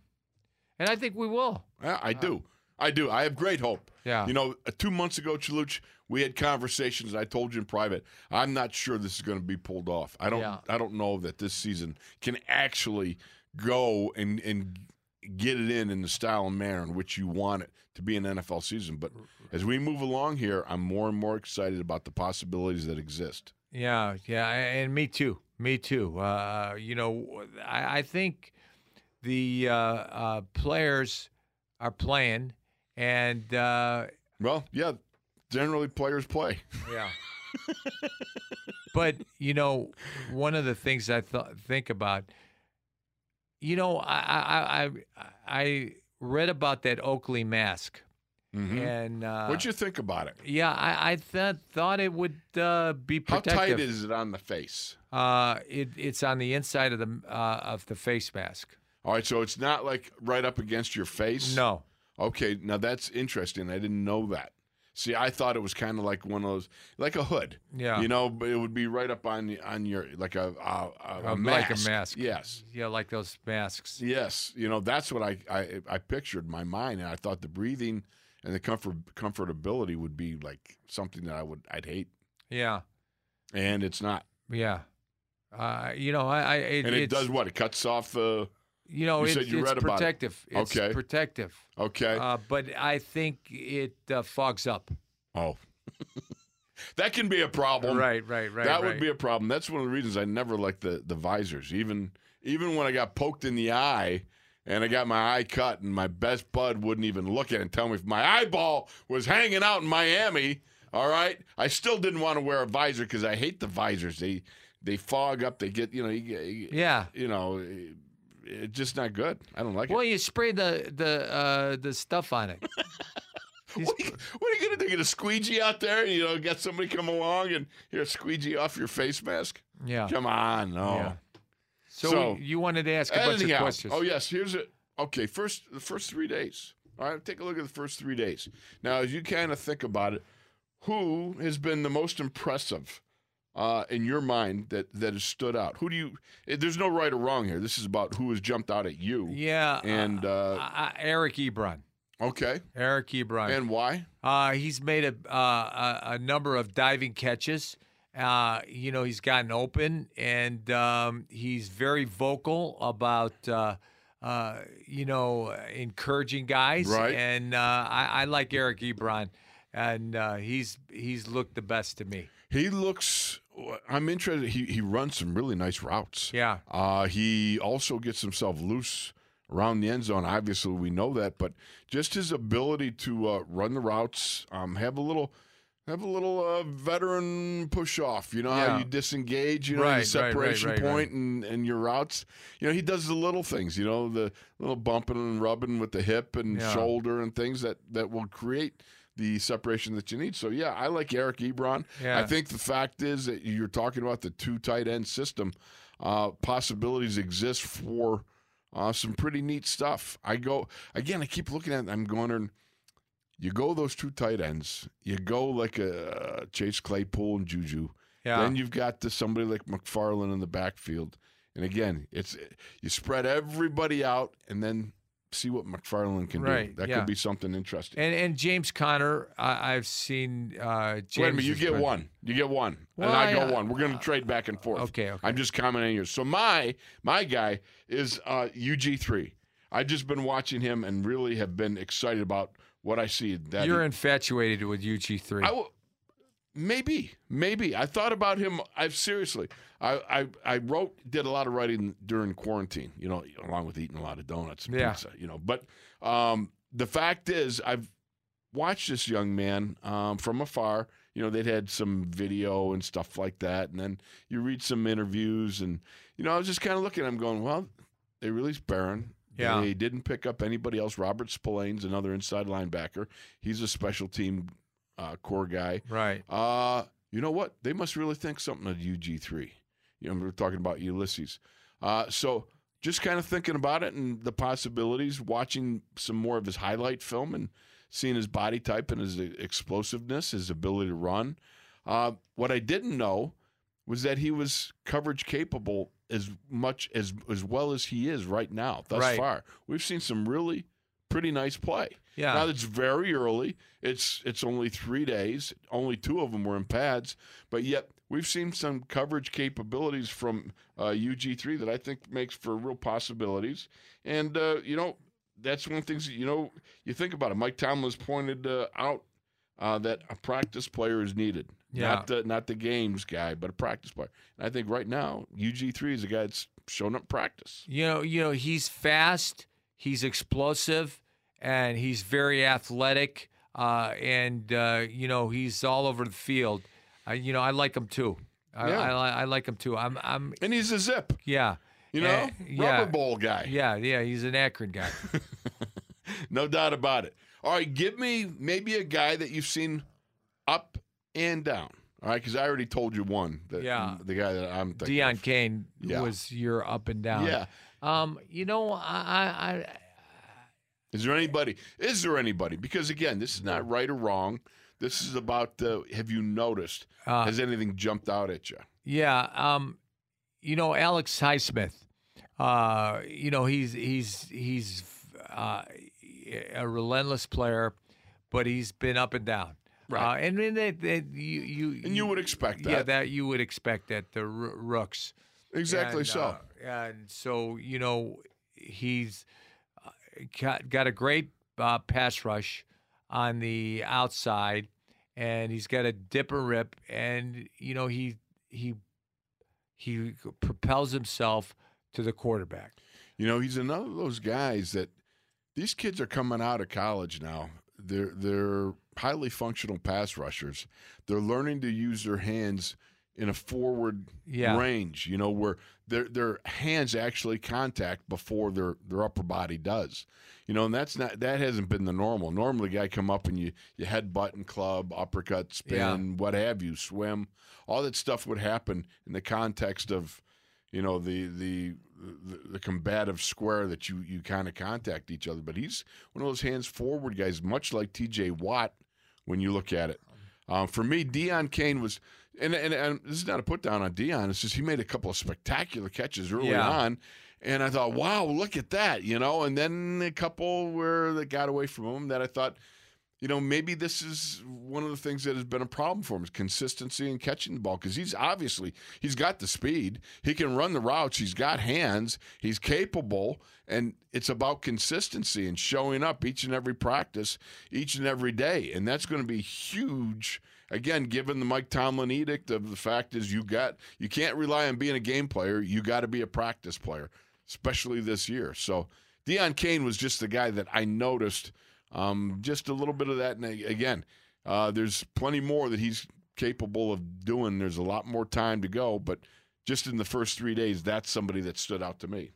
C: and I think we will.
D: Yeah, I do. I do. I have great hope.
C: Yeah.
D: You know, uh, two months ago, Chaluch, we had conversations. I told you in private, I'm not sure this is going to be pulled off. I don't.
C: Yeah.
D: I don't know that this season can actually go and and get it in in the style and manner in which you want it to be an NFL season. But as we move along here, I'm more and more excited about the possibilities that exist.
C: Yeah, yeah, and me too. Me too. Uh, you know, I, I think the uh, uh, players are playing, and uh,
D: Well, yeah. Generally, players play.
C: yeah. but you know, one of the things I th- think about, you know, I I, I I- I read about that Oakley mask,
D: Mhm.
C: and uh,
D: What'd you think about it?
C: yeah, I I th- thought it would uh, be
D: How
C: protective.
D: tight is it on the face?
C: Uh, it, it's on the inside of the uh, of the face mask.
D: All right, so Oh, it's not like right up against your face.
C: No.
D: Okay, now that's interesting. I didn't know that. See, I thought it was kind of like one of those, like a hood.
C: Yeah.
D: You know, but it would be right up on y- on your like a a, a,
C: Uh,
D: a
C: like
D: mask.
C: a mask.
D: Yes.
C: Yeah, like those masks.
D: Yes. You know, that's what I I, I pictured in my mind, and I thought the breathing and the comfort comfortability would be like something that I would I'd hate,
C: Yeah,
D: and it's not.
C: yeah. Uh, you know, I, I it,
D: And it
C: it's,
D: does what? It cuts off the.
C: You know,
D: you
C: it-
D: said you
C: it's
D: read about it.
C: protective. It's
D: Okay.
C: protective.
D: Okay.
C: Uh, but I think it uh, fogs up.
D: oh. that can be a problem.
C: right, right, right.
D: that would be a problem. That's one of the reasons I never liked the the visors. Even even when I got poked in the eye and I got my eye cut, and my best bud wouldn't even look at it and tell me if my eyeball was hanging out in Miami. All right, I still didn't want to wear a visor because I hate the visors. They they fog up. They get you know you, you-
C: yeah.
D: you know it- it's just not good. I don't like
C: Well, you spray the the uh, the stuff on it.
D: it. What are, you, what are you gonna do? Get a squeegee out there and you know get somebody come along and here squeegee off your face mask?
C: Yeah.
D: Come on, no.
C: Yeah. So,
D: So-
C: you wanted to ask a bunch of
D: Anyhow,
C: questions.
D: Oh yes, here's it. Okay, first the first three days. All right, take a look at the first three days. Now, as you kind of think about it, who has been the most impressive uh, in your mind that that has stood out? Who do you? eh, There's no right or wrong here. This is about who has jumped out at you.
C: Yeah.
D: And
C: uh,
D: uh,
C: I- I- Eric Ebron.
D: okay,
C: Eric Ebron.
D: and why?
C: Uh, he's made a, uh, a a number of diving catches. Uh, you know, he's gotten open, and um, he's very vocal about uh, uh, you know encouraging guys.
D: Right.
C: And uh, I, I like Eric Ebron, and uh, he's he's looked the best to me.
D: He looks. I'm interested. He he runs some really nice routes.
C: Yeah.
D: Uh, he also gets himself loose around the end zone. Obviously, we know that, but just his ability to uh, run the routes, um, have a little. Have a little uh, veteran push off. You know how
C: Yeah.
D: you disengage, you know,
C: Right,
D: the
C: right, right,
D: separation
C: right, right.
D: point And, and your routes. You know, he does the little things, you know, the little bumping and rubbing with the hip and
C: Yeah.
D: shoulder and things that, that will create the separation that you need. So, yeah, I like Eric Ebron.
C: Yeah.
D: I think the fact is that you're talking about the two tight end system. Uh, possibilities exist for uh, some pretty neat stuff. I go again. I keep looking at. It, I'm going. and You go those two tight ends. You go like a uh, Chase Claypool and Juju.
C: Yeah.
D: Then you've got to somebody like McFarland in the backfield. And again, it's you spread everybody out and then see what McFarland can do.
C: Right,
D: That
C: yeah.
D: could be something interesting.
C: And and James Conner, I, I've seen. Uh, James
D: Wait a minute, you
C: has
D: get
C: been-
D: one. You get one.
C: Well,
D: and I go
C: I, uh,
D: one. We're gonna trade back and forth.
C: okay, okay.
D: I'm just commenting here. So my my guy is uh, UG three. I've just been watching him and really have been excited about what I see. That
C: You're infatuated with UG three.
D: I w- maybe, maybe. I thought about him. I seriously, I, I, I wrote, did a lot of writing during quarantine. You know, along with eating a lot of donuts and
C: Yeah.
D: pizza. You know, but um, the fact is, I've watched this young man um, from afar. You know, they'd had some video and stuff like that, and then you read some interviews, and you know, I was just kind of looking. I'm going, well, they released Barron.
C: Yeah.
D: They didn't pick up anybody else. Robert Spillane's another inside linebacker. He's a special team uh, core guy.
C: right.
D: Uh, you know what? They must really think something of UG3. You know, we're talking about Ulysses. Uh, so just kind of thinking about it and the possibilities, watching some more of his highlight film and seeing his body type and his e, explosiveness, his ability to run. Uh, what I didn't know was that he was coverage capable as much as as well as he is right now thus
C: Right.
D: far. We've seen some really pretty nice play.
C: Yeah.
D: Now it's very early. It's it's only three days. Only two of them were in pads, but yet we've seen some coverage capabilities from uh, UG three that I think makes for real possibilities. And uh, you know that's one of the things that, you know you think about it. Mike Tomlin's pointed uh, out uh, that a practice player is needed.
C: Yeah.
D: Not the not the games guy, but a practice player. And I think right now UG three is a guy that's showing up practice.
C: You know, you know, he's fast, he's explosive, and he's very athletic. Uh, and uh, you know, he's all over the field. I, you know, I like him too. I,
D: Yeah.
C: I, li- I like him too. I'm, I'm,
D: And he's a zip,
C: yeah.
D: you know,
C: Eh, yeah,
D: rubber bowl guy.
C: yeah, yeah. He's an Akron guy.
D: No doubt about it. All right, give me maybe a guy that you've seen up and down. All right, because I already told you one. That,
C: Yeah.
D: The guy that I'm thinking.
C: Dion
D: of.
C: Kane
D: Yeah.
C: was your up and down.
D: Yeah.
C: Um, you know, I, I,
D: Is there anybody? Is there anybody? Because again, this is not right or wrong. This is about uh, have you noticed?
C: I uh,
D: Has anything jumped out at you?
C: Yeah, um, you know Alex Highsmith. Uh, you know he's he's he's uh, a relentless player, but he's been up and down.
D: Right.
C: Uh, and then that, that you, you
D: And you would expect
C: Yeah,
D: that.
C: that you would expect that the R- Rooks.
D: Exactly
C: And,
D: so.
C: uh, and so you know he's uh, got got a great uh, pass rush on the outside, and he's got a dip and rip, and you know he he he propels himself to the quarterback.
D: You know, he's another of those guys that these kids are coming out of college now. They're they're highly functional pass rushers. They're learning to use their hands in a forward
C: Yeah.
D: range, you know, where their their hands actually contact before their their upper body does. You know, and that's not that hasn't been the normal. Normally, guy come up and you you headbutt and club, uppercut, spin, what have you, swim. All that stuff would happen in the context of, you know, the the the, the combative square that you you kind of contact each other. But he's one of those hands forward guys, much like T.J. Watt when you look at it. Um, for me, Dion Kane was, and, and and this is not a put down on Dion. It's just he made a couple of spectacular catches early
C: Yeah.
D: on, and I thought, wow, look at that, you know. And then a couple where that got away from him that I thought, you know, maybe this is one of the things that has been a problem for him is consistency in catching the ball because he's obviously he's got the speed, he can run the routes, he's got hands, he's capable, and it's about consistency and showing up each and every practice, each and every day, and that's going to be huge. Again, given the Mike Tomlin edict of the fact is you got you can't rely on being a game player, you got to be a practice player, especially this year. So Deion Kane was just the guy that I noticed. Um, just a little bit of that. And a- again, uh, there's plenty more that he's capable of doing. There's a lot more time to go, but just in the first three days, that's somebody that stood out to me.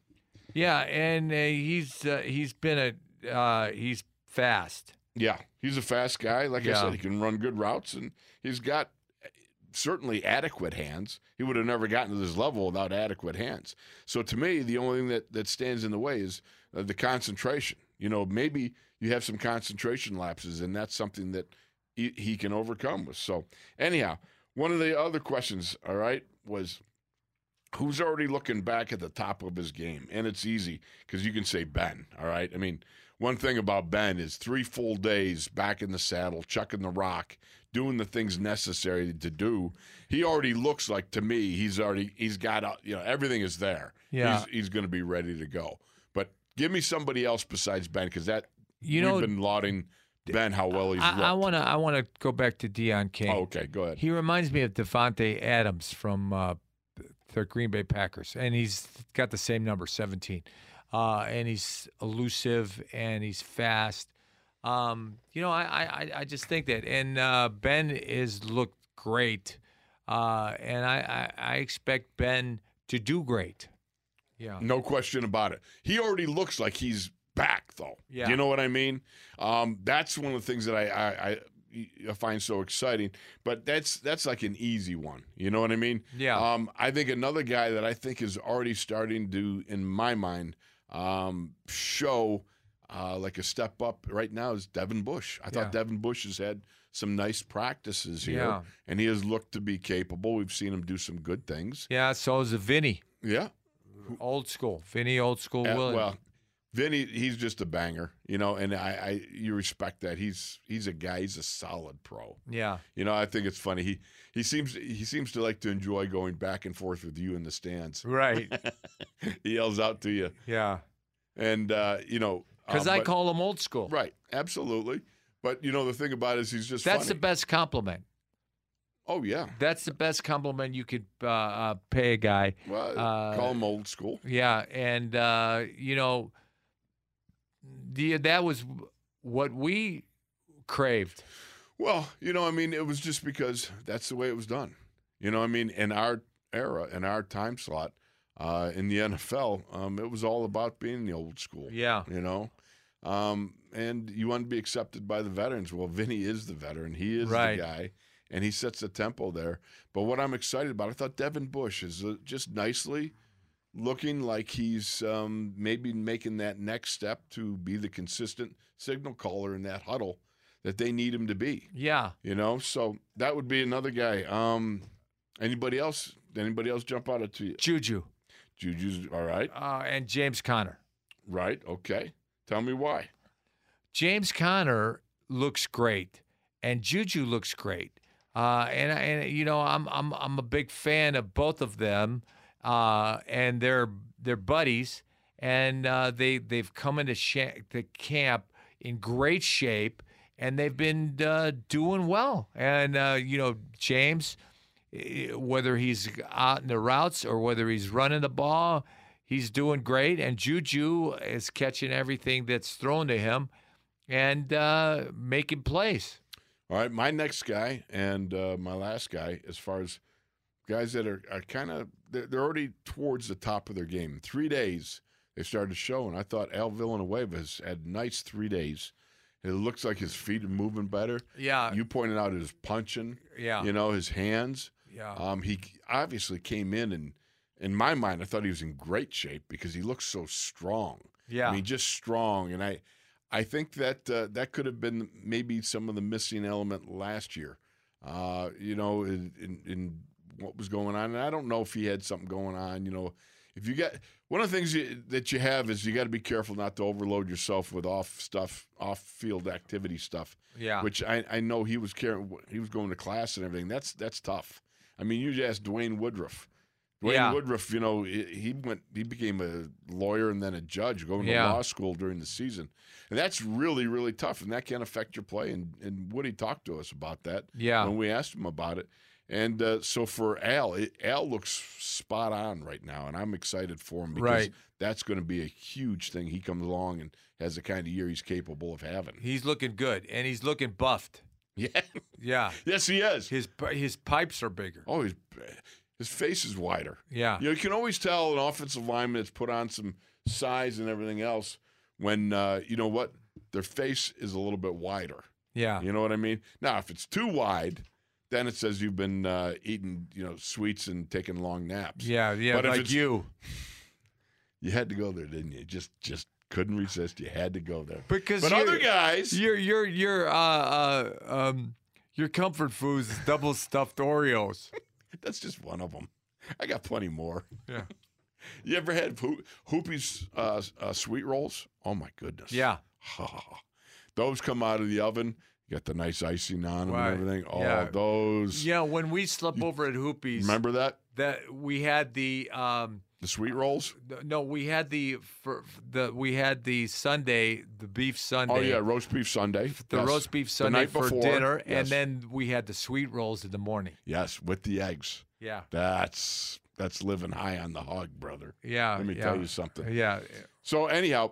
C: Yeah, and uh, he's uh, he's been a uh, he's fast.
D: Yeah, he's a fast guy. Like I
C: Yeah.
D: said, he can run good routes, and he's got eh, certainly adequate hands. He would have never gotten to this level without adequate hands. So to me, the only thing that, that stands in the way is uh, the concentration. You know, maybe you have some concentration lapses, and that's something that he, he can overcome with. So anyhow, one of the other questions, all right, was who's already looking back at the top of his game. And it's easy because you can say Ben, all right? I mean, one thing about Ben is three full days back in the saddle, chucking the rock, doing the things necessary to do. He already looks like to me, he's already he's got uh, you know, everything is there.
C: Yeah.
D: He's he's going to be ready to go. But give me somebody else besides Ben cuz that
C: You
D: we've
C: know-
D: been lauding Ben how well he's
C: I, I
D: looked.
C: wanna I wanna go back to Deion King.
D: oh, okay, go ahead.
C: He reminds me of Devontae Adams from uh, the Green Bay Packers, and he's got the same number, 17. Uh, and he's elusive and he's fast. Um, you know, I, I, I- I just think that. And uh, Ben has looked great, uh, and I, I, I expect Ben to do great. Yeah.
D: No question about it. He already looks like he's back, though.
C: Yeah.
D: You know what I mean? Um, that's one of the things that I, I, I- I find so exciting. But that's that's like an easy one. You know what I mean?
C: Yeah.
D: Um, I think another guy that I think is already starting to, in my mind, um, show uh, like a step up right now is Devin Bush. I thought
C: Yeah.
D: Devin Bush has had some nice practices here,
C: Yeah.
D: and he has looked to be capable. We've seen him do some good things.
C: Yeah, so is Vinny.
D: Yeah.
C: Old school. Vinny, old school.
D: Uh,
C: Williams.
D: well, Vinny, he's just a banger, you know, and I, I you respect that. He's he's a guy. He's a solid pro.
C: yeah.
D: You know, I think it's funny. He he seems he seems to like to enjoy going back and forth with you in the stands.
C: Right.
D: He yells out to you,
C: yeah.
D: and uh, you know, uh,
C: Because I
D: but-
C: call him old school.
D: right, absolutely. But you know, the thing about it is he's just
C: That's the
D: funny.
C: best compliment.
D: oh yeah.
C: That's the best compliment you could uh, uh, pay a guy.
D: Well,
C: Uh,
D: call him old school.
C: Yeah, and uh, you know, the, that was what we craved.
D: Well, you know, I mean, it was just because that's the way it was done. You know, I mean, in our era, in our time slot, uh, in the NFL, um, it was all about being the old school.
C: Yeah,
D: You know, um, and you want to be accepted by the veterans. Well, Vinny is the veteran. He is
C: Right.
D: the guy, and he sets the tempo there. But what I'm excited about, I thought Devin Bush is uh, just nicely looking like he's um, maybe making that next step to be the consistent signal caller in that huddle that they need him to be.
C: yeah.
D: You know, so that would be another guy. Um, anybody else? Anybody else jump out at you?
C: Juju
D: Juju's all right,
C: uh, and James Conner.
D: right? Okay, tell me why.
C: James Conner looks great, and Juju looks great. Uh, and and you know, I'm I'm I'm a big fan of both of them, uh, and they're they're buddies, and uh, they they've come into sha- the camp in great shape, and they've been uh, doing well. And uh, you know, James, eh, whether he's out in the routes or whether he's running the ball. He's doing great, and Juju is catching everything that's thrown to him and uh, making plays.
D: All right, my next guy and uh, my last guy, as far as guys that are, are kind of they're, they're already towards the top of their game. Three days they started showing. I thought Al Villanueva has had nice three days. It looks like his feet are moving better.
C: Yeah,
D: you pointed out his punching.
C: yeah,
D: You know his hands.
C: yeah.
D: Um, he obviously came in and, in my mind, I thought he was in great shape because he looked so strong.
C: Yeah.
D: I mean, just strong, and I, I think that uh, that could have been maybe some of the missing element last year. Uh, you know, in, in, in what was going on, and I don't know if he had something going on. You know, if you got one of the things you, that you have is you got to be careful not to overload yourself with off stuff, off field activity stuff
C: Yeah.
D: which I, I know he was carrying. He was going to class and everything. That's that's tough. I mean, you just ask Dwayne Woodruff. Dwayne
C: Yeah.
D: Woodruff, you know, he, he went. He became a lawyer and then a judge, going
C: Yeah.
D: to law school during the season, and that's really really tough, and that can affect your play. And and Woody talked to us about that
C: Yeah.
D: when we asked him about it. And uh, so for Al, it, Al looks spot on right now, and I'm excited for him because
C: Right.
D: that's going to be a huge thing. He comes along and has the kind of year he's capable of having.
C: He's looking good, and he's looking buffed.
D: Yeah.
C: Yeah,
D: yes, he is.
C: his his pipes are bigger.
D: Oh, his, his face is wider.
C: Yeah,
D: You, know, you can always tell an offensive lineman that's put on some size and everything else when uh, you know what their face is a little bit wider.
C: yeah,
D: You know what I mean? Now, if it's too wide, then it says you've been uh, eating you know sweets and taking long naps.
C: yeah, yeah.
D: But if
C: like
D: it's-
C: you,
D: you had to go there, didn't you? Just just couldn't resist. You had to go there.
C: because
D: But
C: you're-
D: other guys,
C: Your your your uh, uh um your comfort foods is double stuffed Oreos.
D: that's just one of them. I got plenty more.
C: Yeah.
D: You ever had Hoop- Hoopie's uh, uh, sweet rolls? Oh my goodness.
C: Yeah.
D: those come out of the oven. You got the nice icing on them
C: Right.
D: and everything. Oh,
C: Yeah.
D: those.
C: Yeah, when we slept over at Hoopie's,
D: Remember that?
C: that we had the um
D: The sweet rolls?
C: no, we had the for the we had the Sunday, the beef Sunday.
D: Oh, yeah. Roast beef Sunday.
C: The
D: Yes.
C: roast beef Sunday
D: night
C: for
D: before,
C: dinner,
D: yes.
C: and then we had the sweet rolls in the morning.
D: Yes, with the eggs.
C: Yeah,
D: That's that's living high on the hog, brother.
C: yeah.
D: Let me
C: yeah.
D: tell you something.
C: Yeah,
D: So anyhow,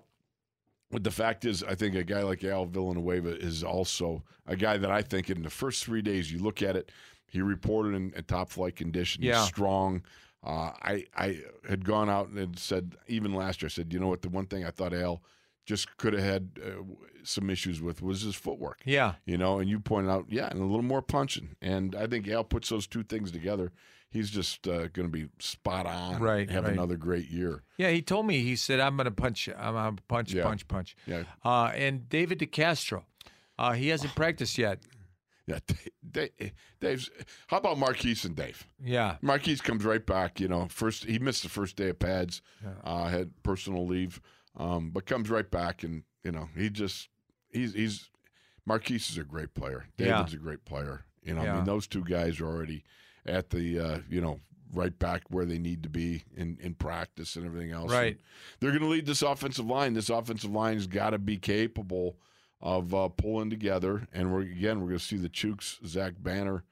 D: but the fact is, I think a guy like Al Villanueva is also a guy that I think in the first three days you look at it, he reported in a top flight condition.
C: Yeah.
D: He's strong. Uh, I I had gone out and had said even last year I said you know what the one thing I thought Al just could have had uh, w- some issues with was his footwork.
C: yeah.
D: You know, and you pointed out, yeah, and a little more punching. And I think Al puts those two things together. He's just uh, going to be spot on.
C: Right,
D: and Have
C: right.
D: another great year.
C: Yeah, he told me. He said, "I'm gonna punch. you. I'm gonna punch,
D: Yeah.
C: punch, punch."
D: Yeah.
C: Uh, and David DeCastro, uh, he hasn't practiced yet.
D: Yeah, Dave, eh, Dave's. How about Marquise and Dave?
C: Yeah,
D: Marquise comes right back. You know, first he missed the first day of pads, uh, had personal leave, um, but comes right back, and you know he just he's he's Marquise is a great player.
C: Yeah.
D: David's a great player. You know, I
C: Yeah.
D: mean those two guys are already at the uh, you know right back where they need to be in in practice and everything else.
C: Right.
D: And they're going to lead this offensive line. This offensive line's got to be capable of uh, pulling together, and we're again we're going to see the Chooks Zach Banner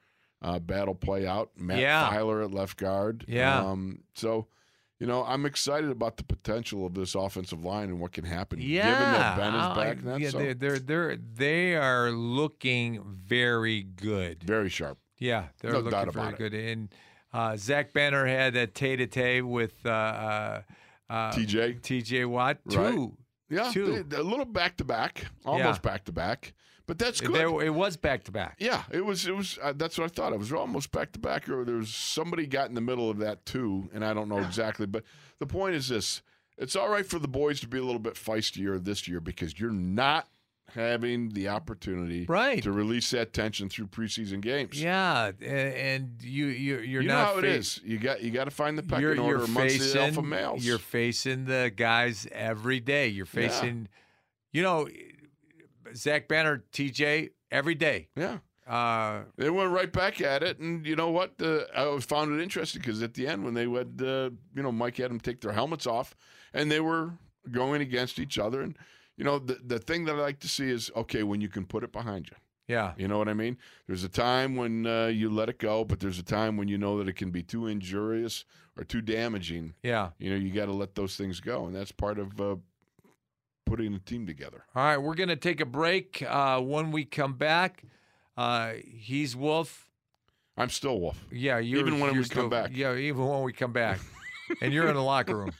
D: uh, battle play out. Matt
C: Yeah.
D: Filer at left guard.
C: Yeah.
D: Um, so, you know, I'm excited about the potential of this offensive line and what can happen.
C: yeah.
D: Given that Ben
C: I-
D: is back now,
C: yeah,
D: so
C: they're, they're they're they are looking very good.
D: very sharp.
C: Yeah, they're
D: No
C: looking
D: doubt
C: very
D: about it.
C: good. And uh, Zach Banner had a tete-a-tete with uh, uh, uh,
D: TJ.
C: TJ Watt too.
D: Right. Yeah.
C: two.
D: they- they're a little back to back, almost back to back, but that's good.
C: There, it was back to back.
D: yeah, it was. It was. Uh, that's what I thought. It was almost back to back, or there was somebody got in the middle of that too, and I don't know exactly. But the point is this: it's all right for the boys to be a little bit feistier this year because you're not having the opportunity
C: Right.
D: to release that tension through preseason games.
C: Yeah, a- and you you you're
D: you know
C: not
D: how it
C: fa-
D: is. You got you got to find the pecking
C: you're,
D: order
C: you're
D: amongst
C: facing
D: the alpha males.
C: you're facing the guys every day. You're
D: Yeah.
C: facing, you know, Zach Banner, TJ every day.
D: yeah.
C: Uh,
D: They went right back at it, and you know what? Uh, I always found it interesting because at the end, when they would, uh, you know, Mike had them take their helmets off, and they were going against each other. And you know, the the thing that I like to see is okay when you can put it behind you.
C: yeah,
D: You know what I mean? There's a time when uh, you let it go, but there's a time when you know that it can be too injurious or too damaging.
C: yeah.
D: You know, you got to let those things go, and that's part of uh, putting a team together.
C: All right, we're gonna take a break. Uh, when we come back, uh, he's Wolf.
D: I'm still Wolf.
C: Yeah, you're,
D: Even when
C: you're
D: we come
C: still-
D: back.
C: Yeah, even when we come back, and you're in the locker room.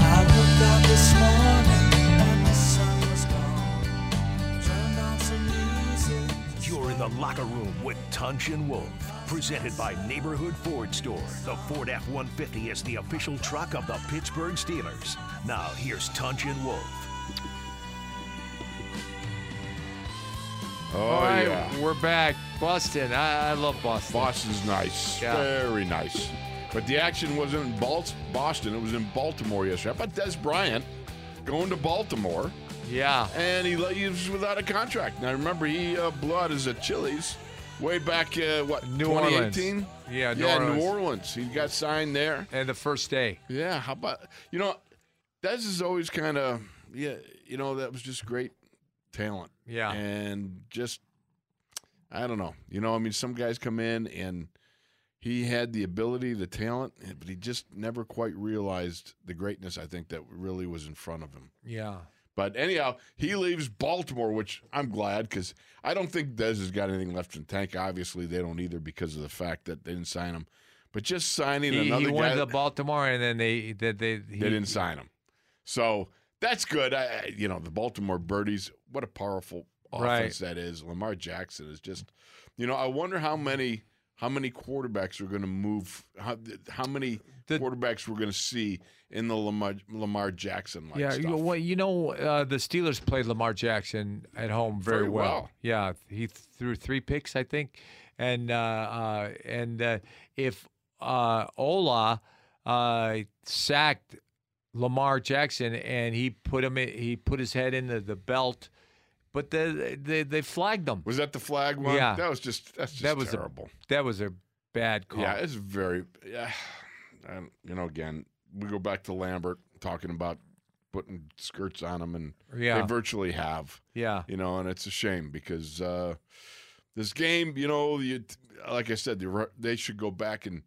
E: I looked out this morning and the sun was gone. Turned on some music.
B: You're in the locker room with Tunch and Wolf, presented by Neighborhood Ford Store. The Ford F 150 is the official truck of the Pittsburgh Steelers. Now, here's Tunch and Wolf.
D: Oh
C: All right,
D: yeah.
C: we're back. Boston. I, I love Boston.
D: Boston's nice.
C: Yeah.
D: Very nice. But the action wasn't in Bal- Boston, it was in Baltimore yesterday. How about Des Bryant going to Baltimore
C: Yeah.
D: and he leaves without a contract. Now remember, he uh, blew out his Achilles way back uh, what 2018.
C: New Orleans. Yeah, New
D: yeah,
C: Orleans.
D: New Orleans. He got signed there.
C: And the first day.
D: Yeah, how about you know, Des is always kind of yeah, you know that was just great talent.
C: Yeah.
D: and just I don't know, you know, I mean, some guys come in and he had the ability, the talent, but he just never quite realized the greatness. I think that really was in front of him.
C: Yeah.
D: But anyhow, he leaves Baltimore, which I'm glad because I don't think Des has got anything left in the tank. Obviously, they don't either because of the fact that they didn't sign him. But just signing
C: He,
D: another
C: he
D: guy,
C: went to Baltimore, and then they they they, he,
D: they didn't sign him. So that's good. I, I- you know, the Baltimore Birdies, what a powerful offense that is. Lamar Jackson is just, you know, I wonder how many how many quarterbacks are going to move, how, how many
C: The-
D: quarterbacks we're going to see in the Lamar, Lamar Jackson like
C: Yeah,
D: stuff.
C: you, well, you know uh, the Steelers played Lamar Jackson at home very,
D: Very
C: well.
D: well.
C: Yeah, he threw three picks, I think, and uh, uh, and uh, if uh, Ola uh, sacked Lamar Jackson and he put him, in, he put his head into the belt, but they they, they flagged him.
D: Was that the flag one?
C: Yeah.
D: that was just that's just
C: That was a
D: terrible.
C: That was a bad call.
D: yeah, it's very. Yeah, and you know, again, we go back to Lambert talking about putting skirts on them, and
C: Yeah.
D: they virtually have.
C: yeah.
D: You know, and it's a shame because uh, this game, you know, you, like I said, they, re- they should go back and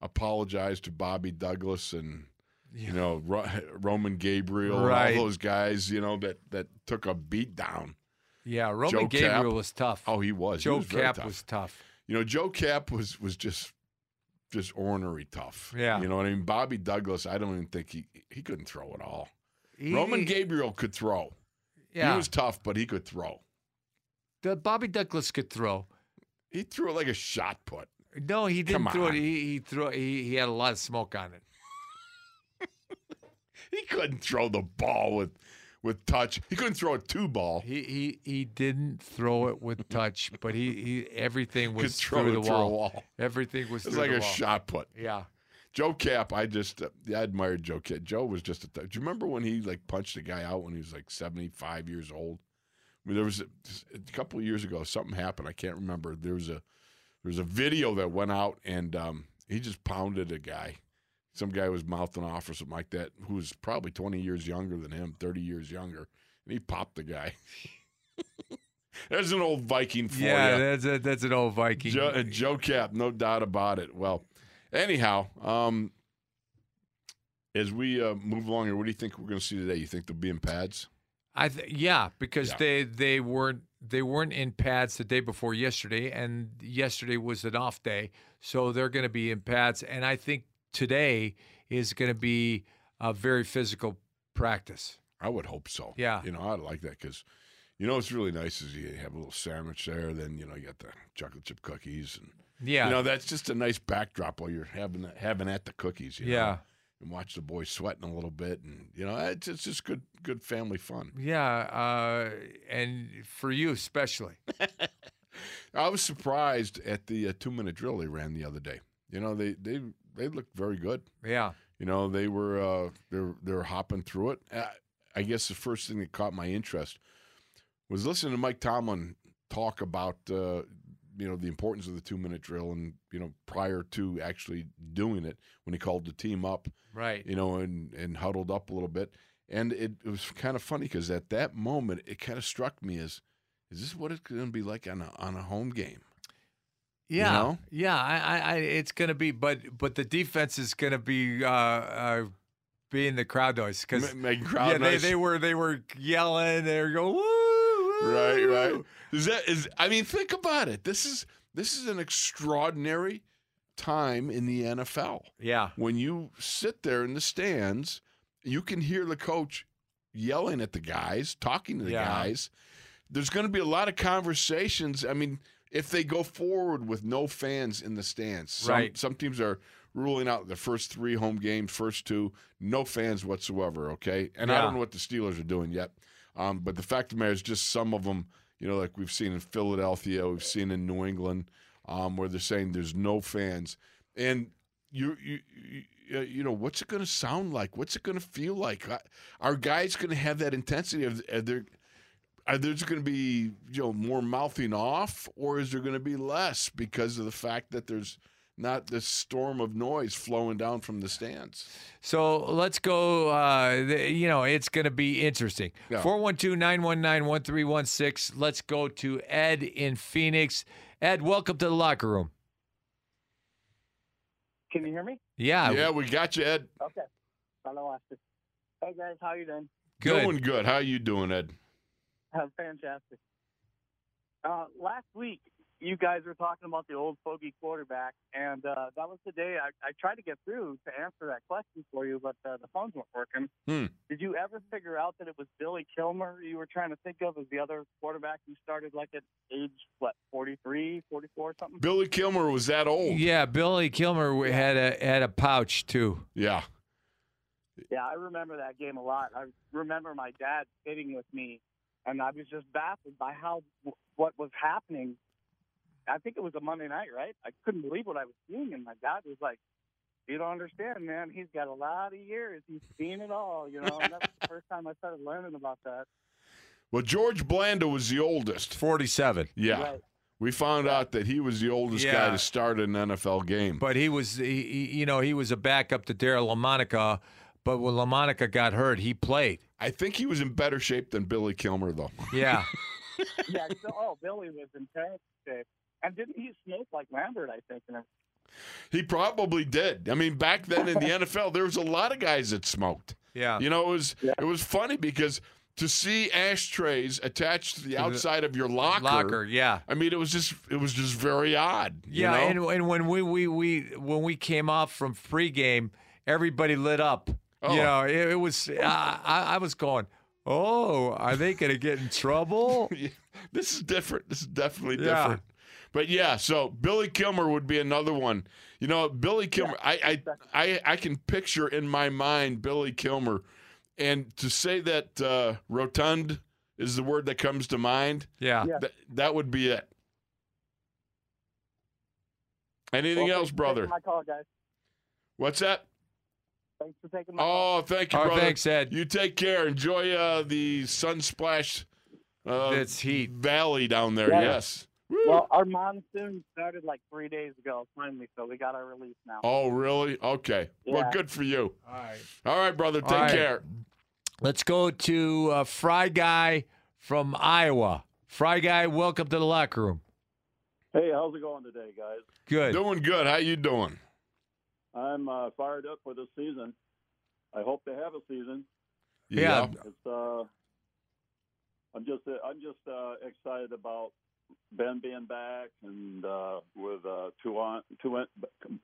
D: apologize to Bobby Douglas and. You know Ro- Roman Gabriel
C: Right.
D: and all those guys. You know that that took a beat down.
C: Yeah, Roman
D: Joe Cap.
C: Gabriel was tough.
D: Oh, he was. He
C: Joe
D: was very
C: Cap
D: tough.
C: was tough.
D: You know, Joe Cap was was just just ornery tough.
C: Yeah.
D: You know what I mean? Bobby Douglas, I don't even think he he couldn't throw at all.
C: He-
D: Roman Gabriel could throw.
C: yeah,
D: He was tough, but he could throw.
C: the Bobby Douglas could throw.
D: He threw it like a shot put.
C: No, he didn't
D: Come
C: throw it.
D: on.
C: He, he threw. He, he had a lot of smoke on it.
D: He couldn't throw the ball with with touch. He couldn't throw a two ball.
C: He he, he didn't throw it with touch, but he, he everything
D: He could
C: was
D: throw
C: through
D: it
C: the
D: through a
C: wall.
D: wall.
C: Everything was
D: It was
C: through
D: like
C: the
D: a
C: wall.
D: shot put.
C: Yeah,
D: Joe Cap, I just uh, I admired Joe Cap. Joe was just a. Th- Do you remember when he like punched a guy out when he was like seventy five years old? I mean, there was a, a couple of years ago something happened. I can't remember. There was a there was a video that went out and um, he just pounded a guy. Some guy was mouthing off or something like that, who was probably twenty years younger than him, thirty years younger, and he popped the guy. There's an old Viking for
C: yeah.
D: you.
C: That's a, that's an old Viking.
D: Joe, uh, Joe Cap, no doubt about it. Well, anyhow, um, as we uh, move along here, what do you think we're going to see today? You think they'll be in pads?
C: I th- yeah, because
D: Yeah.
C: they they weren't they weren't in pads the day before yesterday, and yesterday was an off day, so they're going to be in pads, and I think today is going to be a very physical practice.
D: I would hope so.
C: Yeah.
D: You know, I'd like that because, you know, what's really nice is you have a little sandwich there, then, you know, you got the chocolate chip cookies. And,
C: Yeah,
D: You know, that's just a nice backdrop while you're having having at the cookies. You know,
C: yeah.
D: and watch the boys sweating a little bit. And, you know, it's, it's just good, good family fun.
C: Yeah, uh, and for you especially.
D: I was surprised at the uh, two minute drill they ran the other day. You know, they they they looked very good.
C: Yeah,
D: You know, they were uh, they're they're hopping through it. I, I guess the first thing that caught my interest was listening to Mike Tomlin talk about uh, you know the importance of the two minute drill and you know prior to actually doing it when he called the team up
C: right.
D: you know, and and huddled up a little bit. And it, it was kind of funny because at that moment, it kind of struck me as, is this what it's going to be like on a on a home game?
C: Yeah,
D: know?
C: yeah. I, I, I it's gonna be, but but the defense is gonna be uh, uh, being the crowd noise because
D: Ma- making
C: yeah,
D: crowd
C: they,
D: noise.
C: they were they were yelling, they were going woo, woo.
D: right, right. Is that is? I mean, think about it. This is this is an extraordinary time in the NFL
C: Yeah,
D: when you sit there in the stands, you can hear the coach yelling at the guys, talking to the
C: Yeah.
D: guys. There's going to be a lot of conversations. I mean, if they go forward with no fans in the stands, some,
C: Right.
D: Some teams are ruling out the first three home games, first two, no fans whatsoever. Okay, and I
C: Yeah.
D: don't know what the Steelers are doing yet, um, but the fact of the matter is, just some of them, you know, like we've seen in Philadelphia, we've seen in New England, um, where they're saying there's no fans, and you, you, you uh, you know, what's it going to sound like? What's it going to feel like? I- Are guys going to have that intensity? Of, are there, are there's going to be you know more mouthing off, or is there going to be less because of the fact that there's not this storm of noise flowing down from the stands?
C: So let's go. Uh, th- you know, it's going to be interesting.
D: Yeah.
C: 412 919 1316. Let's go to Ed in Phoenix. Ed, welcome to the locker room.
J: Can you hear me?
C: Yeah.
D: yeah, we got you, Ed.
J: Okay. Hello, Austin. Hey guys, how you doing?
C: Good.
D: Doing good. How you doing, Ed?
J: Uh, fantastic. Uh, last week, you guys were talking about the old fogey quarterback, and uh, that was the day I, I tried to get through to answer that question for you, but uh, the phones weren't working.
D: Hmm.
J: Did you ever figure out that it was Billy Kilmer you were trying to think of as the other quarterback who started like at age, what, 43, 44, something?
D: Billy Kilmer was that old?
C: Yeah, Billy Kilmer w- had a had a pouch too.
D: Yeah.
J: Yeah, I remember that game a lot. I remember my dad sitting with me, and I was just baffled by how what was happening. I think it was a Monday night, right? I couldn't believe what I was seeing, and my dad was like, "You don't understand, man. He's got a lot of years. He's seen it all, you know." And that's the first time I started learning about that.
D: Well, George Blanda was the oldest.
C: Forty seven.
D: Yeah.
J: Right.
D: We found out that he was the oldest guy
C: Yeah.
D: to start an NFL game.
C: But he was, he, he, you know, he was a backup to Daryl LaMonica. But when LaMonica got hurt, he played.
D: I think he was in better shape than Billy Kilmer, though.
C: Yeah.
J: Yeah. So, oh, Billy was in terrible shape, and didn't he smoke like Lambert? I think. And everything?
D: He probably did. I mean, back then in the NFL, there was a lot of guys that smoked.
C: Yeah.
D: You know, it was it was funny because to see ashtrays attached to the outside of your locker.
C: Locker. Yeah.
D: I mean, it was just it was just very odd. you
C: Yeah,
D: know?
C: and, and when we, we we when we came off from pregame, everybody lit up.
D: Oh.
C: You know, it, it was I, I I was going, oh, are they gonna get in trouble?
D: Yeah, this is different. This is definitely
C: Yeah.
D: different. But yeah, so Billy Kilmer would be another one. You know, Billy Kilmer. I, I I I can picture in my mind Billy Kilmer, and to say that uh, rotund is the word that comes to mind.
C: yeah.
J: Yeah.
D: That that would be it. Anything
J: Well,
D: else,
J: thanks for
D: brother?
J: taking My call, guys.
D: What's that?
J: Thanks for taking my call.
D: Oh, thank you,
C: Oh,
D: brother.
C: thanks, Ed.
D: You take care. Enjoy uh, the sunsplash uh,
C: It's heat.
D: valley down there.
J: Yeah.
D: Yes.
J: Well, our monsoon started like three days ago, finally, so we got our release now.
D: Oh, really? Okay. Well,
J: Yeah.
D: good for you. All right. All right, brother. Take
C: right.
D: care.
C: Let's go to uh, Fry Guy from Iowa. Fry Guy, welcome to the locker room.
K: Hey, how's it going today, guys?
C: Good.
D: Doing good. How you doing?
K: I'm uh, fired up for this season. I hope to have a season.
C: Yeah.
K: It's uh, I'm just I'm just uh, excited about Ben being back and uh, with uh, Tuan Tuan.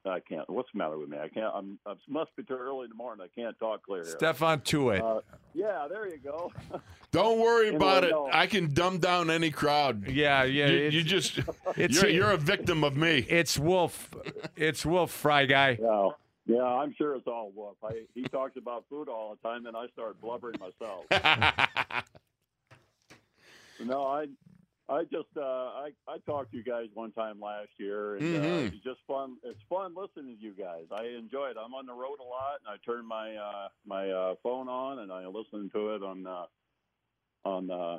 K: I can't. What's the matter with me? I can't. I'm I must be too early in the morning. I can't talk clear. Here.
C: Stefan Tuitt.
K: Uh, yeah, there you go.
D: Don't worry
K: Anyway,
D: about it.
K: no.
D: I can dumb down any crowd.
C: yeah, yeah.
D: You,
C: it's,
D: you just
C: it's-
D: you're, you're a victim of me.
C: it's Wolf. It's Wolf Fry Guy.
K: yeah. Yeah, I'm sure it's all whoop. I, he talks about food all the time, and I start blubbering myself. No, I, I just uh, I I talked to you guys one time last year, and uh,
C: Mm-hmm.
D: Mhm.
K: it's just fun. It's fun listening to you guys. I enjoy it. I'm on the road a lot, and I turn my uh, my uh, phone on, and I listen to it on uh, on. Uh,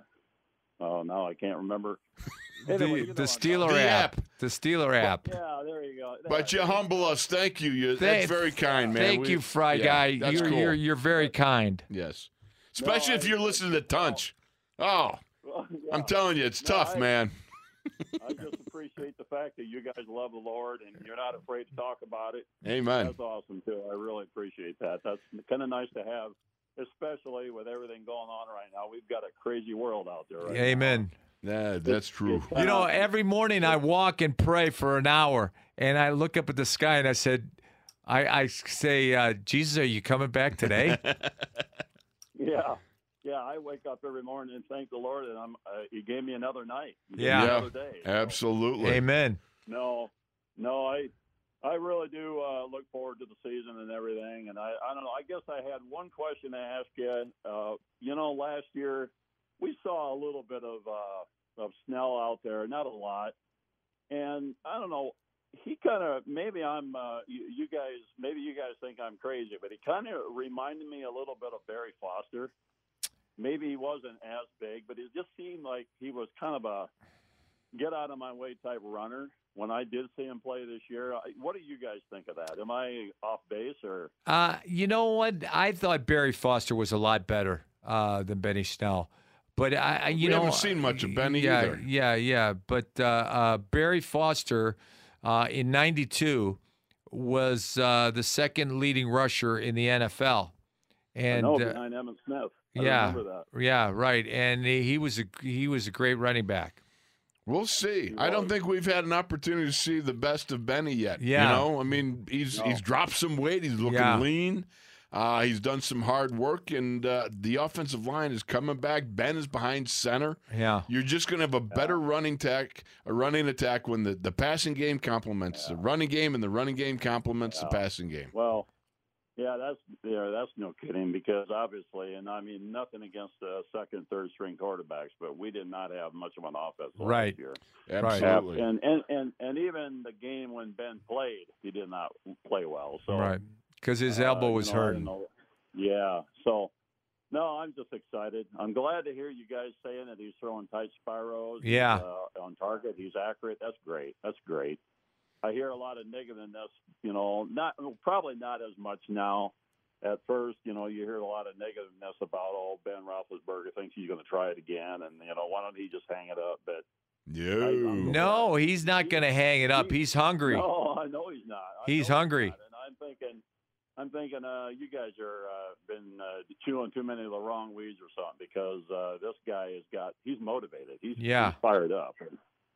K: oh, now I can't remember.
C: The,
K: Anyway, you know
C: the
K: I'm
C: Steeler
K: talking.
D: The
C: app.
D: app.
C: The Steeler app.
K: Yeah, there you
J: Uh,
K: go.
D: but you humble us. Thank you. you
C: Thank-
D: that's very kind, man.
C: Thank
D: We-
C: you, Fry
D: yeah,
C: Guy.
D: That's
C: You're,
D: cool.
C: you're you're very kind.
D: yes. Especially
K: No,
D: if
K: I-
D: you're listening to Tunch. Oh,
K: Well, yeah,
D: I'm telling you, it's
K: No,
D: tough,
K: I-
D: man.
K: I just appreciate the fact that you guys love the Lord and you're not afraid to talk about it.
D: Amen.
K: That's awesome too. I really appreciate that. That's kind of nice to have, especially with everything going on right now. We've got a crazy world out there. Right
C: Amen.
D: Yeah, that's true.
K: now.
C: You know, every morning I walk and pray for an hour, and I look up at the sky and I said, I, I say, uh, Jesus, are you coming back today?
K: yeah, yeah. I wake up every morning and thank the Lord, and I'm. Uh, he gave me another night. He gave me
C: Yeah.
K: another day. So,
D: Absolutely.
C: Amen.
K: No, no. I, I really do uh, look forward to the season and everything. And I, I don't know. I guess I had one question to ask you. Uh, you know, last year we saw a little bit of uh, of Snell out there, not a lot. And I don't know. he kind of maybe I'm uh, you, you guys maybe you guys think I'm crazy, but he kind of reminded me a little bit of Barry Foster. Maybe he wasn't as big, but it just seemed like he was kind of a get out of my way type runner. When I did see him play this year, I, what do you guys think of that? Am I off base or
C: Uh, you know what? I thought Barry Foster was a lot better uh, than Benny Snell, but I, I you
D: We
C: know, uh,
D: haven't seen much of Benny
C: yeah,
D: either.
C: Yeah, yeah, but uh, uh, Barry Foster uh, in '92 was uh, the second leading rusher in the NFL, and
K: no
C: uh,
K: behind Emmett Smith? I
C: yeah,
K: remember that.
C: yeah, right, and he he was a he was a great running back.
D: We'll see. I don't think we've had an opportunity to see the best of Benny yet.
C: Yeah.
D: You know, I mean, he's he's dropped some weight. He's looking
C: Yeah.
D: lean. Uh, he's done some hard work, and uh, the offensive line is coming back. Ben is behind center.
C: Yeah.
D: You're just going to have a better running attack, a running attack when the, the passing game complements the running game, and the running game complements the passing game.
K: Well, yeah, that's yeah, that's no kidding because obviously, and I mean nothing against the second, third string quarterbacks, but we did not have much of an offense last
C: Right.
K: year.
D: Absolutely.
K: And, and and and even the game when Ben played, he did not play well. So
C: right, because his
K: uh,
C: elbow
K: you
C: was
K: know, I don't
C: hurting.
K: know. Yeah. So no, I'm just excited. I'm glad to hear you guys saying that he's throwing tight spirals. he's,
C: Yeah.
K: uh, on target. He's accurate. That's great. That's great. I hear a lot of negativeness. You know, not probably not as much now. At first, you know, you hear a lot of negativeness about oh Ben Roethlisberger thinks he's going to try it again, and you know why don't he just hang it up? But
D: No.
C: No, he's not going to hang it up. He's hungry.
K: no, I know he's not. I
C: He's
K: know
C: hungry.
K: not. And I'm thinking, I'm thinking, uh, you guys are uh, been uh, chewing too many of the wrong weeds or something because uh, this guy has got. He's motivated. He's,
C: Yeah.
K: he's fired up.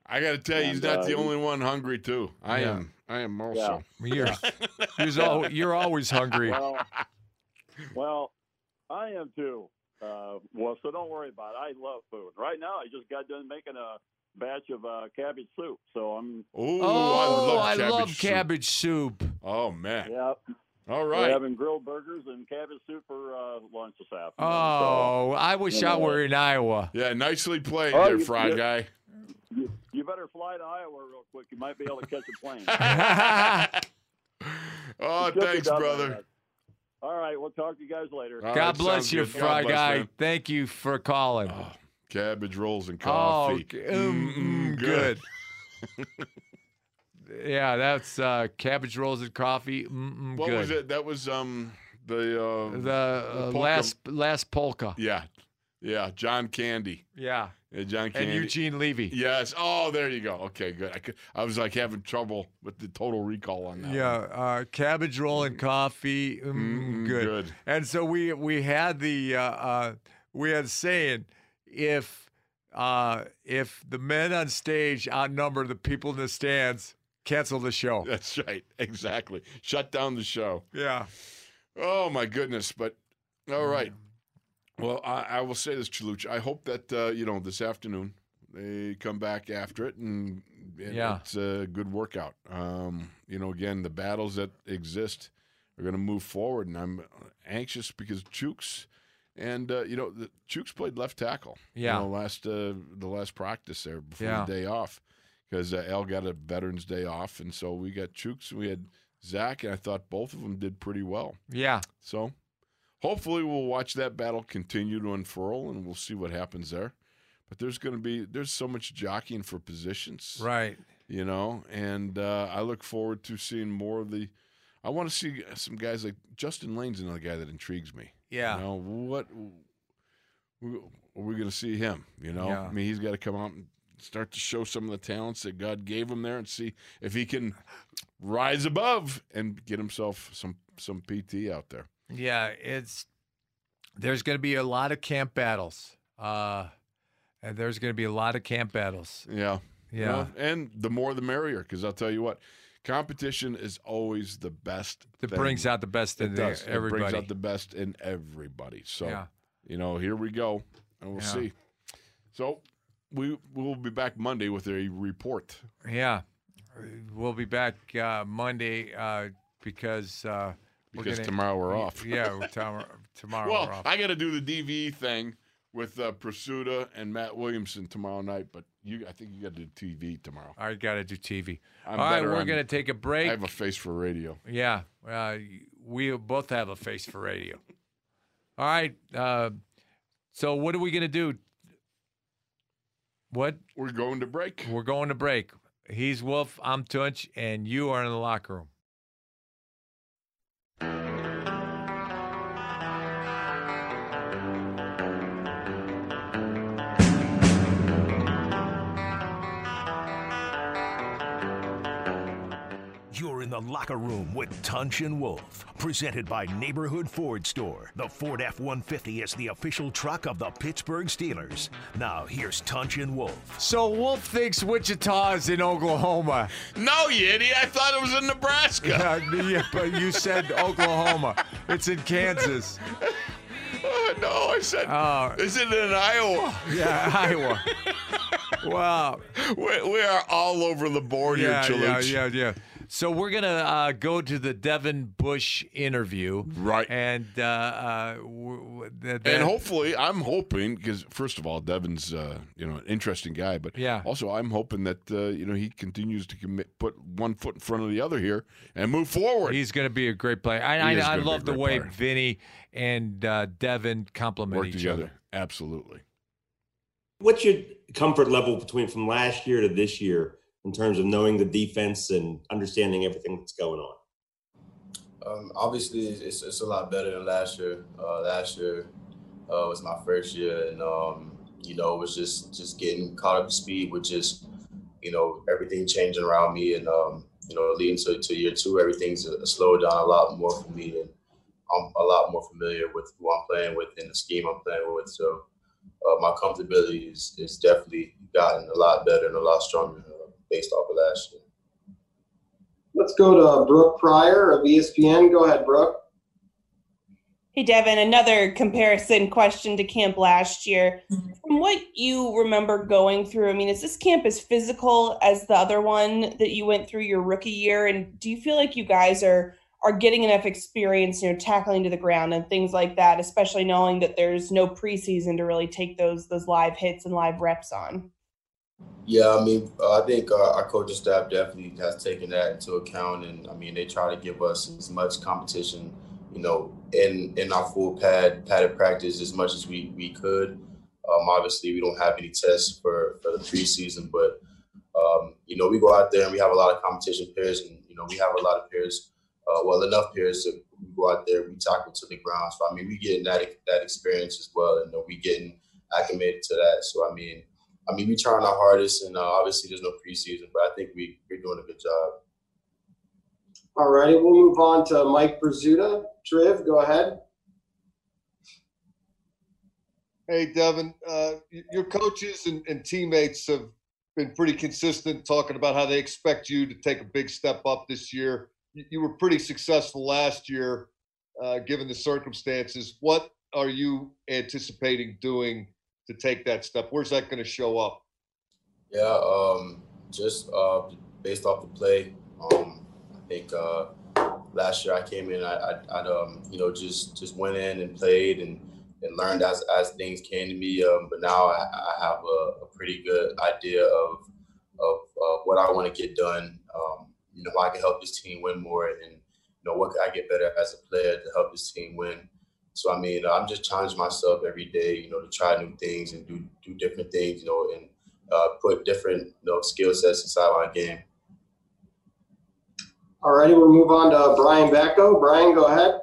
D: I got to tell you, he's
K: And,
D: not the
K: uh,
D: only one hungry too. I
C: Yeah.
D: am. I am also.
C: You're, you're, al- you're always hungry.
K: Well, well, I am too. Uh, well, so don't worry about it. I love food. Right now, I just got done making a batch of uh, cabbage soup, so I'm.
D: Oh,
C: Oh,
D: I love cabbage. soup.
C: cabbage soup.
D: Oh man.
K: Yeah,
D: All
K: we're
D: right.
K: having grilled burgers and cabbage soup for uh, lunch this afternoon. so-
C: Oh, I wish I were in Iowa.
D: Yeah, nicely played
K: Oh,
D: there,
K: you-
D: Fry
K: you-
D: Guy.
K: You, you better fly to Iowa real quick. You might be able to catch a plane.
D: Oh,
K: Shook it
D: thanks,
K: up,
D: brother.
K: uh, All right, we'll talk to you guys later.
D: All right,
C: God bless
D: sounds
C: you,
D: good. God
C: Fry
D: bless,
C: Guy.
D: man. Oh,
C: Thank you for calling.
D: Cabbage rolls and
C: Oh,
D: coffee.
C: g- mm, mm, good. yeah, that's uh, cabbage rolls and coffee. Mm-mm,
D: What
C: Mm, good.
D: was it? That was um the uh,
C: The uh,
D: polka-
C: last last polka.
D: yeah yeah John Candy
C: Yeah,
D: yeah, John Candy
C: and Eugene Levy.
D: yes oh there you go okay good I, could, I was like having trouble with the total recall on that one.
C: Yeah, uh, cabbage roll and coffee. Mm,
D: Mm,
C: good.
D: good.
C: And so we we had the uh, uh, we had saying if uh, if the men on stage outnumber the people in the stands, cancel the show.
D: that's right exactly shut down the show
C: Yeah.
D: oh my goodness but all right well I, I will say this Chaluch I hope that uh, you know this afternoon they come back after it and, and
C: Yeah.
D: it's a good workout um, you know again the battles that exist are going to move forward, and I'm anxious because Chooks and uh, you know the, Chooks played left tackle.
C: Yeah.
D: you know, last uh, the last practice there before
C: Yeah.
D: the day off because uh, Al got a Veterans Day off, and so we got Chooks and we had Zach, and I thought both of them did pretty well.
C: Yeah.
D: So hopefully we'll watch that battle continue to unfurl, and we'll see what happens there. But there's going to be there's so much jockeying for positions
C: Right.
D: you know and uh, i look forward to seeing more of the i want to see some guys like justin lane's another guy that intrigues me
C: Yeah.
D: you know what are we going to see him you know
C: Yeah.
D: i mean he's got to come out and start to show some of the talents that god gave him there and see if he can rise above and get himself some some pt out there
C: Yeah, it's there's going to be a lot of camp battles. Uh, and there's going to be a lot of camp battles.
D: yeah You
C: Yeah.
D: know, and the more the merrier because i'll tell you what competition is always the best
C: That
D: thing.
C: brings out the best in
D: it does.
C: the- everybody.
D: It brings out the best in everybody. So,
C: Yeah.
D: you know, here we go, and we'll
C: Yeah.
D: see. So, we we'll be back Monday with a report.
C: Yeah. We'll be back uh, Monday uh, because uh, we're
D: Because
C: gonna-
D: tomorrow we're
C: y-
D: off.
C: yeah, we're tomorrow, tomorrow
D: well,
C: we're off.
D: E I got to do the DVE thing with uh, Pursuta and Matt Williamson tomorrow night, but You, I think you got to do TV tomorrow.
C: I got to do TV.
D: I'm
C: All right,
D: better
C: we're
D: on-
C: gonna take a break.
D: I have a face for radio.
C: Yeah, uh, we both have a face for radio. All right. Uh, so what are we gonna do? What?
D: We're going to break.
C: We're going to break. He's Wolf. I'm Tunch, and you are in the locker room.
B: You're in the locker room with Tunch and Wolf, presented by Neighborhood Ford Store. The Ford F 150 is the official truck of the Pittsburgh Steelers. Now, here's Tunch and Wolf.
C: So Wolf thinks Wichita is in Oklahoma.
D: No, Oh, you idiot! I thought it was in Nebraska.
C: Yeah, yeah, but you said Oklahoma. It's in Kansas.
D: Oh, no, I said.
C: Oh,
D: is it in Iowa?
C: yeah, Iowa. Wow.
D: We, we are all over the board
C: Yeah,
D: here,
C: yeah,
D: Chaluch.
C: yeah, yeah. So we're gonna uh, go to the Devin Bush interview,
D: Right.
C: And uh, uh, w- w- th- that-
D: And hopefully, I'm hoping because first of all, Devin's uh, you know an interesting guy, but
C: Yeah.
D: also I'm hoping that uh, you know he continues to commit, put one foot in front of the other here and move forward.
C: he's gonna be a great player.
D: He
C: I,
D: is
C: I, I
D: gonna be a
C: love the
D: great
C: way
D: player.
C: Vinny and uh, Devin complement
D: Work
C: each
D: together,
C: other.
D: absolutely.
L: What's your comfort level between from last year to this year in terms of knowing the defense and understanding everything that's going on?
M: Um, obviously, it's, it's a lot better than last year. Uh, last year uh, was my first year, and um, you know, it was just just getting caught up to speed with just you know everything changing around me, and um, you know, leading to, to year two, everything's uh, slowed down a lot more for me, and I'm a lot more familiar with who I'm playing with and the scheme I'm playing with. So uh, my comfortability is, is definitely gotten a lot better and a lot stronger uh, based off of last year.
N: Let's go to Brooke Pryor of E ESPN. Go ahead, Brooke.
O: Hey, Devin, another comparison question to camp last year. From what you remember going through, I mean, is this camp as physical as the other one that you went through your rookie year? And do you feel like you guys are are getting enough experience, you know, tackling to the ground and things like that, especially knowing that there's no preseason to really take those those live hits and live reps on?
M: Yeah, I mean, uh, I think uh, our coaching staff definitely has taken that into account, and I mean, they try to give us as much competition, you know, in in our full pad padded practice as much as we we could. Um, obviously, we don't have any tests for for the preseason, but um, you know, we go out there and we have a lot of competition pairs, and you know, we have a lot of pairs, uh, well enough pairs that we go out there, we tackle to the ground. So I mean, we getting that that experience as well, and you know, we getting acclimated to that. So I mean. I mean, we trying our hardest, and uh, obviously there's no preseason, but I think we we're doing a good job.
N: All righty, we'll move on to Mike Brazuta. Triv, go ahead.
P: Hey, Devin, uh, y- your coaches and, and teammates have been pretty consistent talking about how they expect you to take a big step up this year. You, you were pretty successful last year, uh, given the circumstances. What are you anticipating doing to take that step? Where's that going to show up?
M: Yeah, um, just uh, based off the play, um, I think uh, last year I came in, I, I, I um, you know just just went in and played and, and learned as as things came to me. Um, but now I, I have a, a pretty good idea of of uh, what I want to get done. Um, you know, how I can help this team win more, and you know what can I get better as a player to help this team win. So I mean, I'm just challenging myself every day, you know, to try new things and do do different things, you know, and uh, put different you know, skill sets inside my game.
N: All righty, we'll move on to Brian Backo. Brian, go ahead.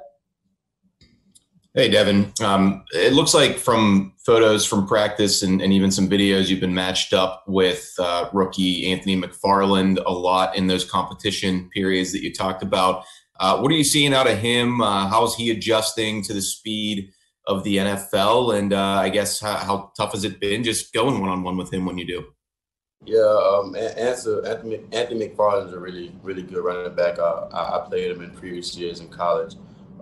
Q: Hey, Devin. Um, it looks like from photos from practice and, and even some videos, you've been matched up with uh, rookie Anthony McFarland a lot in those competition periods that you talked about. Uh, what are you seeing out of him? Uh, how's he adjusting to the speed of the NFL? And uh, I guess how, how tough has it been just going one on one with him when you do?
M: Yeah, um, An- answer Anthony, Anthony McFarland is a really, really good running back. I, I I played him in previous years in college,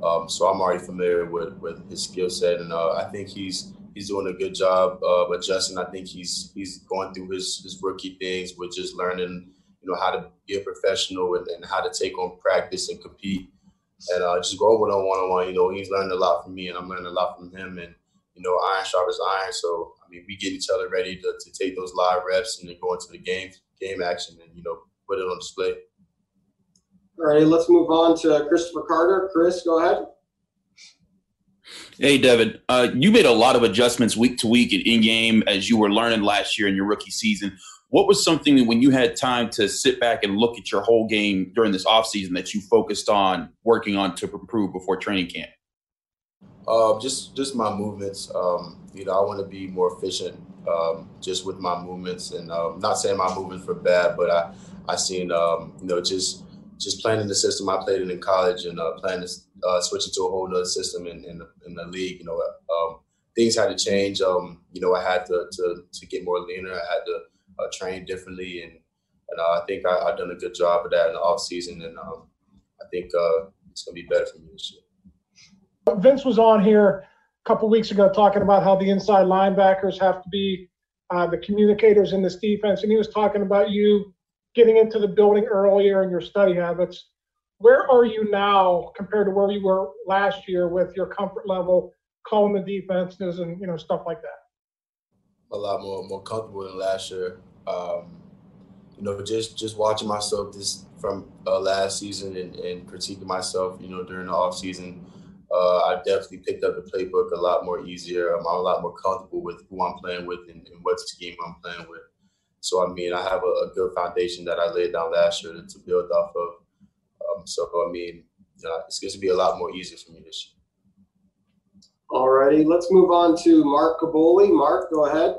M: um, so I'm already familiar with, with his skill set, and uh, I think he's he's doing a good job of adjusting. I think he's he's going through his, his rookie things with just learning, you know, how to be a professional and, and how to take on practice and compete, and uh, just going with him one on one. You know, he's learned a lot from me, and I'm learning a lot from him, and you know, iron sharpens iron. So I I mean, we get each other ready to, to take those live reps and then go into the game game action and you know put it on display.
N: All righty, let's move on to Christopher Carter. Chris, go ahead.
R: Hey, Devin, uh, you made a lot of adjustments week to week and in game as you were learning last year in your rookie season. What was something that when you had time to sit back and look at your whole game during this offseason that you focused on working on to improve before training camp?
M: Uh, just just my movements. Um, you know, I want to be more efficient um, just with my movements, and um, not saying my movements were bad, but I I seen um, you know just just playing in the system I played in in college and uh, playing this, uh, switching to a whole other system in, in, the, in the league. You know, um, things had to change. Um, you know, I had to, to to get more leaner. I had to uh, train differently, and and uh, I think I, I've done a good job of that in the off season, and um, I think uh, it's gonna be better for me this year.
S: Vince was on here a couple weeks ago talking about how the inside linebackers have to be uh, the communicators in this defense, and he was talking about you getting into the building earlier and your study habits. Where are you now compared to where you were last year with your comfort level, calling the defenses and you know stuff like that?
M: a lot more more comfortable than last year. Um, you know, just just watching myself this from uh, last season and, and critiquing myself. You know, during the off season, uh, I definitely picked up the playbook a lot more easier. I'm, a lot more comfortable with who I'm playing with and, and what scheme I'm playing with. So I mean, I have a, a good foundation that I laid down last year to, to build off of. Um, so I mean, uh, it's going to be a lot more easier for me this year.
N: All righty, let's move on to Mark Caboli. Mark, go ahead.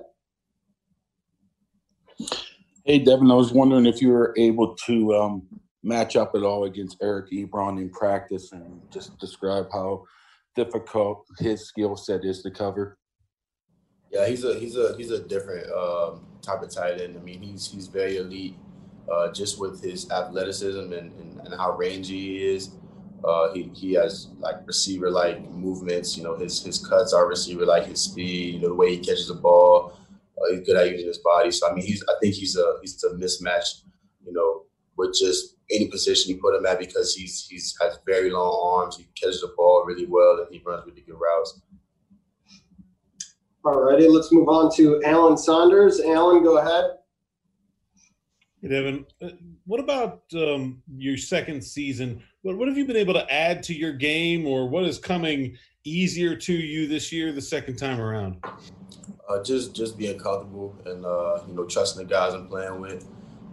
T: Hey, Devin, I was wondering if you were able to um, match up at all against Eric Ebron in practice and just describe how difficult his skill set is to cover.
M: Yeah, he's a he's a he's a different um, type of tight end. I mean, he's he's very elite, uh, just with his athleticism and, and, and how rangy he is. Uh, he he has like receiver like movements. You know, his his cuts are receiver like his speed. You know, the way he catches the ball. Uh, he's good at using his body. So I mean, he's I think he's a he's a mismatch. You know, with just any position you put him at because he's he's has very long arms. He catches the ball really well and he runs really good routes.
N: All righty, let's move on to Alan Saunders. Alan, go ahead.
U: Hey, Devin, uh, what about um, your second season? What, what have you been able to add to your game, or what is coming easier to you this year, the second time around?
M: uh, just just being comfortable and uh, you know trusting the guys I'm playing with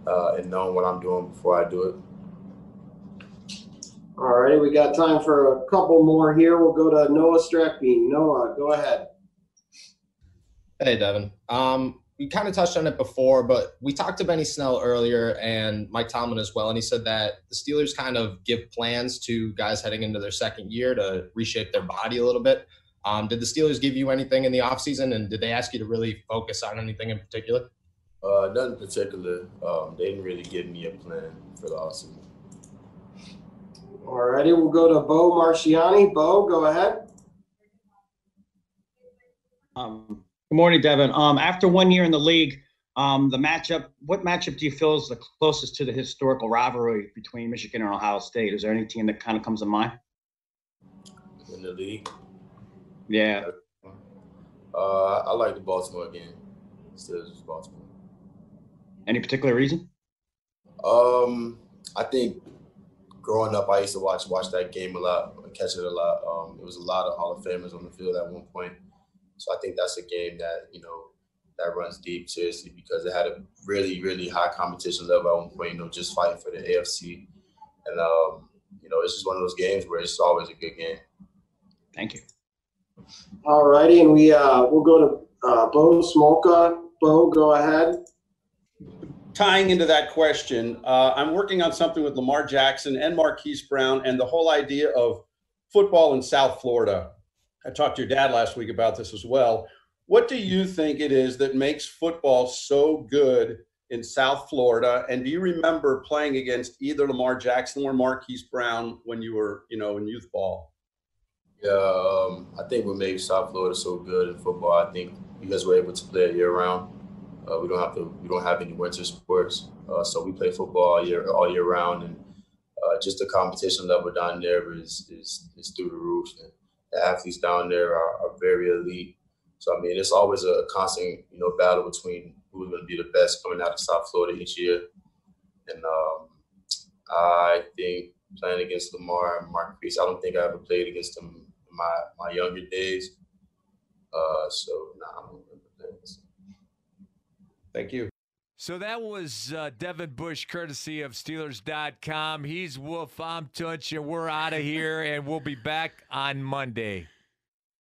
M: uh, and knowing what I'm doing before I do it.
N: All righty, we got time for a couple more here. We'll go to Noah Strackbean. Noah, go ahead.
V: Hey, Devin. Um, we kind of touched on it before, but we talked to Benny Snell earlier and Mike Tomlin as well, and he said that the Steelers kind of give plans to guys heading into their second year to reshape their body a little bit. Um, did the Steelers give you anything in the offseason, and did they ask you to really focus on anything in particular?
M: Uh, nothing particular. Um, they didn't really give me a plan for the offseason.
N: All righty, we'll go to Bo Marciani. Bo, go ahead.
W: Um, good morning, Devin. Um, after one year in the league, um, the matchup, what matchup do you feel is the closest to the historical rivalry between Michigan and Ohio State? Is there any team that kind of comes to mind?
M: In the league,
W: Yeah.
M: uh, I like the Baltimore game. Still just Baltimore.
W: Any particular reason?
M: Um, I think growing up, I used to watch watch that game a lot, catch it a lot. Um, it was a lot of Hall of Famers on the field at one point, so I think that's a game that you know that runs deep seriously because it had a really really high competition level at one point. You know, just fighting for the AFC, and um, you know, it's just one of those games where it's always a good game.
W: Thank you.
N: All righty, and we uh, we'll go to uh, Bo Smolka. Bo, go ahead.
X: tying into that question, uh, I'm working on something with Lamar Jackson and Marquise Brown and the whole idea of football in South Florida. I talked to your dad last week about this as well. What do you think it is that makes football so good in South Florida? And do you remember playing against either Lamar Jackson or Marquise Brown when you were, you know, in youth ball?
M: Yeah, um, I think what made South Florida so good in football, I think because we're able to play it year round. Uh, we don't have to. We don't have any winter sports, uh, so we play football all year all year round, and uh, just the competition level down there is is, is through the roof. And the athletes down there are, are very elite. So I mean, it's always a constant, you know, battle between who's going to be the best coming out of South Florida each year. And um, I think playing against Lamar and Marquise, I don't think I ever played against them in my my younger days. Uh, so nah, I don't remember playing against them.
V: Thank you.
C: So that was uh, Devin Bush, courtesy of Steelers.com. He's Wolf. I'm Tunch, and we're out of here, and we'll be back on Monday.